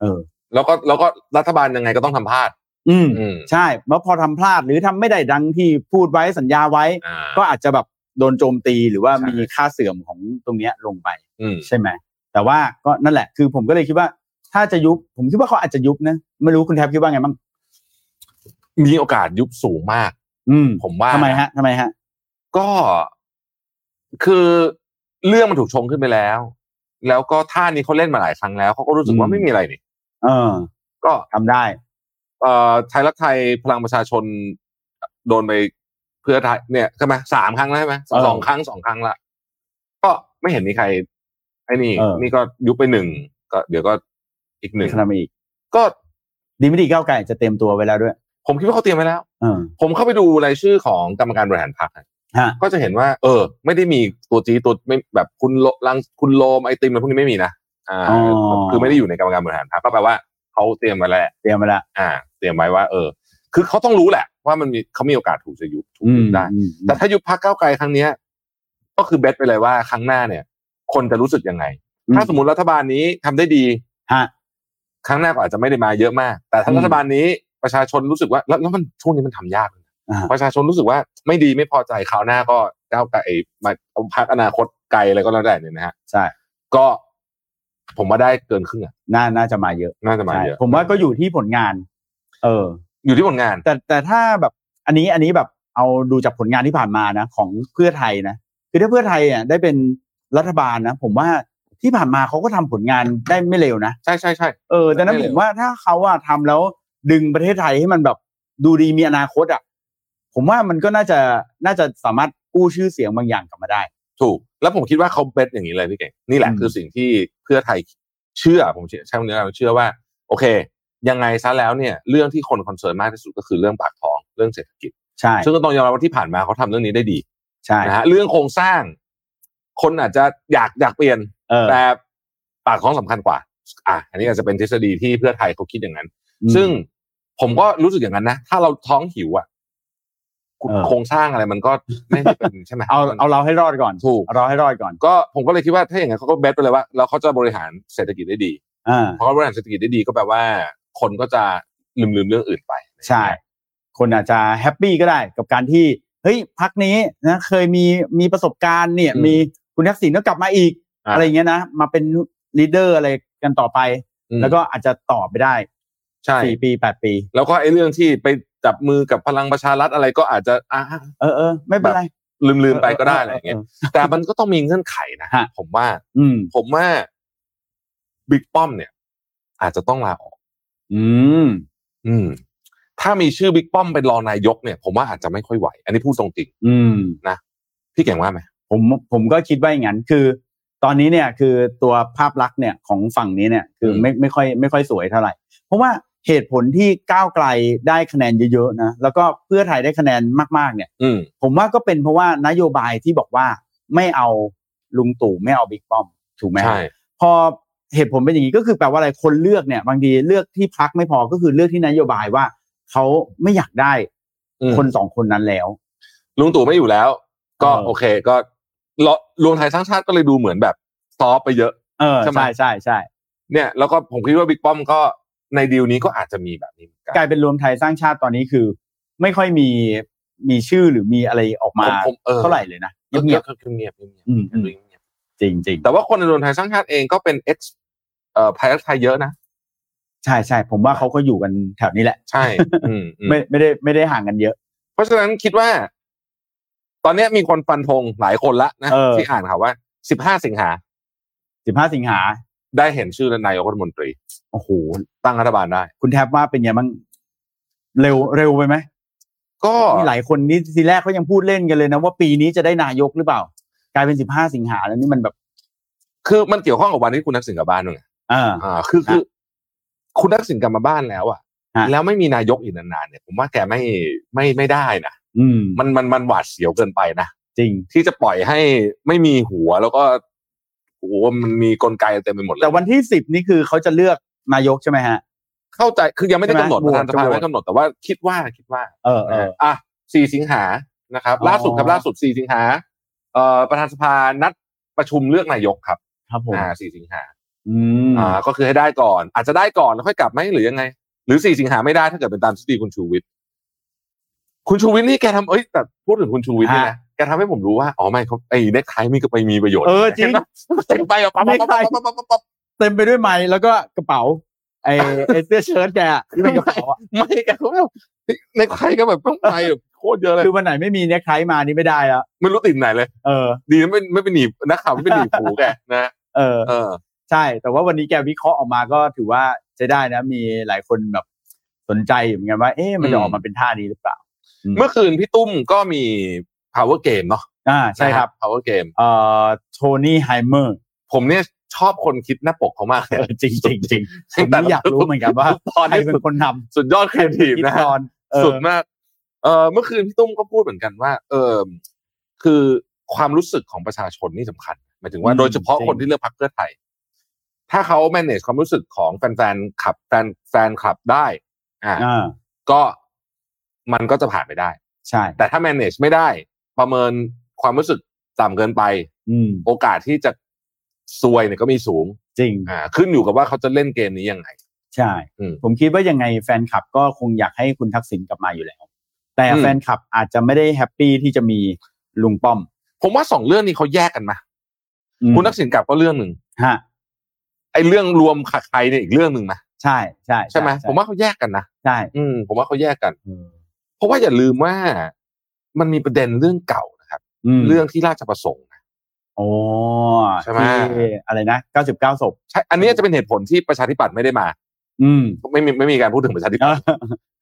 [SPEAKER 4] เออ
[SPEAKER 3] แล้วก็แล้วก็รัฐบาลยังไงก็ต้องทำพลาด
[SPEAKER 4] อืม
[SPEAKER 3] อืม
[SPEAKER 4] ใช่เมื่อพอทำพลาดหรือทำไม่ได้ดังที่พูดไว้สัญญาไว้
[SPEAKER 3] อ่า
[SPEAKER 4] ก็อาจจะแบบโดนโจมตีหรือว่า
[SPEAKER 3] ใช่
[SPEAKER 4] มีค่าเสื่อมของตรงเนี้ยลงไป
[SPEAKER 3] อืม
[SPEAKER 4] ใช่ไหมแต่ว่าก็นั่นแหละ คือผมก็เลยคิดว่า ถ้าจะยุบ ผมคิดว่าเขาอาจจะยุบนะไม่รู้คุณแทบคิดว่าไงบ้าง
[SPEAKER 3] มีโอกาสยุบสูงมาก
[SPEAKER 4] อืม
[SPEAKER 3] ผมว่า
[SPEAKER 4] ทำไมฮะทำไมฮะ
[SPEAKER 3] ก็คือเรื่องมันถูกชงขึ้นไปแล้ว แล้วก็ท่านี้เขาเล่นมาหลายครั้งแล้วเขาก็รู้สึกว่า
[SPEAKER 4] อืม
[SPEAKER 3] ไม่มีอะไรนี่
[SPEAKER 4] เออ
[SPEAKER 3] ก็
[SPEAKER 4] ทำได้
[SPEAKER 3] เอ่อไทยรักไทยพลังประชาชน โดนไปเพื่อไทยเนี่ยใช่ไหมสามครั้งแล้วใช่ไหม
[SPEAKER 4] เออ
[SPEAKER 3] สองครั้งสองครั้งละก็ไม่เห็นมีใครไอ้นี่
[SPEAKER 4] เออ
[SPEAKER 3] นี่ก็ยุบไปหนึ่งก็เดี๋ยวก็อีกหนึ่ง
[SPEAKER 4] ทำไมอีก
[SPEAKER 3] ก็
[SPEAKER 4] ดีไม่ดีก้าวไกลอาจจะเต็มตัวไว้แล้วด้วย
[SPEAKER 3] ผมคิดว่าเขาเตรียมไว้แล้ว
[SPEAKER 4] เออ
[SPEAKER 3] ผมเข้าไปดูรายชื่อของกรรมการบริหารพรรคอะ
[SPEAKER 4] ฮะ
[SPEAKER 3] ก็จะเห็นว่า เออ ไม่ได้มีตัวจีดตัวไม่แบบคุณโลลังคุณโลมไอติมอะไรพวกนี้ไม่มีนะอ่า
[SPEAKER 4] อ๋อ
[SPEAKER 3] คือไม่ได้อยู่ในกรรมการบริหารพรรคก็แปลว่าเขาเตรียมไว้แล้วแหละ
[SPEAKER 4] เตรียมมาละ
[SPEAKER 3] อ่า เตรียมไว้ว่า เออ คือเขาต้องรู้แหละ ว่ามันมีเขามีโอกาสถูกจะยุบถูก
[SPEAKER 4] อื
[SPEAKER 3] ยุ
[SPEAKER 4] ม
[SPEAKER 3] บได้
[SPEAKER 4] อืม
[SPEAKER 3] แต่ถ้ายุบพรรคก้าวไกลครั้งเนี้ย ก็คือเบสไปเลยว่าครั้งหน้าเนี่ย คนจะรู้สึกยังไง ถ้าสมมติรัฐบาลนี้ทำได้ดี
[SPEAKER 4] ฮะ
[SPEAKER 3] ครั้งหน้าก็อาจจะไม่ได้มาเยอะมาก แต่ถ้า
[SPEAKER 4] อืม
[SPEAKER 3] รัฐบาลนี้ประชาชนรู้สึกว่าแล้วแล้วมันช่วงนี้มันทำยากเลยนะ
[SPEAKER 4] อ่า
[SPEAKER 3] ประชาชนรู้สึกว่าไม่ดีไม่พอใจคราวหน้าก็ก้าวไกลมาเอาพักอนาคตไกลอะไรก็แล้วแต่เนี่ยนะฮะ
[SPEAKER 4] ใช่
[SPEAKER 3] ก็ ผมว่าได้เกินครึ่งอะ
[SPEAKER 4] น่าน่าจะมาเยอะ
[SPEAKER 3] น่าจะมา
[SPEAKER 4] ใช่
[SPEAKER 3] เยอะ
[SPEAKER 4] ผมว่าก็อยู่ที่ผลงาน เออ
[SPEAKER 3] อยู่ที่ผลงาน
[SPEAKER 4] แต่แต่ถ้าแบบอันนี้อันนี้แบบเอาดูจากผลงานที่ผ่านมานะของเพื่อไทยนะคือถ้าเพื่อไทยอ่ะได้เป็นรัฐบาลนะผมว่าที่ผ่านมาเขาก็ทำผลงานได้ไม่เร็วนะ
[SPEAKER 3] ใช่ใช่ใช่
[SPEAKER 4] เออดังนั้น
[SPEAKER 3] ไม่
[SPEAKER 4] ผ
[SPEAKER 3] เร็ว
[SPEAKER 4] มว่าถ้าเขาอ่ะทำแล้วดึงประเทศไทยให้มันแบบดูดีมีอนาคตอ่ะผมว่ามันก็น่าจะน่าจะสามารถกู้ชื่อเสียงบางอย่างกลับมาได้
[SPEAKER 3] ถูก แล้วผมคิดว่าเขาเบสอย่างนี้เลยพี่เก่งนี่แหละ
[SPEAKER 4] อืม
[SPEAKER 3] คือสิ่งที่เพื่อไทยเชื่อ ผมเชื่อใช่เนื้อเราเชื่อว่า โอเค ยังไงซะแล้วเนี่ย เรื่องที่คนคอนเซิร์นมากที่สุดก็คือเรื่องปากท้องเรื่องเศรษฐกิจ
[SPEAKER 4] ใช่
[SPEAKER 3] ซึ่งก็ต้องยอมรับว่าที่ผ่านมาเขาทำเรื่องนี้ได้ดี
[SPEAKER 4] ใช่
[SPEAKER 3] นะฮะเรื่องโครงสร้าง คนอาจจะอยากอยากเปลี่ยน
[SPEAKER 4] เออ
[SPEAKER 3] แต่ปากท้องสำคัญกว่า อ่ะอันนี้อาจจะเป็นทฤษฎีที่เพื่อไทยเขาคิดอย่างนั้น
[SPEAKER 4] อืม
[SPEAKER 3] ซึ่งผมก็รู้สึกอย่างนั้นนะ ถ้าเราท้องหิวอ่ะ
[SPEAKER 4] เออ
[SPEAKER 3] โครงสร้างอะไรมันก็ไม่ได้เป็นใช่ไหม
[SPEAKER 4] เอาเอาเราให้รอดก่อน
[SPEAKER 3] ถูก
[SPEAKER 4] เอาเราให้รอดก่อน
[SPEAKER 3] ก็ผมก็เลยคิดว่าถ้าอย่างนั้นเขาก็เบสไปเลยว่าแล้วเขาจะบริหารเศรษฐกิจได้ดี
[SPEAKER 4] อ่า
[SPEAKER 3] เพราะเขาบริหารเศรษฐกิจได้ดีก็แปลว่า คนก็จะลืมลืมๆเรื่องอื่นไป
[SPEAKER 4] ใช่ คนอาจจะแฮปปี้ก็ได้กับการที่ เฮ้ยพักนี้นะเคยมีมีประสบการณ์เนี่ย
[SPEAKER 3] อืม
[SPEAKER 4] มีคุณทักษิณก็กลับมาอีก
[SPEAKER 3] อ่า
[SPEAKER 4] อะไรอย่างเงี้ยนะ มาเป็นลีดเดอร์อะไรกันต่อไป
[SPEAKER 3] อืม
[SPEAKER 4] แล้วก็อาจจะต่อไปได้
[SPEAKER 3] ใช่
[SPEAKER 4] สี่ปีแปดปี
[SPEAKER 3] แล้วก็ไอ้เรื่องที่ไปจับมือกับพลังประชารัฐอะไรก็อาจจะอ่ะ
[SPEAKER 4] เออเออไม่เป็นไร
[SPEAKER 3] ลืมลืมๆไปก็ได้
[SPEAKER 4] เ
[SPEAKER 3] อะไรอย่างเงี้ย
[SPEAKER 4] ออ
[SPEAKER 3] แต่มันก็ต้องมีเงื่อนไขนะ
[SPEAKER 4] ฮะ
[SPEAKER 3] ผมว่า
[SPEAKER 4] อืม
[SPEAKER 3] ผมว่าบิ๊กป้อมเนี่ย อาจจะต้องลาออก
[SPEAKER 4] อืม
[SPEAKER 3] อืม ถ้ามีชื่อบิ๊กป้อมเป็นรองนายกเนี่ย ผมว่าอาจจะไม่ค่อยไหว อันนี้พูดตรงจริง
[SPEAKER 4] อืม
[SPEAKER 3] พี่เก่งว่าไหม
[SPEAKER 4] ผมผมก็คิดว่าอย่างนั้นคือ ตอนนี้เนี่ยคือตัวภาพลักษณ์เนี่ยของฝั่งนี้เนี่ยคือไม่ไม่ค่อยไม่ค่อยสวยเท่าไหร่ เพราะว่าเหตุผลที่ก้าวไกลได้คะแนนเยอะๆนะแล้วก็เพื่อไทยได้คะแนนมากๆเนี่ย
[SPEAKER 3] อืม
[SPEAKER 4] ผมว่าก็เป็นเพราะว่านโยบายที่บอกว่าไม่เอาลุงตู่ไม่เอาบิ๊กป้อมถูกไหมฮะ
[SPEAKER 3] ใช่
[SPEAKER 4] พอเหตุผลเป็นอย่างนี้ก็คือแปลว่าอะไรคนเลือกเนี่ย บางทีเลือกที่พักไม่พอก็คือเลือกที่นโยบายว่าเขาไม่อยากได้
[SPEAKER 3] อืม
[SPEAKER 4] คนสองคนนั้นแล้ว
[SPEAKER 3] ลุงตู่ไม่อยู่แล้ว ก็
[SPEAKER 4] เออ
[SPEAKER 3] โอเค ก็รอรวมไทยสร้างชาติก็เลยดูเหมือนแบบซอฟต์ไปเยอะ
[SPEAKER 4] เออ
[SPEAKER 3] ใช่ไหม
[SPEAKER 4] ใช่ใช่ใช่
[SPEAKER 3] เนี่ย แล้วก็ผมคิดว่าบิ๊กป้อมก็ในดีลนี้ก็อาจจะมีแบบนี้เหมือนกัน
[SPEAKER 4] กลายเป็นรวมไทยสร้างชาติตอนนี้คือ ไม่ค่อยมีมีชื่อหรือมีอะไรออกมา
[SPEAKER 3] ผมผมเออ
[SPEAKER 4] เท่าไหร่เลยนะ
[SPEAKER 3] ก็
[SPEAKER 4] เงียบ
[SPEAKER 3] ก็คือเงียบเงียบ
[SPEAKER 4] อืมอืม
[SPEAKER 3] เงียบเงียบ
[SPEAKER 4] ๆจริงจริง
[SPEAKER 3] แต่ว่าคนในรวมไทยสร้างชาติเองก็เป็น ex เอ่อพายไทยเยอะนะ
[SPEAKER 4] ใช่ใช่ผมว่าเขาก็อยู่กันแถวนี้แหละ
[SPEAKER 3] ใช่ อืมอืม
[SPEAKER 4] ไม่ไม่ได้ไม่ได้ห่างกันเยอะ
[SPEAKER 3] เพราะฉะนั้นคิดว่า ตอนเนี้ยมีคนฟันธงหลายคนละนะ
[SPEAKER 4] เออ
[SPEAKER 3] ที่อ่านข่าวว่า 15 สิงหา
[SPEAKER 4] สิบห้าสิงหา
[SPEAKER 3] ได้เห็นชื่อนายกรัฐมนตรี
[SPEAKER 4] โอ้โห
[SPEAKER 3] ตั้งรัฐบาลได้
[SPEAKER 4] คุณแทบว่าเป็นไงบ้างเร็วเร็วไปไหม
[SPEAKER 3] ก็
[SPEAKER 4] มีหลายคนนี่ทีแรกเขายังพูดเล่นกันเลยนะว่าปีนี้จะได้นายกหรือเปล่า กลายเป็นสิบห้าสิงหาแล้วนี่มันแบบ
[SPEAKER 3] คือมันเกี่ยวข้องกับวันที่คุณทักษิณกลับบ้านด้วยไง
[SPEAKER 4] เอ่า
[SPEAKER 3] อ่า คือคือ คุณทักษิณกลับมาบ้านแล้วอ่ะ
[SPEAKER 4] ฮะ
[SPEAKER 3] แล้วไม่มีนายกอีกนานๆเนี่ย ผมว่าแกไม่ไม่ไม่ได้นะ
[SPEAKER 4] อืม
[SPEAKER 3] มันมันมันหวาดเสียวเกินไปนะ
[SPEAKER 4] จริง
[SPEAKER 3] ที่จะปล่อยให้ไม่มีหัวแล้วก็โอ้โหมันมีกลไกเต็มไปหมดเลย
[SPEAKER 4] แต่วันที่สิบนี่คือเขาจะเลือกนายกใช่ไหมฮะ
[SPEAKER 3] เข้าใจคือยังไม่ได้กำหนด
[SPEAKER 4] ใช่
[SPEAKER 3] ป
[SPEAKER 4] ไหม
[SPEAKER 3] ระธานสภา
[SPEAKER 4] โหวต
[SPEAKER 3] ไม่กำหนดแต่ว่าคิดว่าคิดว่า
[SPEAKER 4] เออเออ
[SPEAKER 3] อ่ะสี่สิงหานะครับ
[SPEAKER 4] อ๋อ
[SPEAKER 3] ล่าสุดครับล่าสุดสี่สิงหาเอ่อประธานสภานัดประชุมเลือกนายกครับ
[SPEAKER 4] ครับผม
[SPEAKER 3] อ่าสี่สิงหา
[SPEAKER 4] อืม
[SPEAKER 3] อ่าก็คือให้ได้ก่อน อาจจะได้ก่อนแล้วค่อยกลับไหมหรือยังไง หรือสี่สิงหาไม่ได้ถ้าเกิดเป็นตามทฤษฎีคุณชูวิทย์คุณชูวิทย์นี่แกทำเอ้ยแต่พูดถึงคุณชูวิทย์เนี่ยนะแกทำให้ผมรู้ว่าอ๋อไม่เขาไอ้เน็กไทมีก็ไปมีประโยชน์
[SPEAKER 4] เออจริง
[SPEAKER 3] เต็มไปอ่ะปั๊บปั๊บปั๊บปั๊บปั๊บปั๊บปั๊บ
[SPEAKER 4] เต็มไปด้วยไม้แล้วก็กระเป๋า ไอ้ไอ้เสื้อเชิ้ตแกอะที่เป็นกระเป๋าอะ
[SPEAKER 3] ไม่แกก็ไม่เอาเน็กไทก็แบบต้องไปแบบโคตรเยอะเลย
[SPEAKER 4] คือวันไหนไม่มีเน็กไทมานี่ไม่ได้แล้ว
[SPEAKER 3] ไม่รู้ติดไหนเลย
[SPEAKER 4] เออ
[SPEAKER 3] ดีนะไม่ไม่ไปหนีบนักข่าวไม่ไปหนีบหูแกนะ
[SPEAKER 4] เออ
[SPEAKER 3] เออ
[SPEAKER 4] ใช่ แต่ว่าวันนี้แกวิเคราะห์ออกมาก็ถือว่าใช้ได้นะ มีหลายคนแบบสนใจอยู่เหมือนกันว่า เอ๊ะมันจะออกมาเป็นท่านี้หรือเปล่า
[SPEAKER 3] เมื่อคืนพี่ตุ้มก็มี power game เนาะ
[SPEAKER 4] อ่า ใช่ครับ
[SPEAKER 3] นะ power game
[SPEAKER 4] เอ่อโทนี่ไฮเมอร์
[SPEAKER 3] ผมเนี่ยชอบคนคิดหน้าปกเขามากเลย
[SPEAKER 4] จริงจริงจริงผม
[SPEAKER 3] แต่
[SPEAKER 4] นี่อยากรู้เหมือนกันว่า
[SPEAKER 3] ตอน
[SPEAKER 4] ใคร
[SPEAKER 3] นี้สุ
[SPEAKER 4] เป็น
[SPEAKER 3] ด
[SPEAKER 4] คนท
[SPEAKER 3] สุดยอด
[SPEAKER 4] ำ
[SPEAKER 3] ครีเอทีฟนะ
[SPEAKER 4] ใครเป็ค
[SPEAKER 3] ฮะ
[SPEAKER 4] ตอนเออ
[SPEAKER 3] สุดมาก เออเมื่อคืนพี่ตุ้มก็พูดเหมือนกันว่า เออคือความรู้สึกของประชาชนนี่สำคัญหมายถึงว่าโดยเฉพาะคนที่เลือกพรรคเพื่อไทย ถ้าเขา manage ความรู้สึกของแฟนๆขับแฟนแฟนคลับได้ อ่า
[SPEAKER 4] อ่า
[SPEAKER 3] ก็มันก็จะผ่านไปได้
[SPEAKER 4] ใช่
[SPEAKER 3] แต่ถ้า manage ไม่ได้ประเมินความรู้สึกต่ำเกินไป
[SPEAKER 4] อืม
[SPEAKER 3] โอกาสที่จะซวยเนี่ยก็มีสูง
[SPEAKER 4] จริง
[SPEAKER 3] อ่า ขึ้นอยู่กับว่าเขาจะเล่นเกมนี้ยังไง
[SPEAKER 4] ใช่
[SPEAKER 3] อืม
[SPEAKER 4] ผมคิดว่ายังไงแฟนคลับก็คงอยากให้คุณทักษิณกลับมาอยู่แล้ว แต่
[SPEAKER 3] อืม
[SPEAKER 4] แฟนคลับอาจจะไม่ได้แฮปปี้ที่จะมีลุงป้อม
[SPEAKER 3] ผมว่าสองเรื่องนี้เขาแยกกันมา
[SPEAKER 4] อืม
[SPEAKER 3] คุณทักษิณกลับก็เรื่องหนึ่ง
[SPEAKER 4] ฮะ
[SPEAKER 3] ไอ้เรื่องรวมขัดใครเนี่ยอีกเรื่องหนึ่งนะ
[SPEAKER 4] ใช่ใช่
[SPEAKER 3] ใช่ไหมผมว่าเขาแยกกันนะ
[SPEAKER 4] ใช่
[SPEAKER 3] อืม ผมว่าเขาแยกกัน
[SPEAKER 4] อืม
[SPEAKER 3] เพราะว่าอย่าลืมว่ามันมีประเด็นเรื่องเก่านะครับ
[SPEAKER 4] ม
[SPEAKER 3] เรื่องที่ราชประสงค์นะ
[SPEAKER 4] โอ้
[SPEAKER 3] ใช่ไหม
[SPEAKER 4] ที่อะไรนะ99ศพ
[SPEAKER 3] ใช่อันนี้จะเป็นเหตุผลที่ประชาธิปัตย์ไม่ได้มา
[SPEAKER 4] อืม
[SPEAKER 3] ไม่มีไม่มีการพูดถึงประชาธิ
[SPEAKER 4] เอ
[SPEAKER 3] ปัต
[SPEAKER 4] อ
[SPEAKER 3] ย์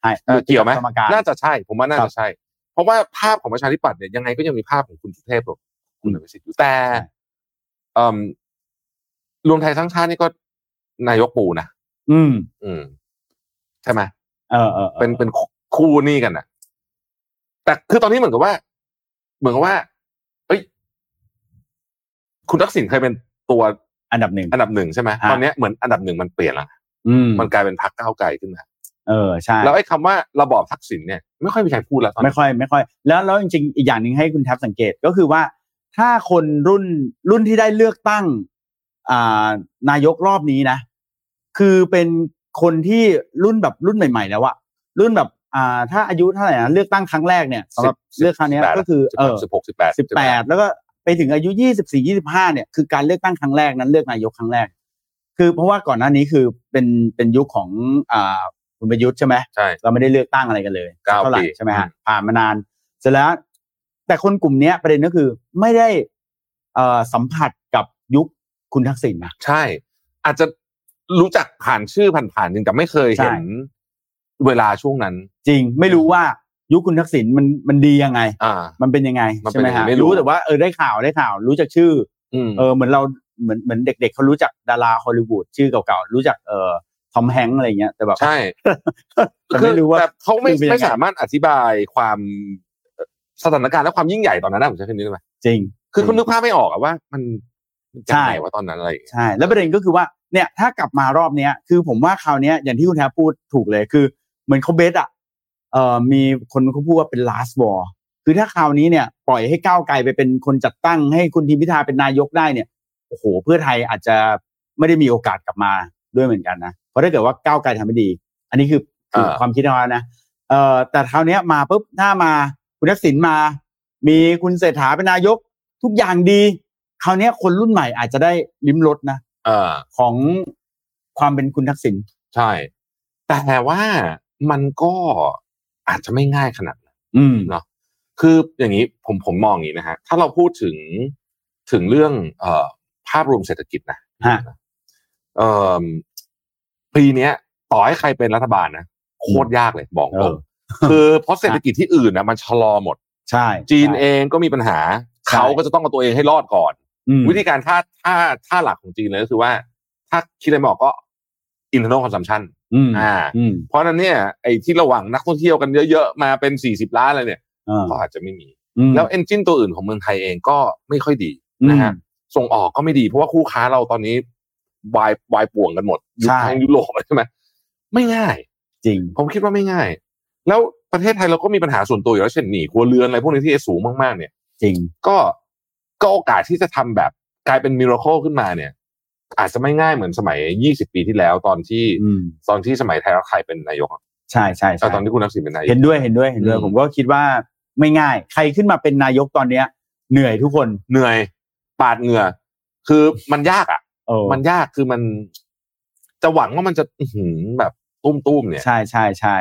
[SPEAKER 4] ใช่
[SPEAKER 3] เออเกี่ยวไหม
[SPEAKER 4] กรรมการ
[SPEAKER 3] น่าจะใช่ ผมว่าน่า
[SPEAKER 4] ครั
[SPEAKER 3] จะ
[SPEAKER 4] บ
[SPEAKER 3] ใช่ เพราะว่าภาพของประชาธิปัตย์เนี่ยยังไงก็ยังมีภาพของคุณสุเทพกับคุณอภิสิทธิ์อยู่แต่
[SPEAKER 4] ใช่
[SPEAKER 3] เอิ่มรวมไทยสร้างชาตินี่ก็นายกปูนะ
[SPEAKER 4] อืม
[SPEAKER 3] อืม ใช่ไหม
[SPEAKER 4] เออเออออ
[SPEAKER 3] เป็นเป็นคู่นี่กันนะแต่คือตอนนี้เหมือนกับว่า เหมือนกับว่า เอ้ย คุณทักษิณเคยเป็นตัว
[SPEAKER 4] อันดับหนึ่ง
[SPEAKER 3] อันดับหนึ่งใช่ไหม
[SPEAKER 4] ฮะ
[SPEAKER 3] ตอนเนี้ยเหมือนอันดับหนึ่งมันเปลี่ยนละ
[SPEAKER 4] อืม
[SPEAKER 3] มันกลายเป็นพรรคก้าวไกลขึ้นมา
[SPEAKER 4] เออใช่
[SPEAKER 3] แล้วไอ้คำว่าระบอบทักษิณเนี่ยไม่ค่อยมีใครพูดแล้วตอน
[SPEAKER 4] ไม่
[SPEAKER 3] นี้
[SPEAKER 4] ค่อยไม่ค่อย แล้วแล้วจริงๆอีกอย่างหนึ่งให้คุณแท็บสังเกตก็คือว่า ถ้าคนรุ่นรุ่นที่ได้เลือกตั้ง อ่านายกรอบนี้นะ คือเป็นคนที่รุ่นแบบรุ่นใหม่ ๆ แล้วอะรุ่นแบบ อ่า ถ้าอายุเท่าไหร่นะเลือกตั้งครั้งแรกเนี่ยสำหรับเลือกครั้งเนี้ยก็คือเออ
[SPEAKER 3] สิบหกสิบแปด
[SPEAKER 4] สิบแปดแล้วก็ไปถึงอายุยี่สิบสี่ยี่สิบห้าเนี่ยคือการเลือกตั้งครั้งแรกนั้นเลือกนายกครั้งแรก คือเพราะว่าก่อนหน้านี้คือเป็นเป็นยุคของอ่าคุณประยุทธ์ใช่ไหม
[SPEAKER 3] ใช่
[SPEAKER 4] เราไม่ได้เลือกตั้งอะไรกันเลย
[SPEAKER 3] เก้า
[SPEAKER 4] เท่าไหร่
[SPEAKER 3] ปี
[SPEAKER 4] ใช่ไหมฮะ
[SPEAKER 3] อืม
[SPEAKER 4] ผ่านมานานเสร็จแล้ว แต่คนกลุ่มเนี้ยประเด็นก็คือไม่ได้เอ่อสัมผัสกับยุคคุณทักษิณนะ
[SPEAKER 3] ใช่ อาจจะรู้จักผ่านชื่อผ่านๆจริงแต่ไม่เคย
[SPEAKER 4] ใช่
[SPEAKER 3] เห็นเวลาช่วงนั้น
[SPEAKER 4] จริงไม่รู้ว่ายุคคุณทักษิณมันมันดียังไง
[SPEAKER 3] อ่า
[SPEAKER 4] มันเป็นยังไง
[SPEAKER 3] มัน
[SPEAKER 4] ใช่
[SPEAKER 3] เป็น
[SPEAKER 4] ไหม
[SPEAKER 3] ยังไง
[SPEAKER 4] ฮะ
[SPEAKER 3] ไม่รู้
[SPEAKER 4] รู้แต่ว่าเออได้ข่าวได้ข่าว รู้จักชื่อ
[SPEAKER 3] อืม
[SPEAKER 4] เออเหมือนเราเหมือนเหมือนเด็ก ๆเขารู้จักดาราฮอลลีวูดชื่อเก่าๆ รู้จักเอ่อทอมแฮงค์อะไรเงี้ยแต่แบบ
[SPEAKER 3] ใช่
[SPEAKER 4] แต่ไม่รู้ว่า
[SPEAKER 3] แต่เขาไม่
[SPEAKER 4] คือเป็นยังไง
[SPEAKER 3] ไม่สามารถอธิบายความเอ่อสถานการณ์และความยิ่งใหญ่ตอนนั้นนะผมใช้คำนี้ได้ไหม
[SPEAKER 4] จริง
[SPEAKER 3] คือคุณนึกภาพไม่ออกอะว่า มันมันจะ
[SPEAKER 4] ใช่
[SPEAKER 3] ไหนว่าตอนนั้นอะไรอย่างเงี้ย
[SPEAKER 4] ใช่ แล้วประเด็นก็คือว่าเนี่ยถ้ากลับมารอบเนี้ยคือผมว่าคราวเนี้ยอย่างที่คุณแทบพูดถูกเลยคือ เหมือนเขาเบสอ่ะเอ่อมีคนเขาพูดว่าเป็น last war คือถ้าคราวนี้เนี่ยปล่อยให้ก้าวไกลไปเป็นคนจัดตั้งให้คุณทิมพิธาเป็นนายกได้เนี่ยโอ้โหเพื่อไทยอาจจะไม่ได้มีโอกาสกลับมาด้วยเหมือนกันนะเพราะถ้าเกิดว่าก้าวไกลทำไม่ดี อันนี้คือคืออา ความคิดของเรานะ เอ่อแต่คราวเนี้ยมาปุ๊บหน้ามาคุณทักษิณมา มีคุณเศรษฐาเป็นนายก ทุกอย่างดี คราวเนี้ยคนรุ่นใหม่อาจจะได้ลิ้มรสนะ
[SPEAKER 3] เออ
[SPEAKER 4] ของความเป็นคุณทักษิณ
[SPEAKER 3] ใช่ แต่ว่ามันก็อาจจะไม่ง่ายขนาดนั้น
[SPEAKER 4] อืม
[SPEAKER 3] เนาะคืออย่างนี้ผมผมมองอย่างนี้นะฮะ ถ้าเราพูดถึงถึงเรื่องเอ่อภาพรวมเศรษฐกิจนะ
[SPEAKER 4] ฮะ
[SPEAKER 3] เอ่อปีเนี้ย ต่อให้ใครเป็นรัฐบาลนะโคตรยากเลยบอก
[SPEAKER 4] เอ
[SPEAKER 3] ตรง
[SPEAKER 4] อ
[SPEAKER 3] คือเพราะเศรษฐกิจที่อื่นนะมันชะลอหมด
[SPEAKER 4] ใช่
[SPEAKER 3] จีน
[SPEAKER 4] ใช่
[SPEAKER 3] เองก็มีปัญหา
[SPEAKER 4] ใช่
[SPEAKER 3] เขาก็จะต้องเอาตัวเองให้รอดก่อน
[SPEAKER 4] อืม
[SPEAKER 3] วิธีการท่าท่าท่าหลักของจีนเลยก็คือว่า ถ้าคิดอะไรไม่ออกก็ internal consumption
[SPEAKER 4] อืม
[SPEAKER 3] อ่า
[SPEAKER 4] อืม
[SPEAKER 3] เพราะฉะนั้นเนี่ยไอ้ที่ระหว่างนักท่องเที่ยวกันเยอะๆ มาเป็น 40 ล้านอะไรเนี่ย
[SPEAKER 4] อ่า
[SPEAKER 3] ก็อาจจะไม่มี
[SPEAKER 4] อืม
[SPEAKER 3] แล้วเอนจินตัวอื่นของเมืองไทยเองก็ไม่ค่อยดี
[SPEAKER 4] อืม
[SPEAKER 3] นะฮะส่งออกก็ไม่ดี เพราะว่าคู่ค้าเราตอนนี้วายวายป่วงกันหมดยุค
[SPEAKER 4] ใช่
[SPEAKER 3] ทางยุโรปใช่ไหมไม่ง่าย
[SPEAKER 4] จริง
[SPEAKER 3] ผมคิดว่าไม่ง่าย แล้วประเทศไทยเราก็มีปัญหาส่วนตัวอยู่แล้วเช่นหนี้ครัวเรือนอะไรพวกนี้ที่สูงมากๆเนี่ย
[SPEAKER 4] จริง
[SPEAKER 3] ก็ก็โอกาสที่จะทำแบบกลายเป็นมิราเคิลขึ้นมาเนี่ย อาจจะไม่ง่ายเหมือนสมัย 20 ปีที่แล้วตอนที่
[SPEAKER 4] อืม
[SPEAKER 3] ตอนที่สมัยไทยรักไทยเป็นนายกอะ
[SPEAKER 4] ใช่ใช่ใช่
[SPEAKER 3] ตอนที่คุณทักษิณเป็นนายก
[SPEAKER 4] เห็นด้วยเห็นด้วยเห็นด้วย
[SPEAKER 3] อืม
[SPEAKER 4] ผมก็คิดว่าไม่ง่าย ใครขึ้นมาเป็นนายกตอนเนี้ย เหนื่อยทุกคน
[SPEAKER 3] เหนื่อยปาดเหงื่อ คือมันยากอ่ะ
[SPEAKER 4] โอ้
[SPEAKER 3] มันยากคือมัน จะหวังว่ามันจะอื้อหือแบบตุ้มๆเนี่ย
[SPEAKER 4] ใช่ใช่ใช่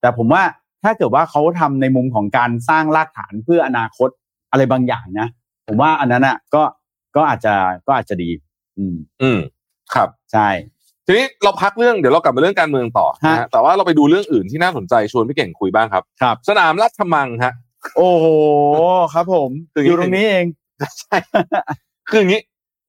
[SPEAKER 4] แต่ผมว่าถ้าเกิดว่าเขาทำในมุมของการสร้างรากฐานเพื่ออนาคตอะไรบางอย่างนะ ผมว่าอันนั้นอ่ะ ก็ก็อาจจะก็อาจจะดี อืม
[SPEAKER 3] อืมครับ
[SPEAKER 4] ใช่
[SPEAKER 3] ทีนี้เราพักเรื่องเดี๋ยวเรากลับมาเรื่องการเมืองต่อนะฮะ
[SPEAKER 4] ฮะ
[SPEAKER 3] แต่ว่าเราไปดูเรื่องอื่นที่น่าสนใจชวนพี่เก่งคุยบ้างครับ
[SPEAKER 4] ครับ
[SPEAKER 3] สนามราชมังฮะ
[SPEAKER 4] โอ้โหครับผม
[SPEAKER 3] คืออ
[SPEAKER 4] อยู่ ยู่ตรงนี้เอง
[SPEAKER 3] ใช่ คืออย่างนี้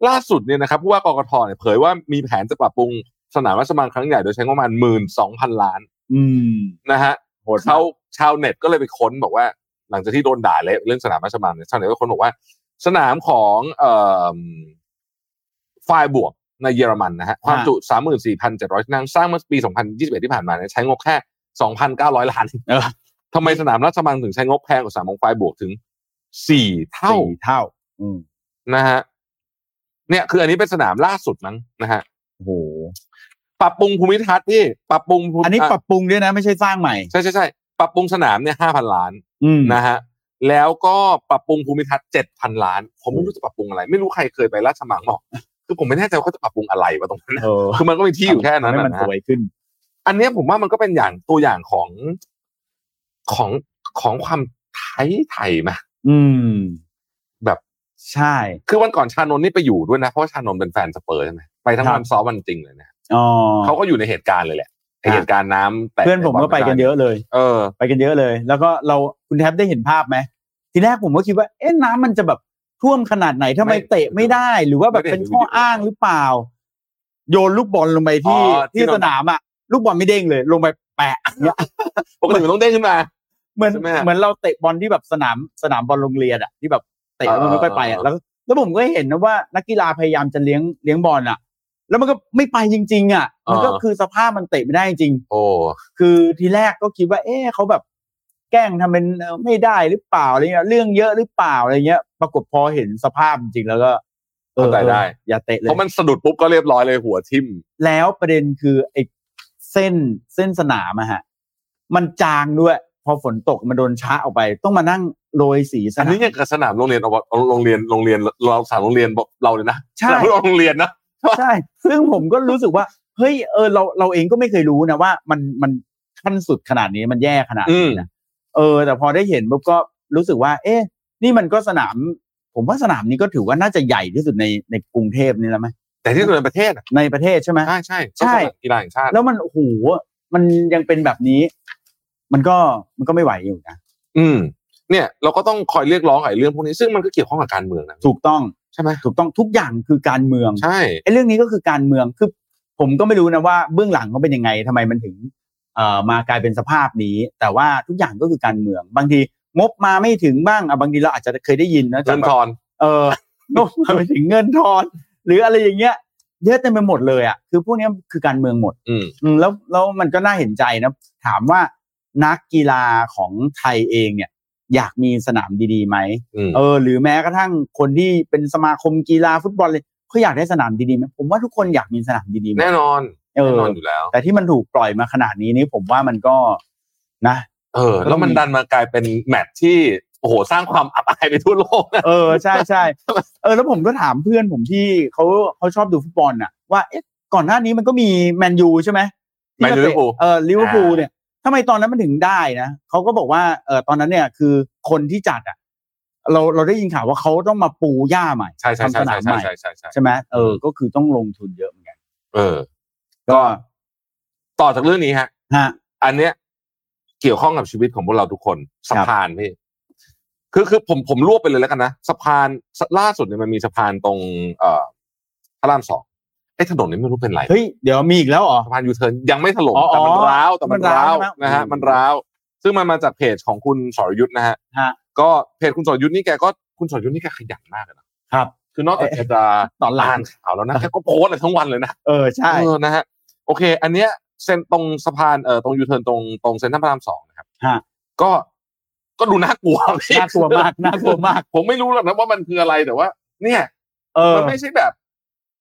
[SPEAKER 3] ล่าสุดเนี่ยนะครับผู้ว่ากกทเนี่ยเผยว่ามีแผนจะปรับปรุงสนามราชมังครั้งใหญ่โดยใช้งบประมาณหมื่นสองพันล้าน
[SPEAKER 4] อืม
[SPEAKER 3] นะฮะ
[SPEAKER 4] โหดมก
[SPEAKER 3] เขาชาวเน็ตก็เลยไปค้นบอกว่า หลังจากที่โดนด่าเละเรื่องสนามราชมังเนี่ยชาวเน็ตก็ค้นบอกว่า สนามของเอ่อฝ่ายบวกในเยอรมันนะฮะความจุ 34,700ที่นั่งสร้างเมื่อปี 2021 ที่ผ่านมาเนี่ยใช้งบแค่ 2,900 ล้าน
[SPEAKER 4] เออ
[SPEAKER 3] ทำไมสนามราชมังถึงใช้งบแพงกว่าสนามของฝ่ายบวกถึงสี่เท่า
[SPEAKER 4] สี่เท่า อืม
[SPEAKER 3] นะฮะเนี่ยคืออันนี้เป็นสนามล่าสุดมั้งนะฮะ
[SPEAKER 4] โอ้โห
[SPEAKER 3] ปรับปรุงภูมิทัศน์ที่ปรับปรุงภูมิ
[SPEAKER 4] อันนี้ปรับปรุงด้วยนะ ไม่ใช่สร้างใหม่
[SPEAKER 3] ใช่ใช่ใช่ปรับปรุงสนามเนี่ยห้าพันล้าน
[SPEAKER 4] อืม
[SPEAKER 3] นะฮะแล้วก็ปรับปรุงภูมิทัศน์เจ็ดพันล้าน ผมไม่รู้จะปรับปรุงอะไร ไม่รู้ใครเคยไปราชมังบอกคือผมไม่แน่ใจว่าเขาจะปรับปรุงอะไรวะตรงนั้นนะ
[SPEAKER 4] เออ
[SPEAKER 3] คือมันก็มีที่อยู่แค่นั้น
[SPEAKER 4] ให้
[SPEAKER 3] นะ
[SPEAKER 4] มัน
[SPEAKER 3] นะ
[SPEAKER 4] ส
[SPEAKER 3] ฮะ
[SPEAKER 4] วยขึ้น
[SPEAKER 3] อันเนี้ยผมว่ามันก็เป็นอย่างตัวอย่างของของของความไทยไทยมา
[SPEAKER 4] อืม
[SPEAKER 3] แบบ
[SPEAKER 4] ใช่
[SPEAKER 3] คือวันก่อนชานนท์นี่ไปอยู่ด้วยนะเพราะว่าชานนท์เป็นแฟนสเปอร์ใช่ไหมไปทั้งวันซ้อมวันจริงเลยนะ
[SPEAKER 4] อ๋อ
[SPEAKER 3] เขาก็อยู่ในเหตุการณ์เลยแหละไอ้
[SPEAKER 4] อ่ะ
[SPEAKER 3] เหตุการณ์น้ำแตก
[SPEAKER 4] เพื่อนผมก็ไปกันเยอะเลย
[SPEAKER 3] เออ
[SPEAKER 4] ไปกันเยอะเลย แล้วก็เราคุณแทบได้เห็นภาพไหมทีแรกผมก็คิดว่า เอ๊ะน้ำมันจะแบบท่วมขนาดไหนทำไม
[SPEAKER 3] ไม่
[SPEAKER 4] เตะไม่ได้ หรือว่าแบบ
[SPEAKER 3] ไม่ได้
[SPEAKER 4] เป็นข้ออ้างหรือเปล่า โยนลูกบอลลงไปที่
[SPEAKER 3] อ๋อที่
[SPEAKER 4] ที่
[SPEAKER 3] โดน
[SPEAKER 4] สนามอ่ะ ลูกบอลไม่เด้งเลย ลงไปแปะ อย่างเงี้ย
[SPEAKER 3] ปกติมันต้องเด้งขึ้นมา
[SPEAKER 4] เหมือน
[SPEAKER 3] ใช่ไหมฮะ
[SPEAKER 4] เหมือนเราเตะบอลที่แบบสนามสนามบอลโรงเรียนอะที่แบบเตะแล้วมัน
[SPEAKER 3] เออ
[SPEAKER 4] ไม่ค่อยไปอะ
[SPEAKER 3] เออ
[SPEAKER 4] แล้วแล้วผมก็เห็นนะว่านักกีฬาพยายามจะเลี้ยงเลี้ยงบอลอะแล้วมันก็ไม่ไปจริง ๆอะมันก็คือสภาพมันเตะไม่ได้จริง
[SPEAKER 3] โอ้
[SPEAKER 4] คือทีแรกก็คิดว่า เอ๊ะเขาแบบแกล้งทำเป็นเอ่อไม่ได้หรือเปล่าอะไรเงี้ยเรื่องเยอะหรือเปล่าอะไรเงี้ย ปรากฏพอเห็นสภาพจริงๆแล้วก็ออ
[SPEAKER 3] เข้าใจได้
[SPEAKER 4] อย่าเตะเลย
[SPEAKER 3] เพราะมันสะดุดปุ๊บก็เรียบร้อยเลยหัวทิ่ม
[SPEAKER 4] แล้วประเด็นคือไอ้เส้นเส้นสนามอะฮะมันจางด้วย พอฝนตกมันโดนช้าออกไป ต้องมานั่งโรยสีส
[SPEAKER 3] อัน
[SPEAKER 4] นาม
[SPEAKER 3] นี้เนี่ยกับสนามโรงเรียนอบโรงเรียนโรงเรียนเราสนามโรงเรียนเราเลยนะ
[SPEAKER 4] ใช่
[SPEAKER 3] สนามโรงเรียนนะ
[SPEAKER 4] ใช่ ซึ่งผมก็รู้สึกว่า เฮ้ย เออ เรา เราเองก็ไม่เคยรู้นะว่ามัน มันขั้นสุดขนาดนี้ มันแย่ขนาดนี้นะ เออ แต่พอได้เห็นปุ๊บก็รู้สึกว่า เอ๊ะ นี่มันก็สนาม ผมว่าสนามนี้ก็ถือว่าน่าจะใหญ่ที่สุดใน ในกรุงเทพนี่แล้วไหม
[SPEAKER 3] แต่ที่สุดในประเทศอ่ะ
[SPEAKER 4] ในประเทศใช่ไหม
[SPEAKER 3] ใช่ใช่
[SPEAKER 4] ใช่
[SPEAKER 3] ก็สนามกีฬาแห่งชาติ
[SPEAKER 4] แล้วมัน โอ้โห มันยังเป็นแบบนี้ มันก็ มันก็ไม่ไหวอยู่นะ
[SPEAKER 3] อืม เนี่ย เราก็ต้องคอยเรียกร้องไอ้เรื่องพวกนี้ซึ่งมันก็เกี่ยวข้องกับการเมืองนะ
[SPEAKER 4] ถูกต้อง
[SPEAKER 3] ใช่ไหม
[SPEAKER 4] ถูกต้อง ทุกอย่างคือการเมือง
[SPEAKER 3] ใช่
[SPEAKER 4] ไอ้เรื่องนี้ก็คือการเมืองคือผมก็ไม่รู้นะว่าเบื้องหลังเขาเป็นยังไงทำไมมันถึงเอ่อมากลายเป็นสภาพนี้ แต่ว่าทุกอย่างก็คือการเมือง บางทีงบมาไม่ถึงบ้างอ่ะบางทีเราอาจจะเคยได้ยินนะจา
[SPEAKER 3] เงิน
[SPEAKER 4] กแบ
[SPEAKER 3] ท
[SPEAKER 4] บ
[SPEAKER 3] อน
[SPEAKER 4] เอ องบมาไม่ถึงเงินทอน หรืออะไรอย่างเงี้ยเยอะเต็มไปหมดเลยอ่ะคือพวกเนี้ยคือการเมืองหมด
[SPEAKER 3] อืม
[SPEAKER 4] อืมแล้วแล้วมันก็น่าเห็นใจนะถามว่านักกีฬาของไทยเองเนี่ยอยากมีสนามดีๆไหม
[SPEAKER 3] อืม
[SPEAKER 4] เออหรือแม้กระทั่งคนที่เป็นสมาคมกีฬาฟุตบอลเลยเขาอยากได้สนามดีๆไหมผมว่าทุกคนอยากมีสนามดีๆหมด
[SPEAKER 3] แน่นอน
[SPEAKER 4] เอ
[SPEAKER 3] แน่
[SPEAKER 4] อน
[SPEAKER 3] อนอยู่แล้ว
[SPEAKER 4] แต่ที่มันถูกปล่อยมาขนาดนี้นี่ผมว่ามันก็นะ
[SPEAKER 3] เออ แล้วมันดันมากลายเป็นแมตช์ที่ โอ้โหสร้างความอับอายไปทั่วโลกนะ
[SPEAKER 4] เออใช่ใช่เออแล้วผมก็ถามเพื่อนผมที่เขาเขาชอบดูฟุตบอลน่ะว่าเอ๊ะก่อนหน้านี้มันก็มีแมนยูใช่ไหมที่า
[SPEAKER 3] แมนยูลิเวอร์พูล
[SPEAKER 4] เตะเออลิเวอร์พูลเนี่ยทำไมตอนนั้นมันถึงได้นะเขาก็บอกว่าเออตอนนั้นเนี่ยคือคนที่จัดอ่ะเราเราได้ยินข่าวว่าเขาต้องมาปูหญ้าใหม่
[SPEAKER 3] ใช่ใช่ใช่ใช่ใช่ใช่ใช่ใช่
[SPEAKER 4] ใช่ไหมเออก็คือต้องลงทุนเยอะเหมือนกัน
[SPEAKER 3] เออ
[SPEAKER 4] ก็
[SPEAKER 3] ต่อจากเรื่องนี้ฮะ
[SPEAKER 4] ฮะ
[SPEAKER 3] อันเนี้ยเกี่ยวข้องกับชีวิตของพวกเราทุกคนสะพานพี่คือคือผมผมรวบไปเลยแล้วกันนะสะพานสล่าสุดเนี่ยมันมีสะพานตรง เอ่อพระรามสองไอ้ถนนนี้ไม่รู้เป็นไร
[SPEAKER 4] เฮ้ย เดี๋ยวมีอีกแล้วเหรอ
[SPEAKER 3] สะพานยูเทิร์นยังไม่ถล่ม
[SPEAKER 4] อ๋อ
[SPEAKER 3] แต่มันร้าวแต่มันร้าว
[SPEAKER 4] มันร้าวใช่ไหม
[SPEAKER 3] นะฮะ
[SPEAKER 4] อืม
[SPEAKER 3] มันร้าว ซึ่งมันมาจากเพจของคุณสรยุทธ์นะฮะ
[SPEAKER 4] ฮะ
[SPEAKER 3] ก็เพจคุณสรยุทธ์นี่แกก็คุณสรยุทธ์นี่แกขยันมากเลยนะครับ คือนอกจากแกจะ
[SPEAKER 4] ตอนหลัง
[SPEAKER 3] อ่านข่าวแล้วนะแกก็โพสต์อะไรทั้งวันเลยนะ
[SPEAKER 4] เออใช่
[SPEAKER 3] เออนะฮะโอเค อันเนี้ยเส้นตรงสะพานเอ่อตรงยูเทิร์นตรงตรงเซ็นทรัลพระรามสองนะครับ
[SPEAKER 4] ฮะ
[SPEAKER 3] ก็ก็ดูน่ากลัว พี่
[SPEAKER 4] น่ากลัวมาก น่ากลัวมาก
[SPEAKER 3] ผมไม่รู้หรอกนะว่ามันคืออะไรแต่ว่า เนี่ย
[SPEAKER 4] เออ
[SPEAKER 3] มันไม่ใช่แบบ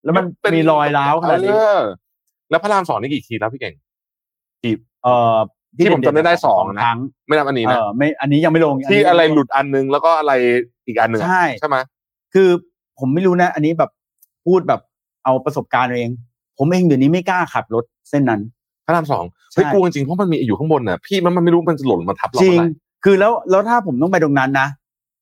[SPEAKER 4] แล้วมันมีรอยร้าวขนาดนี้
[SPEAKER 3] เออแล้วพระรามสองนี่กี่ทีแล้วพี่เก่ง
[SPEAKER 4] เออ
[SPEAKER 3] ที่ผมจำได้ได้สองนะ
[SPEAKER 4] ครั้ง
[SPEAKER 3] ไม่นับอันนี้
[SPEAKER 4] เอ
[SPEAKER 3] นะ
[SPEAKER 4] อไม่อันนี้ยังไม่ลงนนี้
[SPEAKER 3] ที่อะไรหลุดอันนึงแล้วก็อะไรอีกอันหนึ่งอะ
[SPEAKER 4] ใช่
[SPEAKER 3] ใช่ไหม
[SPEAKER 4] คือผมไม่รู้นะ อันนี้แบบพูดแบบเอาประสบการณ์เอง ผมเองเดี๋ยวนี้ไม่กล้าขับรถเส้นนั้น
[SPEAKER 3] พระรามสองเฮ้ย
[SPEAKER 4] ใช่
[SPEAKER 3] กลัวจริงๆเพราะมันมีอยู่ข้างบนน่ะพี่มันมันไม่รู้มันจะหล่นมาทับเรา
[SPEAKER 4] จริง
[SPEAKER 3] เมื่อไหร่
[SPEAKER 4] คือแล้วแล้วถ้าผมต้องไปตรงนั้นนะ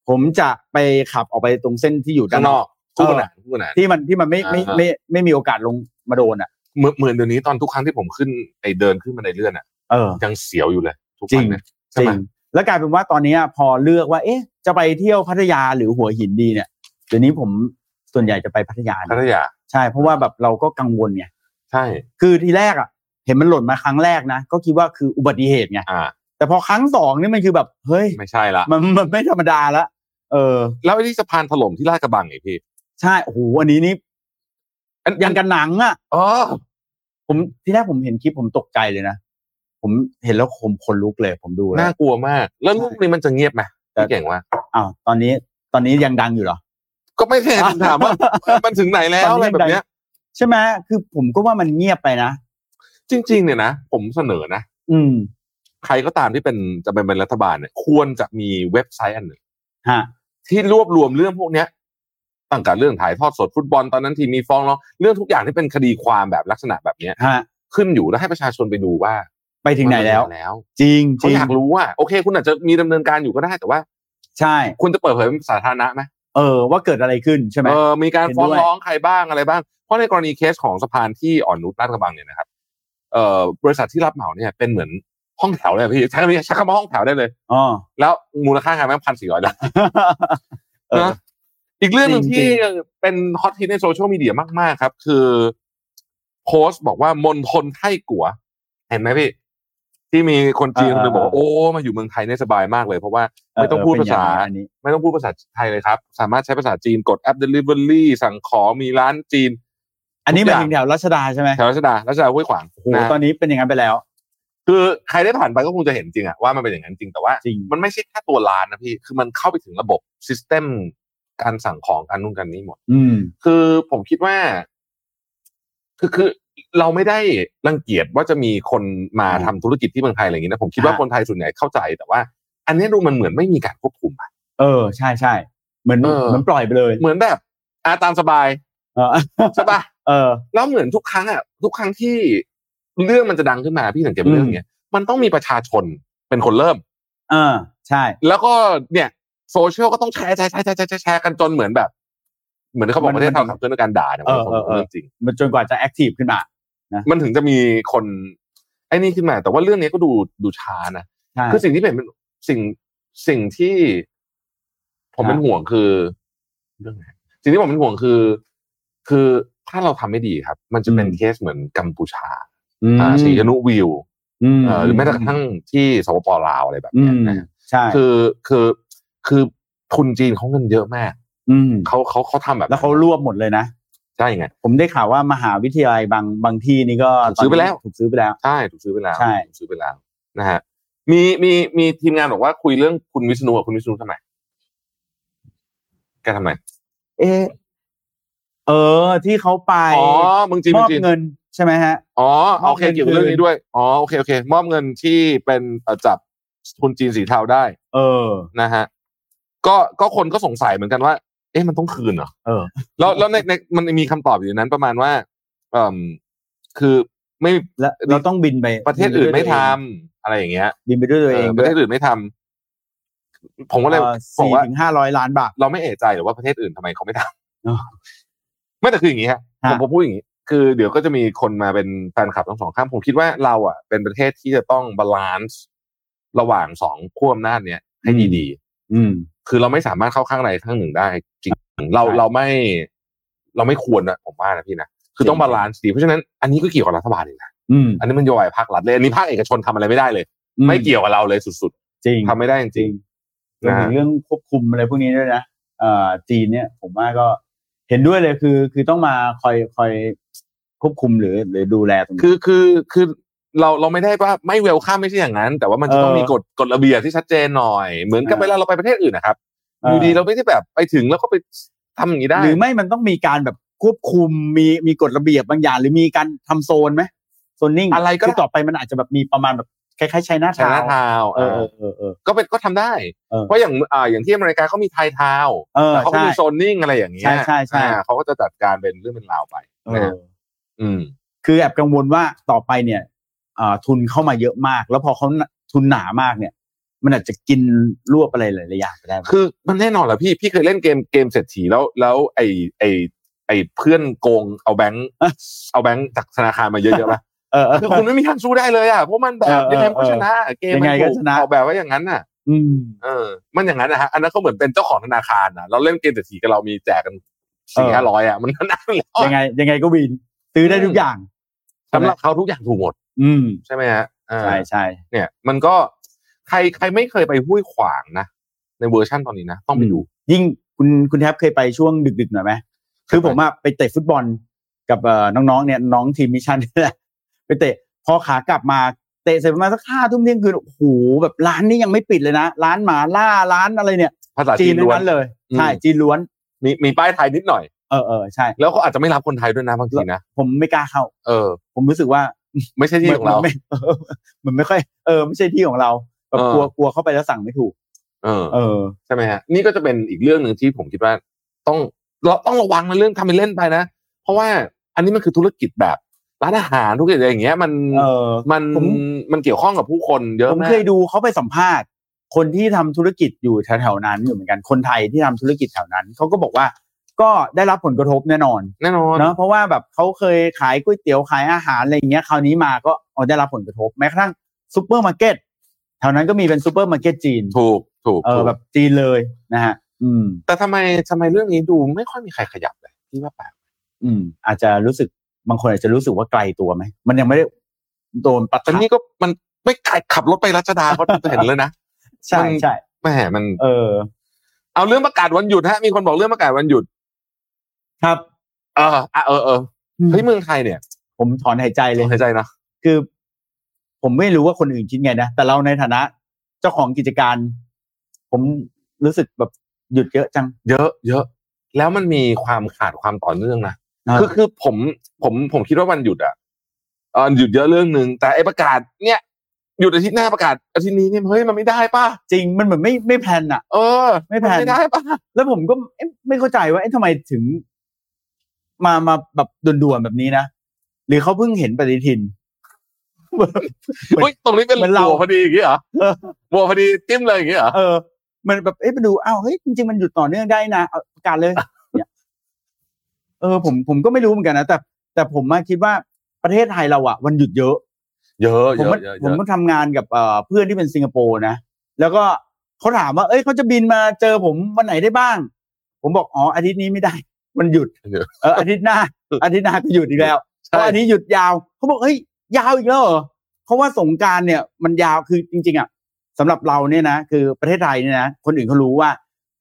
[SPEAKER 4] ผมจะไปขับออกไปตรงเส้นที่อยู่ด้า
[SPEAKER 3] ข้าง งนอกคู่ข
[SPEAKER 4] เออ
[SPEAKER 3] นานคู่ขนาน
[SPEAKER 4] ที่มันที่มันไม่ไม่
[SPEAKER 3] อ่า
[SPEAKER 4] ไม่ไม่มีโอกาสลงมาโดนอ่ะ
[SPEAKER 3] เหมือนเหมือนเดี๋ยวนี้ตอนทุกครั้งที่ผมขึ้นไอเดินขึ้นบันไดเลื่อนอ่ะ
[SPEAKER 4] เออ
[SPEAKER 3] ยังเสียวอยู่เลย ทุก
[SPEAKER 4] จริ
[SPEAKER 3] วัน
[SPEAKER 4] ง
[SPEAKER 3] นะ
[SPEAKER 4] จ
[SPEAKER 3] ใช่
[SPEAKER 4] ริ
[SPEAKER 3] ไหม
[SPEAKER 4] งแล้วกลายเป็นว่าตอนเนี้ยพอเลือกว่า เอ๊ะ จะไปเที่ยวพัทยาหรือหัวหินดีเนี่ยเดี๋ยวนี้ผมส่วนใหญ่จะไปพัทยานะ
[SPEAKER 3] พัทยา
[SPEAKER 4] ใช่ เพราะว่าแบบเราก็กังวลไง
[SPEAKER 3] ใช่
[SPEAKER 4] คือทีแรกอ่ะ เห็นมันหล่นมาครั้งแรกนะก็คิดว่าคืออุบัติเหตุไง
[SPEAKER 3] อ่า
[SPEAKER 4] แต่พอครั้งสองนี่มันคือแบบเฮ้ย
[SPEAKER 3] ไม่ใช่ละ
[SPEAKER 4] มันมันไม่ธรรมดาละเออ
[SPEAKER 3] แล้วไอ้ที่สะพานถล่มที่ลาดกระบังไงพี่
[SPEAKER 4] ใช่โอ้โหอันนี้นี่
[SPEAKER 3] อัน
[SPEAKER 4] ยังกันหนังอ่ะ
[SPEAKER 3] อ๋อ
[SPEAKER 4] ผมที่แรกผมเห็นคลิปผมตกใจเลยนะผมเห็นแล้วผมขนลุกเลย ผมดูแล้
[SPEAKER 3] น่าว กลัวมาก แล้วเรื่องนี้มันจะเงียบไหม
[SPEAKER 4] แต่
[SPEAKER 3] พี่เก่งว่า
[SPEAKER 4] อ้าวตอนนี้ตอนนี้ยังดังอยู่เหรอ
[SPEAKER 3] ก็ไม่แน่ผมถาม ว่า มันถึงไหนแล้วอะไรแบบเนี้ย
[SPEAKER 4] ใช่ไหมคือผมก็ว่ามันเงียบไปนะ
[SPEAKER 3] จริง ๆ เนี่ยนะ ผมเสนอนะ
[SPEAKER 4] อืม
[SPEAKER 3] ใครก็ตามที่เป็นจะเป็นเป็นรัฐบาลเนี่ยควรจะมีเว็บไซต์อันหนึ่ง
[SPEAKER 4] ฮะ
[SPEAKER 3] ที่รวบรวมเรื่องพวกเนี้ยตั้งแต่เรื่องถ่ายทอดสดฟุตบอลตอนนั้นที่มีฟ้องร้องเรื่องทุกอย่างที่เป็นคดีความแบบลักษณะแบบเนี้ย
[SPEAKER 4] ฮะ
[SPEAKER 3] ขึ้นอยู่แล้วให้ประชาชนไปดูว่า
[SPEAKER 4] ไปถึงไหนแล้ว
[SPEAKER 3] มัปแล้ว
[SPEAKER 4] จริงจ
[SPEAKER 3] เขา
[SPEAKER 4] ริง
[SPEAKER 3] อยากรู้ว่าโอเค คุณอาจจะมีดำเนินการอยู่ก็ได้แต่ว่า
[SPEAKER 4] ใช่
[SPEAKER 3] คุณจะเปิดเผยเป็นสาธารณะไหม
[SPEAKER 4] เออ ว่าเกิดอะไรขึ้นใช่ไหม
[SPEAKER 3] เออมีการ
[SPEAKER 4] เห็นด้
[SPEAKER 3] ฟ้อ
[SPEAKER 4] วย
[SPEAKER 3] งร้องใครบ้างอะไรบ้าง เพราะในกรณีเคสของสะพานที่อ่อนนุชลาดกระบังเนี่ยนะครับเอ่อบริษัทที่รับเหมาเนี่ยเป็นเหมือนห้องแถวเลยอะพี่ใช้คำนี้ใช้คำว่าห้องแถวได้เลย
[SPEAKER 4] อ๋อ
[SPEAKER 3] แล้วมูลค่างานแม่งพันสี่ร้อยล้าน
[SPEAKER 4] เออ
[SPEAKER 3] นะอีกเรื่องหนึ่ง
[SPEAKER 4] จริงๆ
[SPEAKER 3] ที่เป็นฮอตฮิตในโซเชียลมีเดียมากๆครับ คือโพสต์บอกว่ามณฑลไทกัว เห็นไหมพี่ ที่มีคนจีนคนหนึงบอกว่าโอ้มาอยู่เมืองไทยเนี่ยสบายมากเลย เพราะว่าไม่ต้องพูดภาษา
[SPEAKER 4] เออเป็นอย่งนั้นอันนี้
[SPEAKER 3] ไม่ต้องพูดภาษาไทยเลยครับ สามารถใช้ภาษาจีนกดแอป Delivery สั่งของมีร้านจีน
[SPEAKER 4] อันนี้
[SPEAKER 3] ทุ
[SPEAKER 4] ห
[SPEAKER 3] กอ
[SPEAKER 4] มาย
[SPEAKER 3] ย่าง
[SPEAKER 4] ถึงแถวรัชดาใช่ไหม
[SPEAKER 3] แถวรัชดารัชดาห้วยขวาง
[SPEAKER 4] โอ้โห
[SPEAKER 3] นะ
[SPEAKER 4] ตอนนี้เป็นอย่างนั้นไปแล้ว
[SPEAKER 3] คือใครได้ผ่านไปก็คงจะเห็นจริงอะว่ามันเป็นอย่างนั้นจริงแต่ว่า
[SPEAKER 4] จริง
[SPEAKER 3] มันไม่ใช่แค่ตัวร้านนะพี่ คือมันเข้าไปถึงระบบซิสเต็มการสั่งของการนู่นการนี้หมด
[SPEAKER 4] อืม
[SPEAKER 3] คือผมคิดว่า คือคือเราไม่ได้รังเกียจว่าจะมีคนมา
[SPEAKER 4] อืม
[SPEAKER 3] ทำธุรกิจที่เมืองไทยอะไรอย่างนี้นะผมคิดว่า
[SPEAKER 4] ฮะ
[SPEAKER 3] คนไทยส่วนใหญ่เข้าใจแต่ว่า อันเนี้ยดูมันเหมือนไม่มีการควบคุมอะ
[SPEAKER 4] เออ ใช่ใช่เหมือน
[SPEAKER 3] เออ
[SPEAKER 4] เหมือนปล่อยไปเลย
[SPEAKER 3] เหมือนแบบอาตามสบาย
[SPEAKER 4] เอ อ
[SPEAKER 3] ใช่ปะ
[SPEAKER 4] เออ
[SPEAKER 3] แล้วเหมือนทุกครั้งอ่ะทุกครั้งที่เรื่องมันจะดังขึ้นมาพี่สังเกตไหม
[SPEAKER 4] อืม
[SPEAKER 3] เรื่องเนี้ยมันต้องมีประชาชนเป็นคนเริ่ม
[SPEAKER 4] เออ ใช่
[SPEAKER 3] แล้วก็เนี่ยโซเชียลก็ต้องแชร์แชร์แชร์แชร์แชร์แชร์แชร์กันจนเหมือนแบบ เหมือนที่เขาบอก
[SPEAKER 4] มัน
[SPEAKER 3] ประเทศไทยขับเคลื่อนด้วยการด่าเนี่ย
[SPEAKER 4] เอ
[SPEAKER 3] มัน
[SPEAKER 4] อ
[SPEAKER 3] เป็น
[SPEAKER 4] เออเออ
[SPEAKER 3] เรื่องจริง
[SPEAKER 4] มันจนกว่าจะแอคทีฟขึ้นมา
[SPEAKER 3] มันถึงจะมีคนไอ้นี่ขึ้นมา แต่ว่าเรื่องนี้ก็ดูดูช้านะ
[SPEAKER 4] ใช่
[SPEAKER 3] คือสิ่งที่เป็นเป็นสิ่งสิ่งที่ ผม
[SPEAKER 4] ฮะ
[SPEAKER 3] เป็นห่วงคือเรื่องไหนสิ่งที่ผมเป็นห่วงคือ คือถ้าเราทำไม่ดีครับ มันจะเป็นเคสเหมือนกัมพูชาอ่าศรีอนุวิว
[SPEAKER 4] ม
[SPEAKER 3] เอ่อหรือแม้แต่กระทั่งที่สปปลาวอะไรแบบ
[SPEAKER 4] อื
[SPEAKER 3] เนี้ย
[SPEAKER 4] ม
[SPEAKER 3] นะ
[SPEAKER 4] ใช่
[SPEAKER 3] คือคือคือทุนจีนเขาเงินเยอะมาก
[SPEAKER 4] อืม
[SPEAKER 3] เขาเขาเขาทำแบบ
[SPEAKER 4] แล้วเขารวบหมดเลยนะ
[SPEAKER 3] ใช่ไง
[SPEAKER 4] ผมได้ข่าวว่ามหาวิทยาลัยบางบางที่นี่ก็
[SPEAKER 3] ถูกซื้อไปแล้ว
[SPEAKER 4] ถูกซื้อไปแล้ว
[SPEAKER 3] ใช่ถูกซื้อไปแล้ว
[SPEAKER 4] ใช่
[SPEAKER 3] ถูกซื้อไปแล้วนะฮะมีมีมีทีมงานบอกว่าคุยเรื่องคุณวิษณุกับคุณวิษณุทำไมแกทำไม
[SPEAKER 4] เออเออ ที่เขาไป
[SPEAKER 3] อ๋อเมึงจีน
[SPEAKER 4] ม
[SPEAKER 3] เมึ
[SPEAKER 4] อง บ
[SPEAKER 3] จีน
[SPEAKER 4] เงินใช่ไหมฮะ
[SPEAKER 3] อ๋อ
[SPEAKER 4] ม
[SPEAKER 3] โอ
[SPEAKER 4] อบ
[SPEAKER 3] เค
[SPEAKER 4] เงิน
[SPEAKER 3] เกี่ยวกับเรื่องนี้ด้วยอ๋อโอเคโอเค มอบเงินที่เป็นเอ่อจับทุนจีนสีเทาได้
[SPEAKER 4] เออ
[SPEAKER 3] นะฮะ ก็ก็คนก็สงสัยเหมือนกันว่า เอ๊ะมันต้องคืนเหรอ
[SPEAKER 4] เออ
[SPEAKER 3] แล้วแล้วในในมันมีคำตอบอยู่ในนั้นประมาณว่าเอ่มคือไม่
[SPEAKER 4] แล้วเราต้องบินไป
[SPEAKER 3] ประเทศอื่นไม่ทำอะไรอย่างเงี้ย
[SPEAKER 4] บินไปด้วยตัวเอง
[SPEAKER 3] เออป
[SPEAKER 4] ด้
[SPEAKER 3] ระ
[SPEAKER 4] วย
[SPEAKER 3] เทศอื่นไม่ทำผมก็เลยบอ
[SPEAKER 4] สี่
[SPEAKER 3] กว่า
[SPEAKER 4] ถึงห้าร้อยล้านบาท
[SPEAKER 3] เราไม่เอะใจหรอกว่าประเทศอื่นทำไมเขาไม่ท
[SPEAKER 4] เนอะ
[SPEAKER 3] ำไม่แต่คืออย่างนี้ฮะผม
[SPEAKER 4] ฮะ
[SPEAKER 3] ผมพูดอย่างนี้ คือเดี๋ยวก็จะมีคนมาเป็นแฟนคลับทั้งสองข้างผมคิดว่าเราอ่ะเป็นประเทศที่จะต้องบาลานซ์ระหว่างสองขั้วอำนาจเนี้ยให้ดี
[SPEAKER 4] อืม
[SPEAKER 3] ๆคือเราไม่สามารถเข้าข้างใดข้างหนึ่งได้จริงเรา
[SPEAKER 4] ใช่
[SPEAKER 3] เราไม่ เราไม่ควรนะผมว่านะพี่นะคือต้อง
[SPEAKER 4] จริง
[SPEAKER 3] บาลานซ์ดีเพราะฉะนั้นอันนี้ก็เกี่ยวกับรัฐบาลเองนะ
[SPEAKER 4] อืม
[SPEAKER 3] อันนี้มันโยบายภาครัฐเลยอันนี้ภาคเอกชนทำอะไรไม่ได้เลย
[SPEAKER 4] อื
[SPEAKER 3] ไม่เกี่ยวกับเราเลยสุด
[SPEAKER 4] จริง
[SPEAKER 3] ๆทำไม่ได้จ
[SPEAKER 4] จริ
[SPEAKER 3] ริง
[SPEAKER 4] ง
[SPEAKER 3] ๆ
[SPEAKER 4] รวม
[SPEAKER 3] นะ
[SPEAKER 4] ถึ
[SPEAKER 3] ฮะ
[SPEAKER 4] งเรื่องควบคุมอะไรพวกนี้ด้วยนะเอ่อจีนเนี่ยผมว่าก็เห็นด้วยเลยคือ คือต้องมาคอยคอยควบคุมหรือหรือดูแลตรงนี้
[SPEAKER 3] คือคือคือเราเราไม่ได้ว่าไม่เวลข้ามไม่ใช่อย่างนั้น แต่ว่ามันจะต้อง
[SPEAKER 4] เออ
[SPEAKER 3] มีกฎกฎระเบียบที่ชัดเจนหน่อย เหมือนกับ
[SPEAKER 4] เออ
[SPEAKER 3] เวลาเราไปประเทศอื่นนะครับอยู่ดีเราไม่ได้แบบไปถึงแล้วก็ไปทำอย่างนี้ได้
[SPEAKER 4] หรือไม่มันต้องมีการแบบควบคุมมีมีกฎระเบียบบางอย่าง หรือมีการทำโซนไหมโซนนิ่ง
[SPEAKER 3] อะไรก็
[SPEAKER 4] คือต่อไปมันอาจจะแบบมีประมาณแบบคล้ายๆไชน่า
[SPEAKER 3] ชนะ
[SPEAKER 4] ทาว
[SPEAKER 3] ทาวน์
[SPEAKER 4] เอ
[SPEAKER 3] เอ
[SPEAKER 4] อ
[SPEAKER 3] อ
[SPEAKER 4] เออเออ
[SPEAKER 3] ก็เป็นก็ทำได้
[SPEAKER 4] เออ
[SPEAKER 3] เพราะอย่างอ่าอย่างที่อเมริกาเขามีไทยทาวน์
[SPEAKER 4] เออ
[SPEAKER 3] แต่เขาก็
[SPEAKER 4] ใช่
[SPEAKER 3] มีโซนนิ่งอะไรอย่างเงี้ย
[SPEAKER 4] ใช่ใช่ใช่
[SPEAKER 3] อ่าเขาก็จะจัดการเป็นเรื่องเป็นราวไป
[SPEAKER 4] เอ
[SPEAKER 3] นะ
[SPEAKER 4] อ
[SPEAKER 3] ฮะอืม
[SPEAKER 4] คือแอบกังวลว่าต่อไปเนี่ยอ่าทุนเข้ามาเยอะมาก แล้วพอเขาทุนหนามากเนี่ย มันอาจจะกินรวบอะไรหลายๆอย่างไปได้ไหม
[SPEAKER 3] คือมันแน่นอนแหละพี่พี่เคยเล่นเกมเกมเศรษฐีแล้วแล้วไอไอไอเพื่อนโกงเอาแบงค์เอาแบงค์จากธนาคารมาเยอะๆปะ
[SPEAKER 4] เออเออ
[SPEAKER 3] คือคุณไม่มีทางสู้ได้เลยอ่ะเพราะมันแบ
[SPEAKER 4] เอบ อเออ
[SPEAKER 3] ยังไงมันก็ชนะเกม
[SPEAKER 4] ยังไงก็
[SPEAKER 3] มัถู
[SPEAKER 4] ชนะ
[SPEAKER 3] ออกแบบว่าอย่างนั้นน่ะ
[SPEAKER 4] อืม
[SPEAKER 3] เออมันอย่างนั้นนะฮะอันนั้นก็เหมือนเป็นเจ้าของธนาคารนะเราเล่นเกมเศรษฐีกับเรามีแจกกันสี่
[SPEAKER 4] เออ
[SPEAKER 3] ห้าร้อยอ่ะมันชนะแล้ว
[SPEAKER 4] ยังไง ยังไงก็วินซื้อได้ทุกอย่าง
[SPEAKER 3] สำหรับเขาทุกอย่างถูกหมด
[SPEAKER 4] อืม
[SPEAKER 3] ใช่ไหมฮะเออ
[SPEAKER 4] ใช่ใช่
[SPEAKER 3] เนี่ย มันก็ใครใครไม่เคยไปห้วยขวางนะในเวอร์ชั่นตอนนี้นะต้องไปดู
[SPEAKER 4] ยิ่งคุณคุณแทบเคยไปช่วงดึกๆหน่อยไหมคือผมอะไปเตะฟุตบอลกับเอ่อน้องๆเนี่ยน้องทีมมิชชั่นนี่แหละ ไปเตะพอขากลับมาเตะเสร็จประมาณสักห้าทุ่มเที่ยงคืนโอ้โหแบบร้านนี้ยังไม่ปิดเลยนะร้านหมาล่าร้านอะไรเนี่ย
[SPEAKER 3] ภาษา
[SPEAKER 4] จี
[SPEAKER 3] จี
[SPEAKER 4] น
[SPEAKER 3] น
[SPEAKER 4] ทั้ง
[SPEAKER 3] ล้วน
[SPEAKER 4] นั้นเลย
[SPEAKER 3] อืม
[SPEAKER 4] ใช่จีนล้วน
[SPEAKER 3] มีมีป้ายไทยนิดหน่อย
[SPEAKER 4] เออเออใช่
[SPEAKER 3] แล้วเขาอาจจะไม่รับคนไทยด้วยนะบางทีนะ
[SPEAKER 4] ผมไม่กล้าเข้า
[SPEAKER 3] เออ
[SPEAKER 4] ผมรู้สึกว่า
[SPEAKER 3] ไม่ใช่ที่ของเรา
[SPEAKER 4] มันไม่เออมันไม่ค่อยเออไม่ใช่ที่ของเราแบบ
[SPEAKER 3] เออ
[SPEAKER 4] กลัวกลัวเข้าไปแล้วสั่งไม่ถูก
[SPEAKER 3] เออ
[SPEAKER 4] เออ
[SPEAKER 3] ใช่ไหมฮะนี่ก็จะเป็นอีกเรื่องหนึ่งที่ผมคิดว่าต้องเราต้องระวังในะเรื่องทำเป็นเล่นไปนะ เพราะว่าอันนี้มันคือธุรกิจแบบร้านอาหารธุรกิจอะไรอย่างเงี้ยมัน
[SPEAKER 4] เออ
[SPEAKER 3] มัน
[SPEAKER 4] ผม
[SPEAKER 3] มันเกี่ยวข้องกับผู้คนเยอะ
[SPEAKER 4] ผม
[SPEAKER 3] มาก
[SPEAKER 4] เคยดูเขาไปสัมภาษณ์ คนที่ทำธุรกิจอยู่แถวๆนั้นอยู่เหมือนกันคนไทยที่ทำธุรกิจแถวนั้นเขาก็บอกว่า ก็ได้รับผลกระทบแน่นอน
[SPEAKER 3] แน่นอน
[SPEAKER 4] เนาะเพราะว่าแบบเขาเคยขายก๋วยเตี๋ยวขายอาหารอะไรอย่างเงี้ยคราวนี้มาก็เอาได้รับผลกระทบแม้กระทั่งซูเปอร์มาร์เก็ตแถวนั้นก็มีเป็นซูเปอร์มาร์เก็ตจีน
[SPEAKER 3] ถูกถูก
[SPEAKER 4] เออ
[SPEAKER 3] ถูก
[SPEAKER 4] แบบจีนเลยนะฮะอืม
[SPEAKER 3] แต่ทำไมทำไมเรื่องนี้ดูไม่ค่อยมีใครขยับเลยที่ว่าแปลก
[SPEAKER 4] อืมอาจจะรู้สึกบางคนอาจจะรู้สึกว่าไกลตัวไหม มันยังไม่ได้โดนปัด
[SPEAKER 3] แต่นี่ก็มันไม่ไกลขับรถไปรัชดาก็ เห็นเลยนะ
[SPEAKER 4] ใช่
[SPEAKER 3] มัน
[SPEAKER 4] ใช่
[SPEAKER 3] แหมมัน
[SPEAKER 4] เออ
[SPEAKER 3] เอาเรื่องประกาศวันหยุดฮะมีคนบอกเรื่องประกาศวันหยุด
[SPEAKER 4] ครับ
[SPEAKER 3] เอออ่ะเออเออเฮ้ยเมืองไทยเนี่ย
[SPEAKER 4] ผมถอนหายใจเลย
[SPEAKER 3] เข้าใจนะ
[SPEAKER 4] คือ ผมไม่รู้ว่าคนอื่นคิดไงนะ แต่เราในฐานะเจ้าของกิจการ ผมรู้สึกแบบหยุดเยอะจัง
[SPEAKER 3] เยอะเยอะ แล้วมันมีความขาดความต่อเนื่องนะ
[SPEAKER 4] ะ
[SPEAKER 3] คือคือผมผมผมคิดว่าวันหยุดอ่ะเอ่อหยุดเยอะเรื่องหนึ่งแต่ไอประกาศเนี่ยหยุดอาทิตย์หน้าประกาศอาทิตย์นี้เนี่ยเฮ้ยมันไม่ได้ป่ะ
[SPEAKER 4] จริงมันเหมือนไม่ไม่แพลนอะ
[SPEAKER 3] เออ
[SPEAKER 4] ไม่แพลน
[SPEAKER 3] นไม่ได้ป่ะ
[SPEAKER 4] แล้วผมก็เอ๊ะไม่เข้าใจว่าเอ๊ะทำไมถึง มามาแบบด่วนๆแบบนี้นะ หรือเขาเพิ่งเห็นปฏิทิน
[SPEAKER 3] เฮ้ยตรงนี้เป็น
[SPEAKER 4] เหมือนเรา
[SPEAKER 3] บัวพอดีอย่างงี้เหรอ
[SPEAKER 4] เออ
[SPEAKER 3] บัวพอดีจิ้มเลยอย่างงี้เหรอ
[SPEAKER 4] เออ มันแบบ เอ๊ะมาดู อ้าว เฮ้ย จริงๆ มันหยุดต่อเนื่องได้นะเอาประกาศเลยเนี่ยเออ ผม ผมก็ไม่รู้เหมือนกันนะ แต่ แต่ผมมาคิดว่าประเทศไทยเราอะวันหยุดเยอะ
[SPEAKER 3] เยอะ
[SPEAKER 4] ผ
[SPEAKER 3] เย
[SPEAKER 4] ม
[SPEAKER 3] อะ
[SPEAKER 4] ก็
[SPEAKER 3] เยอะ
[SPEAKER 4] ผ
[SPEAKER 3] เย
[SPEAKER 4] ม
[SPEAKER 3] อะ
[SPEAKER 4] ก็ทำงานกับเอ่อเพื่อนที่เป็นสิงคโปร์นะ แล้วก็เขาถามว่า เอ้ยเขาจะบินมาเจอผมวันไหนได้บ้าง ผมบอก อ๋อ อาทิตย์นี้ไม่ได้ มันหยุด เออ อาทิตย์หน้า อาทิตย์หน้าก็หยุดอีกแล้ว เพ
[SPEAKER 3] ใช่
[SPEAKER 4] ราะอันนี้หยุดยาวเขาบอกเฮ้ยยาวอีกแล้วเหรอเพราะว่าสงกรารเนี่ยมันยาวคือจริง ๆอ่ะสำหรับเราเนี่ยนะคือประเทศไทยเนี่ยนะคนอื่นเขารู้ว่า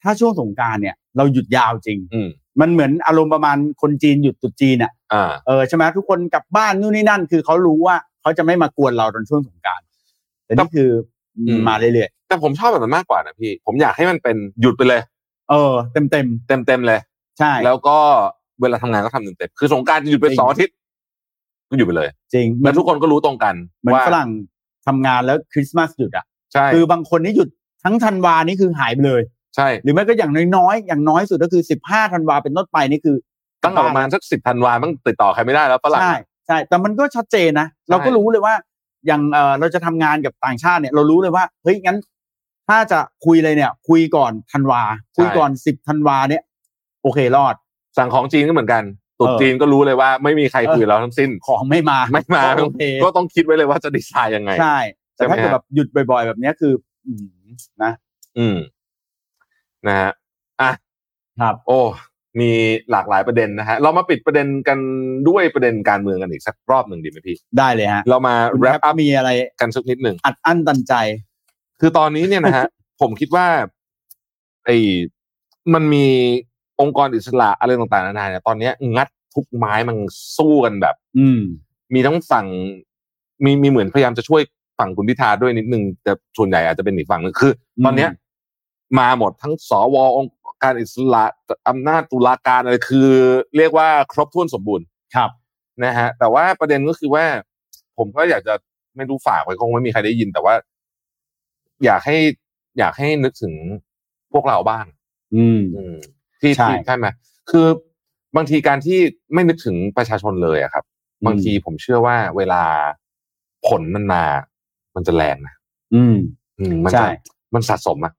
[SPEAKER 4] ถ้าช่วงสงกรารเนี่ย เราหยุดยาวจริง
[SPEAKER 3] อืม
[SPEAKER 4] มันเหมือนอารมณ์ประมาณคนจีนหยุดตรุษจีนอ่ะ
[SPEAKER 3] อ่า
[SPEAKER 4] เออใช่ไหมทุกคนกลับบ้านนู่นนี่นั่น คือเขารู้ว่าเขาจะไม่มากวนเราตอนช่วงสงกรารแต่นี่คือ
[SPEAKER 3] อืม
[SPEAKER 4] มาเรื่อย
[SPEAKER 3] แต่ผมชอบแบบนั้นมากกว่านะพี่ ผมอยากให้มันเป็นหยุดไปเลย
[SPEAKER 4] ๆเออ เต็มเต็ม
[SPEAKER 3] เต็มเต็มๆเลย
[SPEAKER 4] ๆใช่
[SPEAKER 3] แล้วก็เวลาทำงานก็ทำเต็มเต็มๆคือสงกรารจะหยุดไปสองอาทิตย์ก็หยุดไปเลย
[SPEAKER 4] จริงเหมื
[SPEAKER 3] แล้
[SPEAKER 4] อ
[SPEAKER 3] วน ทุกคนก็รู้ตรงกัน
[SPEAKER 4] เหมือน
[SPEAKER 3] ว่า
[SPEAKER 4] ฝรั่งทำงานแล้วคริสต์มาสหยุดอ่ะ
[SPEAKER 3] ใช่
[SPEAKER 4] คือบางคนนี่หยุดทั้งธันวานี่คือหายไปเลย
[SPEAKER 3] ใช่
[SPEAKER 4] หรือไม่ก็อย่างน้อยๆอย่างน้อยสุดก็คือ 15ธันวาเป็นต้นไปนี่คือ
[SPEAKER 3] ตั้งแต่ประมาณสักสิบธันวามั้งติดต่อใครไม่ได้แล้วฝรั่ง
[SPEAKER 4] ใช่ใช่แต่มันก็ชัดเจนนะ เราก็รู้เลยว่าอย่างเอ่อเราจะทำงานกับต่างชาติเนี่ย เรารู้เลยว่าเฮ้ยงั้น ถ้าจะคุยเลยเนี่ย คุยก่อนธันวา คุยก่อนสิบธันวาเนี่ย โอเครอด
[SPEAKER 3] สั่งของจีนก็เหมือนกันตรุ๊
[SPEAKER 4] เออ
[SPEAKER 3] จีนก็รู้เลยว่าไม่มีใครคุยกับเราทั้งสิ้น
[SPEAKER 4] ของไม่มา
[SPEAKER 3] ไม่มา
[SPEAKER 4] ก็โอเค
[SPEAKER 3] ก็ต้องคิดไว้เลยว่าจะดีไซน์ยังไง
[SPEAKER 4] ใช่แต่ถ้า
[SPEAKER 3] ใช่ไหมฮะ
[SPEAKER 4] เกิดแบบหยุดบ่อย ๆ แบบเนี้ยคือ อืมนะ
[SPEAKER 3] อืมนะฮะอ่ะ
[SPEAKER 4] ครับ
[SPEAKER 3] โอ้มีหลากหลายประเด็นนะฮะ เรามาปิดประเด็นกันด้วยประเด็นการเมืองกันอีกสักรอบหนึ่งดีไหมพี่
[SPEAKER 4] ได้เลยฮะ
[SPEAKER 3] เรามา
[SPEAKER 4] คุณแร
[SPEAKER 3] wrap
[SPEAKER 4] ป
[SPEAKER 3] up
[SPEAKER 4] มีอะไร
[SPEAKER 3] กันสักนิดหนึ่ง
[SPEAKER 4] อัดอั้นตันใจ
[SPEAKER 3] คือตอนนี้เนี่ยนะฮะ ผมคิดว่าไอ้มันมีองค์กรอิสระอะไรต่างๆนานาเนี่ยตอนเนี้ยงัดทุกไม้มันสู้กันแบบ
[SPEAKER 4] อืม
[SPEAKER 3] มีทั้งฝั่งมีมีเหมือนพยายามจะช่วยฝั่งคุณพิธาด้วยนิดนึง แต่ส่วนใหญ่อาจจะเป็นอีกฝั่งหนึงคือ
[SPEAKER 4] อืม
[SPEAKER 3] ตอนเนี้ยมาหมดทั้งสวองค์การอิสระอำนาจตุลาการอะไรคือ เรียกว่าครบถ้วนสมบูรณ์
[SPEAKER 4] ครับ
[SPEAKER 3] นะฮะ แต่ว่าประเด็นก็คือว่า ผมก็อยากจะไม่รู้ฝากไว้คงไม่มีใครได้ยิน แต่ว่า อยากให้อยากให้นึกถึงพวกเราบ้าง
[SPEAKER 4] อืม
[SPEAKER 3] อืมที่
[SPEAKER 4] ใช่
[SPEAKER 3] ที่ใช่ไหมคือบางทีการที่ไม่นึกถึงประชาชนเลยอะครับ บางทีผมเชื่อว่าเวลาผลมันมา มันจะแรงนะ
[SPEAKER 4] อืม
[SPEAKER 3] อืมมันจะ
[SPEAKER 4] ใช่
[SPEAKER 3] มันสะสมอะ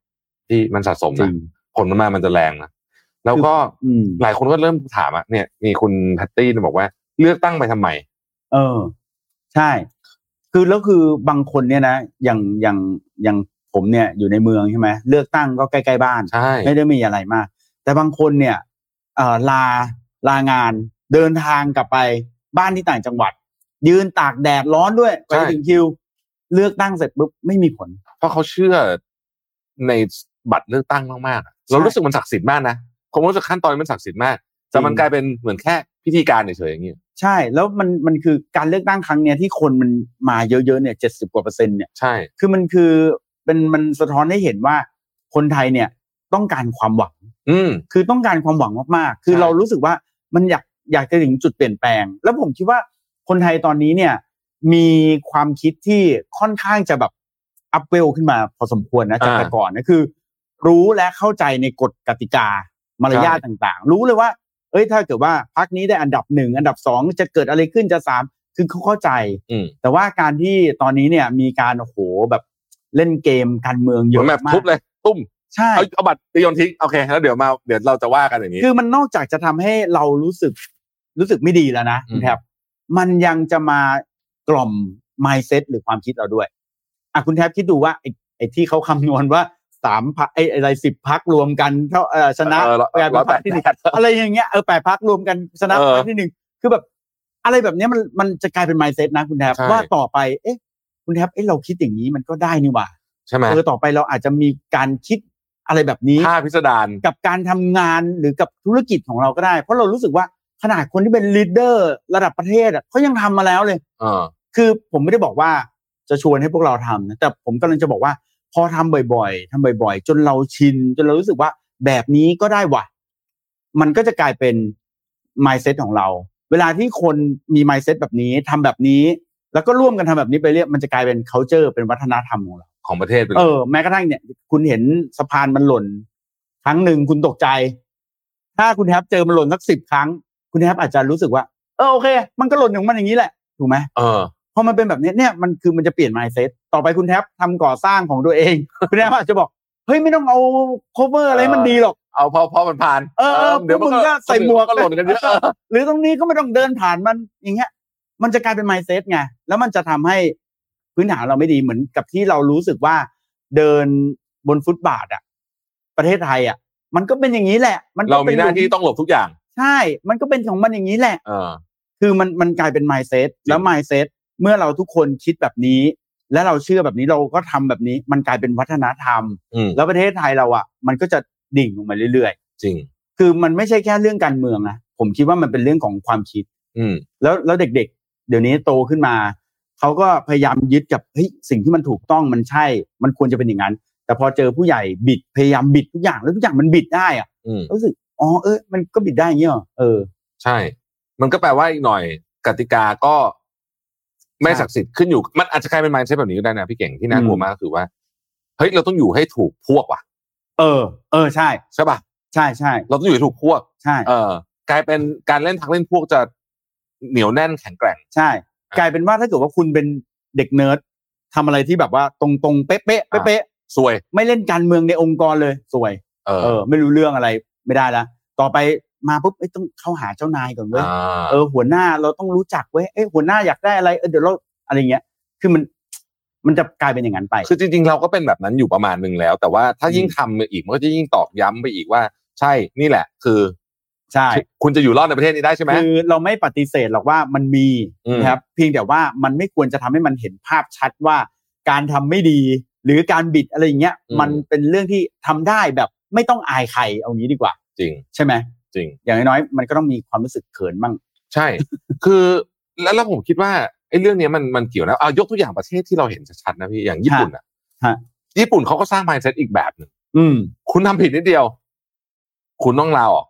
[SPEAKER 3] ที่มันสะสม
[SPEAKER 4] จริ
[SPEAKER 3] นะ
[SPEAKER 4] ง
[SPEAKER 3] ผลมันมามันจะแรงนะแล้วก็
[SPEAKER 4] อืม
[SPEAKER 3] หลายคนก็เริ่มถามอะเนี่ย มีคุณแพตตี้บอกว่า เลือกตั้งไปทำไม
[SPEAKER 4] เออ ใช่ คือแล้วคือบางคนเนี่ยนะอย่างอย่างอย่างผมเนี่ยอยู่ในเมืองใช่ไหมเลือกตั้งก็ใกล้ๆบ้าน
[SPEAKER 3] ใช่
[SPEAKER 4] ไม่ได้มีอะไรมาก แต่บางคนเนี่ยเอ่อลาลางานเดินทางกลับไปบ้านที่ต่างจังหวัด ยืนตากแดดร้อนด้วยไปถึงคิว เลือกตั้งเสร็จปุ๊บไม่มีผล
[SPEAKER 3] เพราะเขาเชื่อในบัตรเลือกตั้งมากๆอะเรา
[SPEAKER 4] ใช่
[SPEAKER 3] รู้สึกมันศักดิ์สิทธิ์มากนะผมรู้สึกขั้นตอนนมันศักดิ์สิทธิ์มาก แต่มันกลายเป็นเหมือนแค่พิธีการเฉยๆอย่างนี้
[SPEAKER 4] ใช่ แล้วมันมันคือการเลือกตั้งครั้งเนี้ยที่คนมันมาเยอะๆเนี่ยเจ็ดสิบกว่าเปอร์เซ็นต์เนี่ย
[SPEAKER 3] ใช่
[SPEAKER 4] คือมันคือเป็นมันสะท้อนให้เห็นว่าคนไทยเนี่ยต้องการความหวัง
[SPEAKER 3] อืม
[SPEAKER 4] คือต้องการความหวังมากๆ คือ
[SPEAKER 3] ใช่
[SPEAKER 4] เรารู้สึกว่ามันอยากอยากจะถึงจุดเปลี่ยนแปลง แล้วผมคิดว่าคนไทยตอนนี้เนี่ยมีความคิดที่ค่อนข้างจะแบบอัพเวลขึ้นมาพอสมควรนะจากแต่ก่อนนะคือ รู้และเข้าใจในกฎกติกามารยาทต่างๆ รู้เลยว่า เอ้ยถ้าเกิดว่าพักนี้ได้อันดับหนึ่งอันดับสองจะเกิดอะไรขึ้นจะสามคือเขาเข้าใจ
[SPEAKER 3] อืม
[SPEAKER 4] แต่ว่าการที่ตอนนี้เนี่ยมีการโอ้โหแบบเล่นเกมการเมือง
[SPEAKER 3] เห
[SPEAKER 4] เย
[SPEAKER 3] มือ
[SPEAKER 4] อะ
[SPEAKER 3] นแบบ
[SPEAKER 4] มา
[SPEAKER 3] ทุ
[SPEAKER 4] ก
[SPEAKER 3] บเลย ตุ้ม
[SPEAKER 4] ใช่
[SPEAKER 3] เอาเอาบัตรไปโยนทิ้ง โอเค แล้วเดี๋ยวมาเดี๋ยวเราจะว่ากันอย่างนี้
[SPEAKER 4] คือมันนอกจากจะทำให้เรารู้สึกรู้สึกไม่ดีแล้วนะ
[SPEAKER 3] อืม
[SPEAKER 4] ครับ มันยังจะมากล่อม mindset หรือความคิดเราด้วยอ่ะคุณแทบคิดดูว่าไอ้ไอ้ที่เขาคำนวณว่าสามพักไอ้อะไรสิบพักรวมกันเท่าเอ่อชนะ
[SPEAKER 3] เออร้อย
[SPEAKER 4] กลายเป็
[SPEAKER 3] ร้อน ย
[SPEAKER 4] พ
[SPEAKER 3] แป
[SPEAKER 4] รร
[SPEAKER 3] ด
[SPEAKER 4] คที่ห
[SPEAKER 3] สิ
[SPEAKER 4] นึ่
[SPEAKER 3] บ
[SPEAKER 4] ง
[SPEAKER 3] แปด
[SPEAKER 4] อะไรอย่างเงี้ยเออแปดพักรวมกันชนะ
[SPEAKER 3] เออ
[SPEAKER 4] พักที่หนึ่งคือแบบ อะไรแบบเนี้ยมันมันจะกลายเป็น mindset นะคุณแทบ
[SPEAKER 3] ใช่
[SPEAKER 4] ว่าต่อไปเอ๊ะ คุณแทบเอ๊ะเราคิดอย่างนี้มันก็ได้นี่หว่า
[SPEAKER 3] ใช่ไหม
[SPEAKER 4] เออต่อไปเราอาจจะมีการคิดอะไรแบบนี้
[SPEAKER 3] ท่าพิสดาร
[SPEAKER 4] กับการทำงานหรือกับธุรกิจของเราก็ได้ เพราะเรารู้สึกว่าขนาดคนที่เป็นลีดเดอร์ระดับประเทศอะเขายังทำมาแล้วเลย
[SPEAKER 3] เออ
[SPEAKER 4] คือผมไม่ได้บอกว่าจะชวนให้พวกเราทำนะแต่ผมกำลังจะบอกว่า พอทำบ่อยๆทำบ่อย ๆ จนเราชิน จนเรารู้สึกว่าแบบนี้ก็ได้ว่ะมันก็จะกลายเป็น mindset ของเรา เวลาที่คนมี mindset แบบนี้ทำแบบนี้ แล้วก็ร่วมกันทำแบบนี้ไปเรื่อยมันจะกลายเป็น culture เป็นวัฒนธรรมของเรา
[SPEAKER 3] ของประเทศไปเล
[SPEAKER 4] เอย อแม้กระทั่งเนี่ย คุณเห็นสะพานมันหล่น ครั้งหนึ่งคุณตกใจ ถ้าคุณแทบเจอมันหล่นสักสิบครั้ง คุณแทบอาจจะรู้สึกว่า เออโอเค มันก็หล่นของมันอย่างนี้แหละถูกไหม
[SPEAKER 3] เออ
[SPEAKER 4] พอมันเป็นแบบนี้เนี่ยมันคือมันจะเปลี่ยน mindset ต่อไปคุณแทบทำก่อสร้างของตัวเอง คุณแทบอาจจะบอกเฮ้ยไม่ต้องเอา cover อะไรให้มันดีหรอก
[SPEAKER 3] เอาพอพอมันผ่าน
[SPEAKER 4] เออเออ
[SPEAKER 3] เดี๋ยวมัน
[SPEAKER 4] พวกมึงก็ใส่หมวก
[SPEAKER 3] ก็หล่นกันเยอะเออ
[SPEAKER 4] หรือตรงนี้ก็ไม่ต้องเดินผ่านมันอย่างเงี้ย มันจะกลายเป็น mindset ไง แล้วมันจะทำให้พื้นฐานเราไม่ดีเหมือนกับที่เรารู้สึกว่าเดินบนฟุตบาทอะประเทศไทยอะมันก็เป็นอย่างนี้แหละ มัน
[SPEAKER 3] เรา
[SPEAKER 4] ก็ป็
[SPEAKER 3] มีหน้าที่ต้องหลบทุกอย่าง
[SPEAKER 4] ใช่ มันก็เป็นของมันอย่างนี้แหละ
[SPEAKER 3] เออ
[SPEAKER 4] คือมันมันกลายเป็น mindset แล้ว mindset เมื่อเราทุกคนคิดแบบนี้ และเราเชื่อแบบนี้เราก็ทำแบบนี้ มันกลายเป็นวัฒนธรรม
[SPEAKER 3] อืม
[SPEAKER 4] แล้วประเทศไทยเราอะมันก็จะดิ่งลงมาเรื่อย
[SPEAKER 3] จริง
[SPEAKER 4] ๆ คือมันไม่ใช่แค่เรื่องการเมืองนะผมคิดว่ามันเป็นเรื่องของความคิด
[SPEAKER 3] อืม
[SPEAKER 4] แล้วแล้วเด็กๆ เดี๋ยวนี้โตขึ้นมา เขาก็พยายามยึดกับเฮ้ยสิ่งที่มันถูกต้องมันใช่ มันควรจะเป็นอย่างนั้น แต่พอเจอผู้ใหญ่บิดพยายามบิดทุกอย่างแล้วทุกอย่างมันบิดได้อะ
[SPEAKER 3] อืม
[SPEAKER 4] รู้สึกอ๋อเออมันก็บิดได้อย่างเงี้ยเหรอเออ
[SPEAKER 3] ใช่ มันก็แปลว่าอีกหน่อย กติกาก็ ไม่
[SPEAKER 4] ใช่
[SPEAKER 3] ศักดิ์สิทธิ์ขึ้นอยู่ มันอาจจะกลายเป็นมายเซตแบบนี้ก็ได้นะพี่เก่งที่น่า
[SPEAKER 4] อืม
[SPEAKER 3] กลัวมากก็คือว่า เฮ้ย เราต้องอยู่ให้ถูกพวกว่ะ
[SPEAKER 4] เออ เออใช่
[SPEAKER 3] ใช่ป่ะ
[SPEAKER 4] ใช่ใช่
[SPEAKER 3] เราต้องอยู่ให้ถูกพวก
[SPEAKER 4] ใช่
[SPEAKER 3] เออกลายเป็นการเล่นทักเล่นพวกจะเหนียวแน่นแข็งแกร่ง
[SPEAKER 4] ใช่ กลายเป็นว่าถ้าเกิดว่าคุณเป็นเด็กเนิร์ดทำอะไรที่แบบว่าตรงตรงๆเป๊ะเป๊ะ
[SPEAKER 3] อ่า
[SPEAKER 4] เป๊ะ
[SPEAKER 3] ซวย
[SPEAKER 4] ๆไม่เล่นการเมืองในองค์กรเลยสวย
[SPEAKER 3] เออ
[SPEAKER 4] เออ ไม่รู้เรื่องอะไรไม่ได้ละต่อไปมาปุ๊บเอ้ยต้องเข้าหาเจ้านายก่อนเว้ย
[SPEAKER 3] า
[SPEAKER 4] เออหัวหน้าเราต้องรู้จักเว้ยเอ้ยหัวหน้าอยากได้อะไรเออเดี๋ยวเราอะไรเงี้ย คือมันมันจะกลายเป็นอย่างนั้นไป
[SPEAKER 3] คือจริงๆ เราก็เป็นแบบนั้นอยู่ประมาณหนึ่งแล้ว แต่ว่าถ้า
[SPEAKER 4] อืม
[SPEAKER 3] ยิ่งทำอีกมันก็จะยิ่งตอกย้ำไปอีกว่า ใช่นี่แหละ คือ
[SPEAKER 4] ใช่
[SPEAKER 3] คุณจะอยู่รอดในประเทศนี้ได้ใช่ไหม
[SPEAKER 4] คือเราไม่ปฏิเสธหรอกว่ามันมี
[SPEAKER 3] อืม
[SPEAKER 4] นะครับ เพียงแต่ว่ามันไม่ควรจะทำให้มันเห็นภาพชัดว่าการทำไม่ดี หรือการบิดอะไรอย่างเงี้ย มันเป็นเรื่องที่ทำได้แบบไม่ต้องอายใครเอางี้ดีกว่า
[SPEAKER 3] จริง
[SPEAKER 4] ใช่ไหม
[SPEAKER 3] จริง
[SPEAKER 4] อย่างน้อยๆมันก็ต้องมีความรู้สึกเขินบ้าง
[SPEAKER 3] ใช่ คือแล้วแล้วผมคิดว่าไอ้เรื่องเนี้ยมันมันเกี่ยวนะเอายกตัวอย่างประเทศที่เราเห็นชัดๆนะพี่อย่างญี่ปุ่นอ่ะญี่ปุ่นเขาก็สร้าง mindset อีกแบบหนึ่ง
[SPEAKER 4] อืม
[SPEAKER 3] คุณทำผิดนิดเดียว คุณต้องลาออก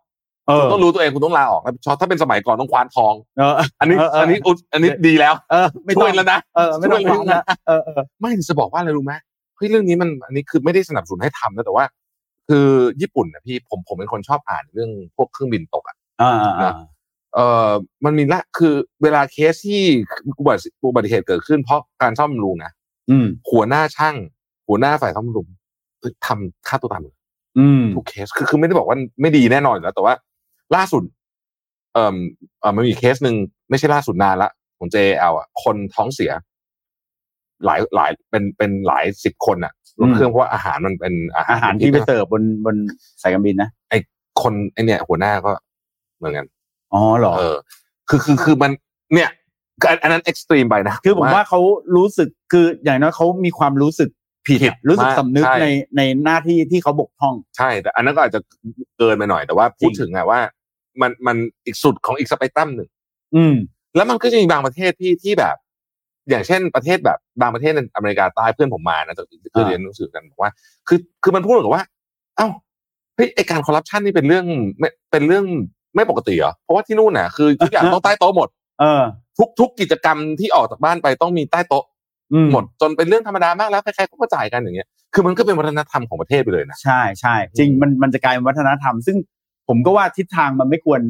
[SPEAKER 4] เออ
[SPEAKER 3] ต้องรู้ตัวเองคุณต้องลาออกรับผิดชอบถ้าเป็นสมัยก่อนต้องคว้านทอง
[SPEAKER 4] เออ
[SPEAKER 3] อันนี้
[SPEAKER 4] เอเอออั
[SPEAKER 3] อันนี้อุ๊ยอันนี้ดีแล้ว
[SPEAKER 4] เออ ไม่
[SPEAKER 3] ช่
[SPEAKER 4] ต้อ
[SPEAKER 3] วย
[SPEAKER 4] ง
[SPEAKER 3] แล้วนะ
[SPEAKER 4] เออไม่ต้อง
[SPEAKER 3] ช่วยเลยนะ
[SPEAKER 4] นะเออเออ
[SPEAKER 3] ไม่จะบอกว่าอะไรรู้ไหมเฮ้ยเรื่องนี้มันอันนี้คือไม่ได้สนับสนุนให้ทำนะแต่ว่า คือญี่ปุ่นนะพี่ผมผมเป็นคนชอบอ่านเรื่องพวกเครื่องบินตกอ่ะ
[SPEAKER 4] อ่าอ่าอ่า
[SPEAKER 3] เออมันมีละคือเวลาเคสที่อุบัติอุบัติเหตุเกิดขึ้นเพราะการซ่อมบำรุงนะ
[SPEAKER 4] อืม
[SPEAKER 3] หัวหน้าช่าง หัวหน้าฝ่ายซ่อมบำรุงทำฆ่าตัวตายหมดเลย
[SPEAKER 4] อืม
[SPEAKER 3] ทุกเคสคือคือไม่ได้บอกว่าไม่ดีแน่นอนอยู่แล้ว แต่ว่าล่าสุด เอ่อเอ่อมันมีเคสหนึ่งไม่ใช่ล่าสุดนานละของ JL อ่ะ คนท้องเสีย หลายหลายเป็นเป็นหลายสิบคนอ่ะรถเครื่องเพราะว่าอาหารมันเป็นอาหาร
[SPEAKER 4] อาหารที่ไปเสิร์ฟบนบนสายการบินนะ
[SPEAKER 3] คนไอเนี่ยหัวหน้าก็เหมือนกัน
[SPEAKER 4] อ๋อเหรอ
[SPEAKER 3] เออคือคือคือมันเนี่ยอันอันนั้นเอ็กซ์ตรีมไปนะ
[SPEAKER 4] คือผมว่าเขารู้สึกคืออย่างน้อยเขามีความรู้สึกผิด
[SPEAKER 3] ผิด
[SPEAKER 4] อะรู้สึก
[SPEAKER 3] มาก
[SPEAKER 4] สำนึก
[SPEAKER 3] ใช่
[SPEAKER 4] ในในหน้าที่ที่เขาบกพร่อง
[SPEAKER 3] ใช่แต่อันนั้นก็อาจจะเกินไปหน่อยแต่ว่าพูด
[SPEAKER 4] จริง
[SPEAKER 3] ถึงอะว่า มันมันอีกสุดของอีกสเปกตรัมหนึ่ง
[SPEAKER 4] อืม
[SPEAKER 3] แล้วมันก็จะมีบางประเทศที่ที่แบบ อย่างเช่นประเทศแบบบางประเทศในอเมริกาใต้เพื่อนผมมานะจะเคย
[SPEAKER 4] อ่า
[SPEAKER 3] เรียนหนังสือกันบอกว่า คือคือมันพูดเหมือนกับว่า เอ้าเฮ้ยไอการคอร์รัปชันนี่เป็นเรื่องไม่เป็นเรื่องไม่ปกติเหรอเพราะว่าที่นู่นน่ะคือทุกอย่างต้องใต้โต๊ะหมด
[SPEAKER 4] เออ
[SPEAKER 3] ทุกทุกกิจกรรมที่ออกจากบ้านไปต้องมีใต้โต๊ะ
[SPEAKER 4] อืม
[SPEAKER 3] หมดจนเป็นเรื่องธรรมดามากแล้วใครๆเขาก็จ่ายกันอย่างเงี้ย คือมันก็เป็นวัฒนธรรมของประเทศไปเลยนะ
[SPEAKER 4] ใช่ใช่จริงมันมันจะกลายเป็นวัฒนธรรม ซึ่งผมก็ว่าทิศทางมันไม่ควร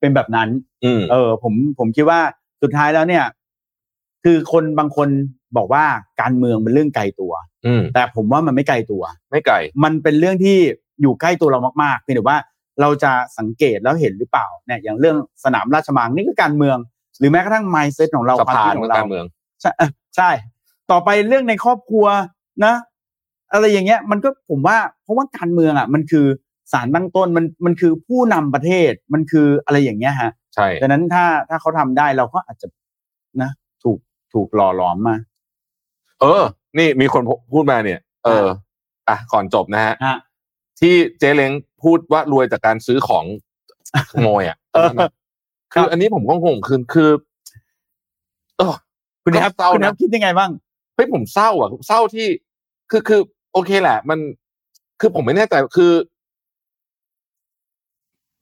[SPEAKER 4] เป็นแบบนั้น
[SPEAKER 3] อืม
[SPEAKER 4] เออ ผมผมคิดว่าสุดท้ายแล้วเนี่ย คือคนบางคนบอกว่าการเมืองเป็นเรื่องไกลตัว
[SPEAKER 3] อืม
[SPEAKER 4] แต่ผมว่ามันไม่ไกลตัว
[SPEAKER 3] ไม่ไกล
[SPEAKER 4] มันเป็นเรื่องที่อยู่ใกล้ตัวเรามากๆเพียงแต่ว่าเราจะสังเกตแล้วเห็นหรือเปล่าเนี่ยอย่างเรื่องสนามราชมังนี่ก็การเมือง หรือแม้กระทั่ง mindset ของเรา
[SPEAKER 3] สะ
[SPEAKER 4] ความ
[SPEAKER 3] พา
[SPEAKER 4] คิ
[SPEAKER 3] นข
[SPEAKER 4] ดขอ
[SPEAKER 3] อง
[SPEAKER 4] งเรา
[SPEAKER 3] การเมือง
[SPEAKER 4] ใช่เออใช่ ต่อไปเรื่องในครอบครัวนะ อะไรอย่างเงี้ย มันก็ผมว่าเพราะว่าการเมืองอ่ะ มันคือสารตั้งต้นมันมันคือผู้นำประเทศมันคืออะไรอย่างเงี้ยฮะ
[SPEAKER 3] ใช่
[SPEAKER 4] ดังนั้นถ้าถ้าเขาทำได้เราก็อาจจะนะ ถูกถูกหล่อหลอมมา
[SPEAKER 3] เออ นี่มีคนพูดมาเนี่ย เออ อ่ะ ก่อนจบนะฮะ
[SPEAKER 4] ฮะ
[SPEAKER 3] ที่เจ๊เล้งพูดว่ารวยจากการซื้อของขโมยอ่ะ
[SPEAKER 4] เออ
[SPEAKER 3] คือ อันนี้ผมก็งงคือคือเออ
[SPEAKER 4] คุณแทบ
[SPEAKER 3] เศร้า
[SPEAKER 4] คุณแท
[SPEAKER 3] นะ
[SPEAKER 4] บคิดยังไงบ้าง
[SPEAKER 3] เฮ้ยผมเศร้าอ่ะผมเศร้าที่ คือคือ โอเคแหละ มัน คือผมไม่แน่ใจคือ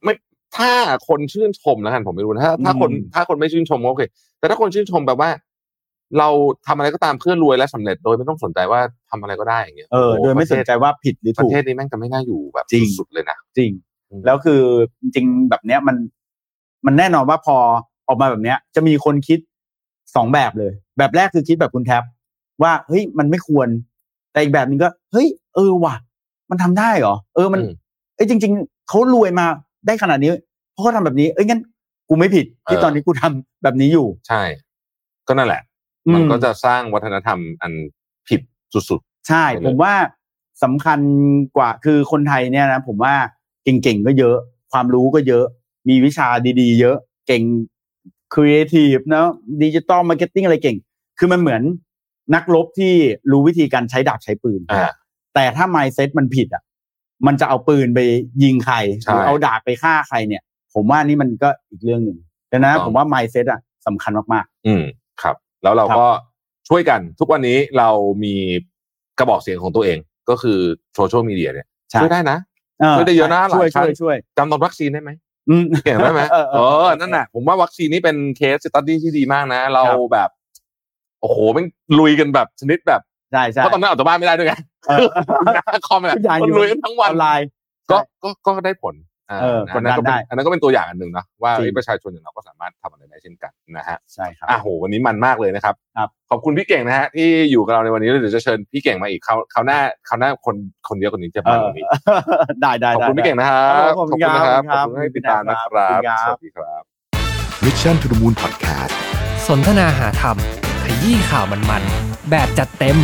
[SPEAKER 3] ไม่ถ้าคนชื่นชมแล้วกันผมไม่รู้นะถ้าถ้าคน
[SPEAKER 4] อืม
[SPEAKER 3] ถ้าคนไม่ชื่นชมก็โอเค แต่ถ้าคนชื่นชมแบบว่า เราทำอะไรก็ตามเพื่อรวยและสำเร็จโดยไม่ต้องสนใจว่าทำอะไรก็ได้อย่างเงี้ย
[SPEAKER 4] เออ
[SPEAKER 3] ห
[SPEAKER 4] โดยไม่สนใจ
[SPEAKER 3] ป
[SPEAKER 4] ว่าผิดหรือ
[SPEAKER 3] ระเทศประเทศ
[SPEAKER 4] ถูก
[SPEAKER 3] นี้แม่งจะไม่น่าอยู่แบบ
[SPEAKER 4] จริง
[SPEAKER 3] สุดๆเลยนะ
[SPEAKER 4] จริง
[SPEAKER 3] อืม
[SPEAKER 4] แล้วคือจริงๆแบบเนี้ยมันมันแน่นอนว่าพอออกมาแบบเนี้ย จะมีคนคิดสองแบบเลย แบบแรกคือคิดแบบคุณแท็บว่าเฮ้ยมันไม่ควร แต่อีกแบบหนึงก็ เฮ้ยเออว่ะ มันทำได้เหรอเออมัน
[SPEAKER 3] อื
[SPEAKER 4] เอ้ยจริง ๆเขารวยมาได้ขนาดนี้เพราะเขาทำแบบนี้ เอ้ยงั้นกูไม่ผิด ที่
[SPEAKER 3] เออ
[SPEAKER 4] ตอนนี้กูทำแบบนี้อยู่
[SPEAKER 3] ใช่ ก็นั่นแหละ มันก็จะสร้างวัฒนธรรมอันผิดสุด
[SPEAKER 4] ใช่
[SPEAKER 3] ไปเลย
[SPEAKER 4] ผมว่าสำคัญกว่าคือคนไทยเนี่ยนะผมว่าเก่งๆก็เยอะ ความรู้ก็เยอะ มีวิชาดีๆ เยอะ เก่งครีเอทีฟนะดิจิตอลมาร์เก็ตติ้งอะไรเก่ง คือมันเหมือนนักรบที่รู้วิธีการใช้ดาบใช้ปืน
[SPEAKER 3] ๆอ่า
[SPEAKER 4] แต่ถ้า mindset มันผิดอ่ะ มันจะเอาปืนไปยิงใคร
[SPEAKER 3] ใช่
[SPEAKER 4] หรือเอาดาบไปฆ่าใครเนี่ย ผมว่านี่มันก็อีกเรื่องหนึ่งดังนั้น
[SPEAKER 3] ถูกต้อง
[SPEAKER 4] ผมว่า mindset อ่ะสำคัญมาก
[SPEAKER 3] อืมครับ แล้วเราก็ช่วยกัน ทุกวันนี้เรามีกระบอกเสียงของตัวเอง ก็คือโซเชียลมีเดียเนี่ย
[SPEAKER 4] ใช่
[SPEAKER 3] ช่วยได้นะ
[SPEAKER 4] ๆเออ
[SPEAKER 3] ช่วยได้เยอะนะหลาย
[SPEAKER 4] ช่วย
[SPEAKER 3] ครั้
[SPEAKER 4] ช่
[SPEAKER 3] ง
[SPEAKER 4] วยช่วย
[SPEAKER 3] จำตอนวัคซีนได้ไหม
[SPEAKER 4] อืม
[SPEAKER 3] เห็นได้ไหม
[SPEAKER 4] เออเอ
[SPEAKER 3] เอ
[SPEAKER 4] อ
[SPEAKER 3] อ นั่นแหละผมว่าวัคซีนนี่เป็นเคสสตัดดี้ที่ดีมากนะ เรา
[SPEAKER 4] ครับ
[SPEAKER 3] แบบ โอ้โหแมันลุยกันแบบชนิดแบบ
[SPEAKER 4] ใช่ใช่
[SPEAKER 3] เพราะตอนนั้นออกจากบ้านไม่ได้ ด้วยไง
[SPEAKER 4] เออ
[SPEAKER 3] หน้าคอมแหละ
[SPEAKER 4] ทุกอย่างอยู่
[SPEAKER 3] มันลุยกันทั้ง
[SPEAKER 4] อ
[SPEAKER 3] วัน
[SPEAKER 4] อนไลน์
[SPEAKER 3] ก็ก็ก็ได้ผลอ่า
[SPEAKER 4] เออ
[SPEAKER 3] อันนั้น
[SPEAKER 4] กด
[SPEAKER 3] ก็เป็น
[SPEAKER 4] ดันได้
[SPEAKER 3] อันนั้นก็เป็นตัวอย่างอันหนึ่งนะว่า
[SPEAKER 4] จริง
[SPEAKER 3] เอ้ยประชาชนอย่างเราก็สามารถทำอะไรได้เช่นกันนะฮะ
[SPEAKER 4] ใช่ครับ
[SPEAKER 3] อ่ะโหวันนี้มันมากเลยนะครับ
[SPEAKER 4] ครับ
[SPEAKER 3] ขอบคุณพี่เก่งนะฮะที่อยู่กับเราในวันนี้แล้วเดี๋ยวจะเชิญพี่เก่งมาอีกเขาเขาวหน้าเขาวหน้าคนคนเยอะกว่านี้จะมาวันนี้
[SPEAKER 4] ได้ได้
[SPEAKER 3] ขอบ
[SPEAKER 4] ได้
[SPEAKER 3] คุณพี่เก่งนะครับ
[SPEAKER 4] ครับผม
[SPEAKER 3] ขอบคุณนะครับข
[SPEAKER 4] ค
[SPEAKER 3] อ
[SPEAKER 4] รั
[SPEAKER 3] บบ คุณให้ติดตามนะครั
[SPEAKER 4] ขอ
[SPEAKER 3] บบ
[SPEAKER 4] คุณครับ
[SPEAKER 3] สวัสดีครับ
[SPEAKER 1] Mission to the Moon Podcast
[SPEAKER 2] สนทนาหาธรรม ขยี้ข่าวมันๆ แบบจัดเต็ม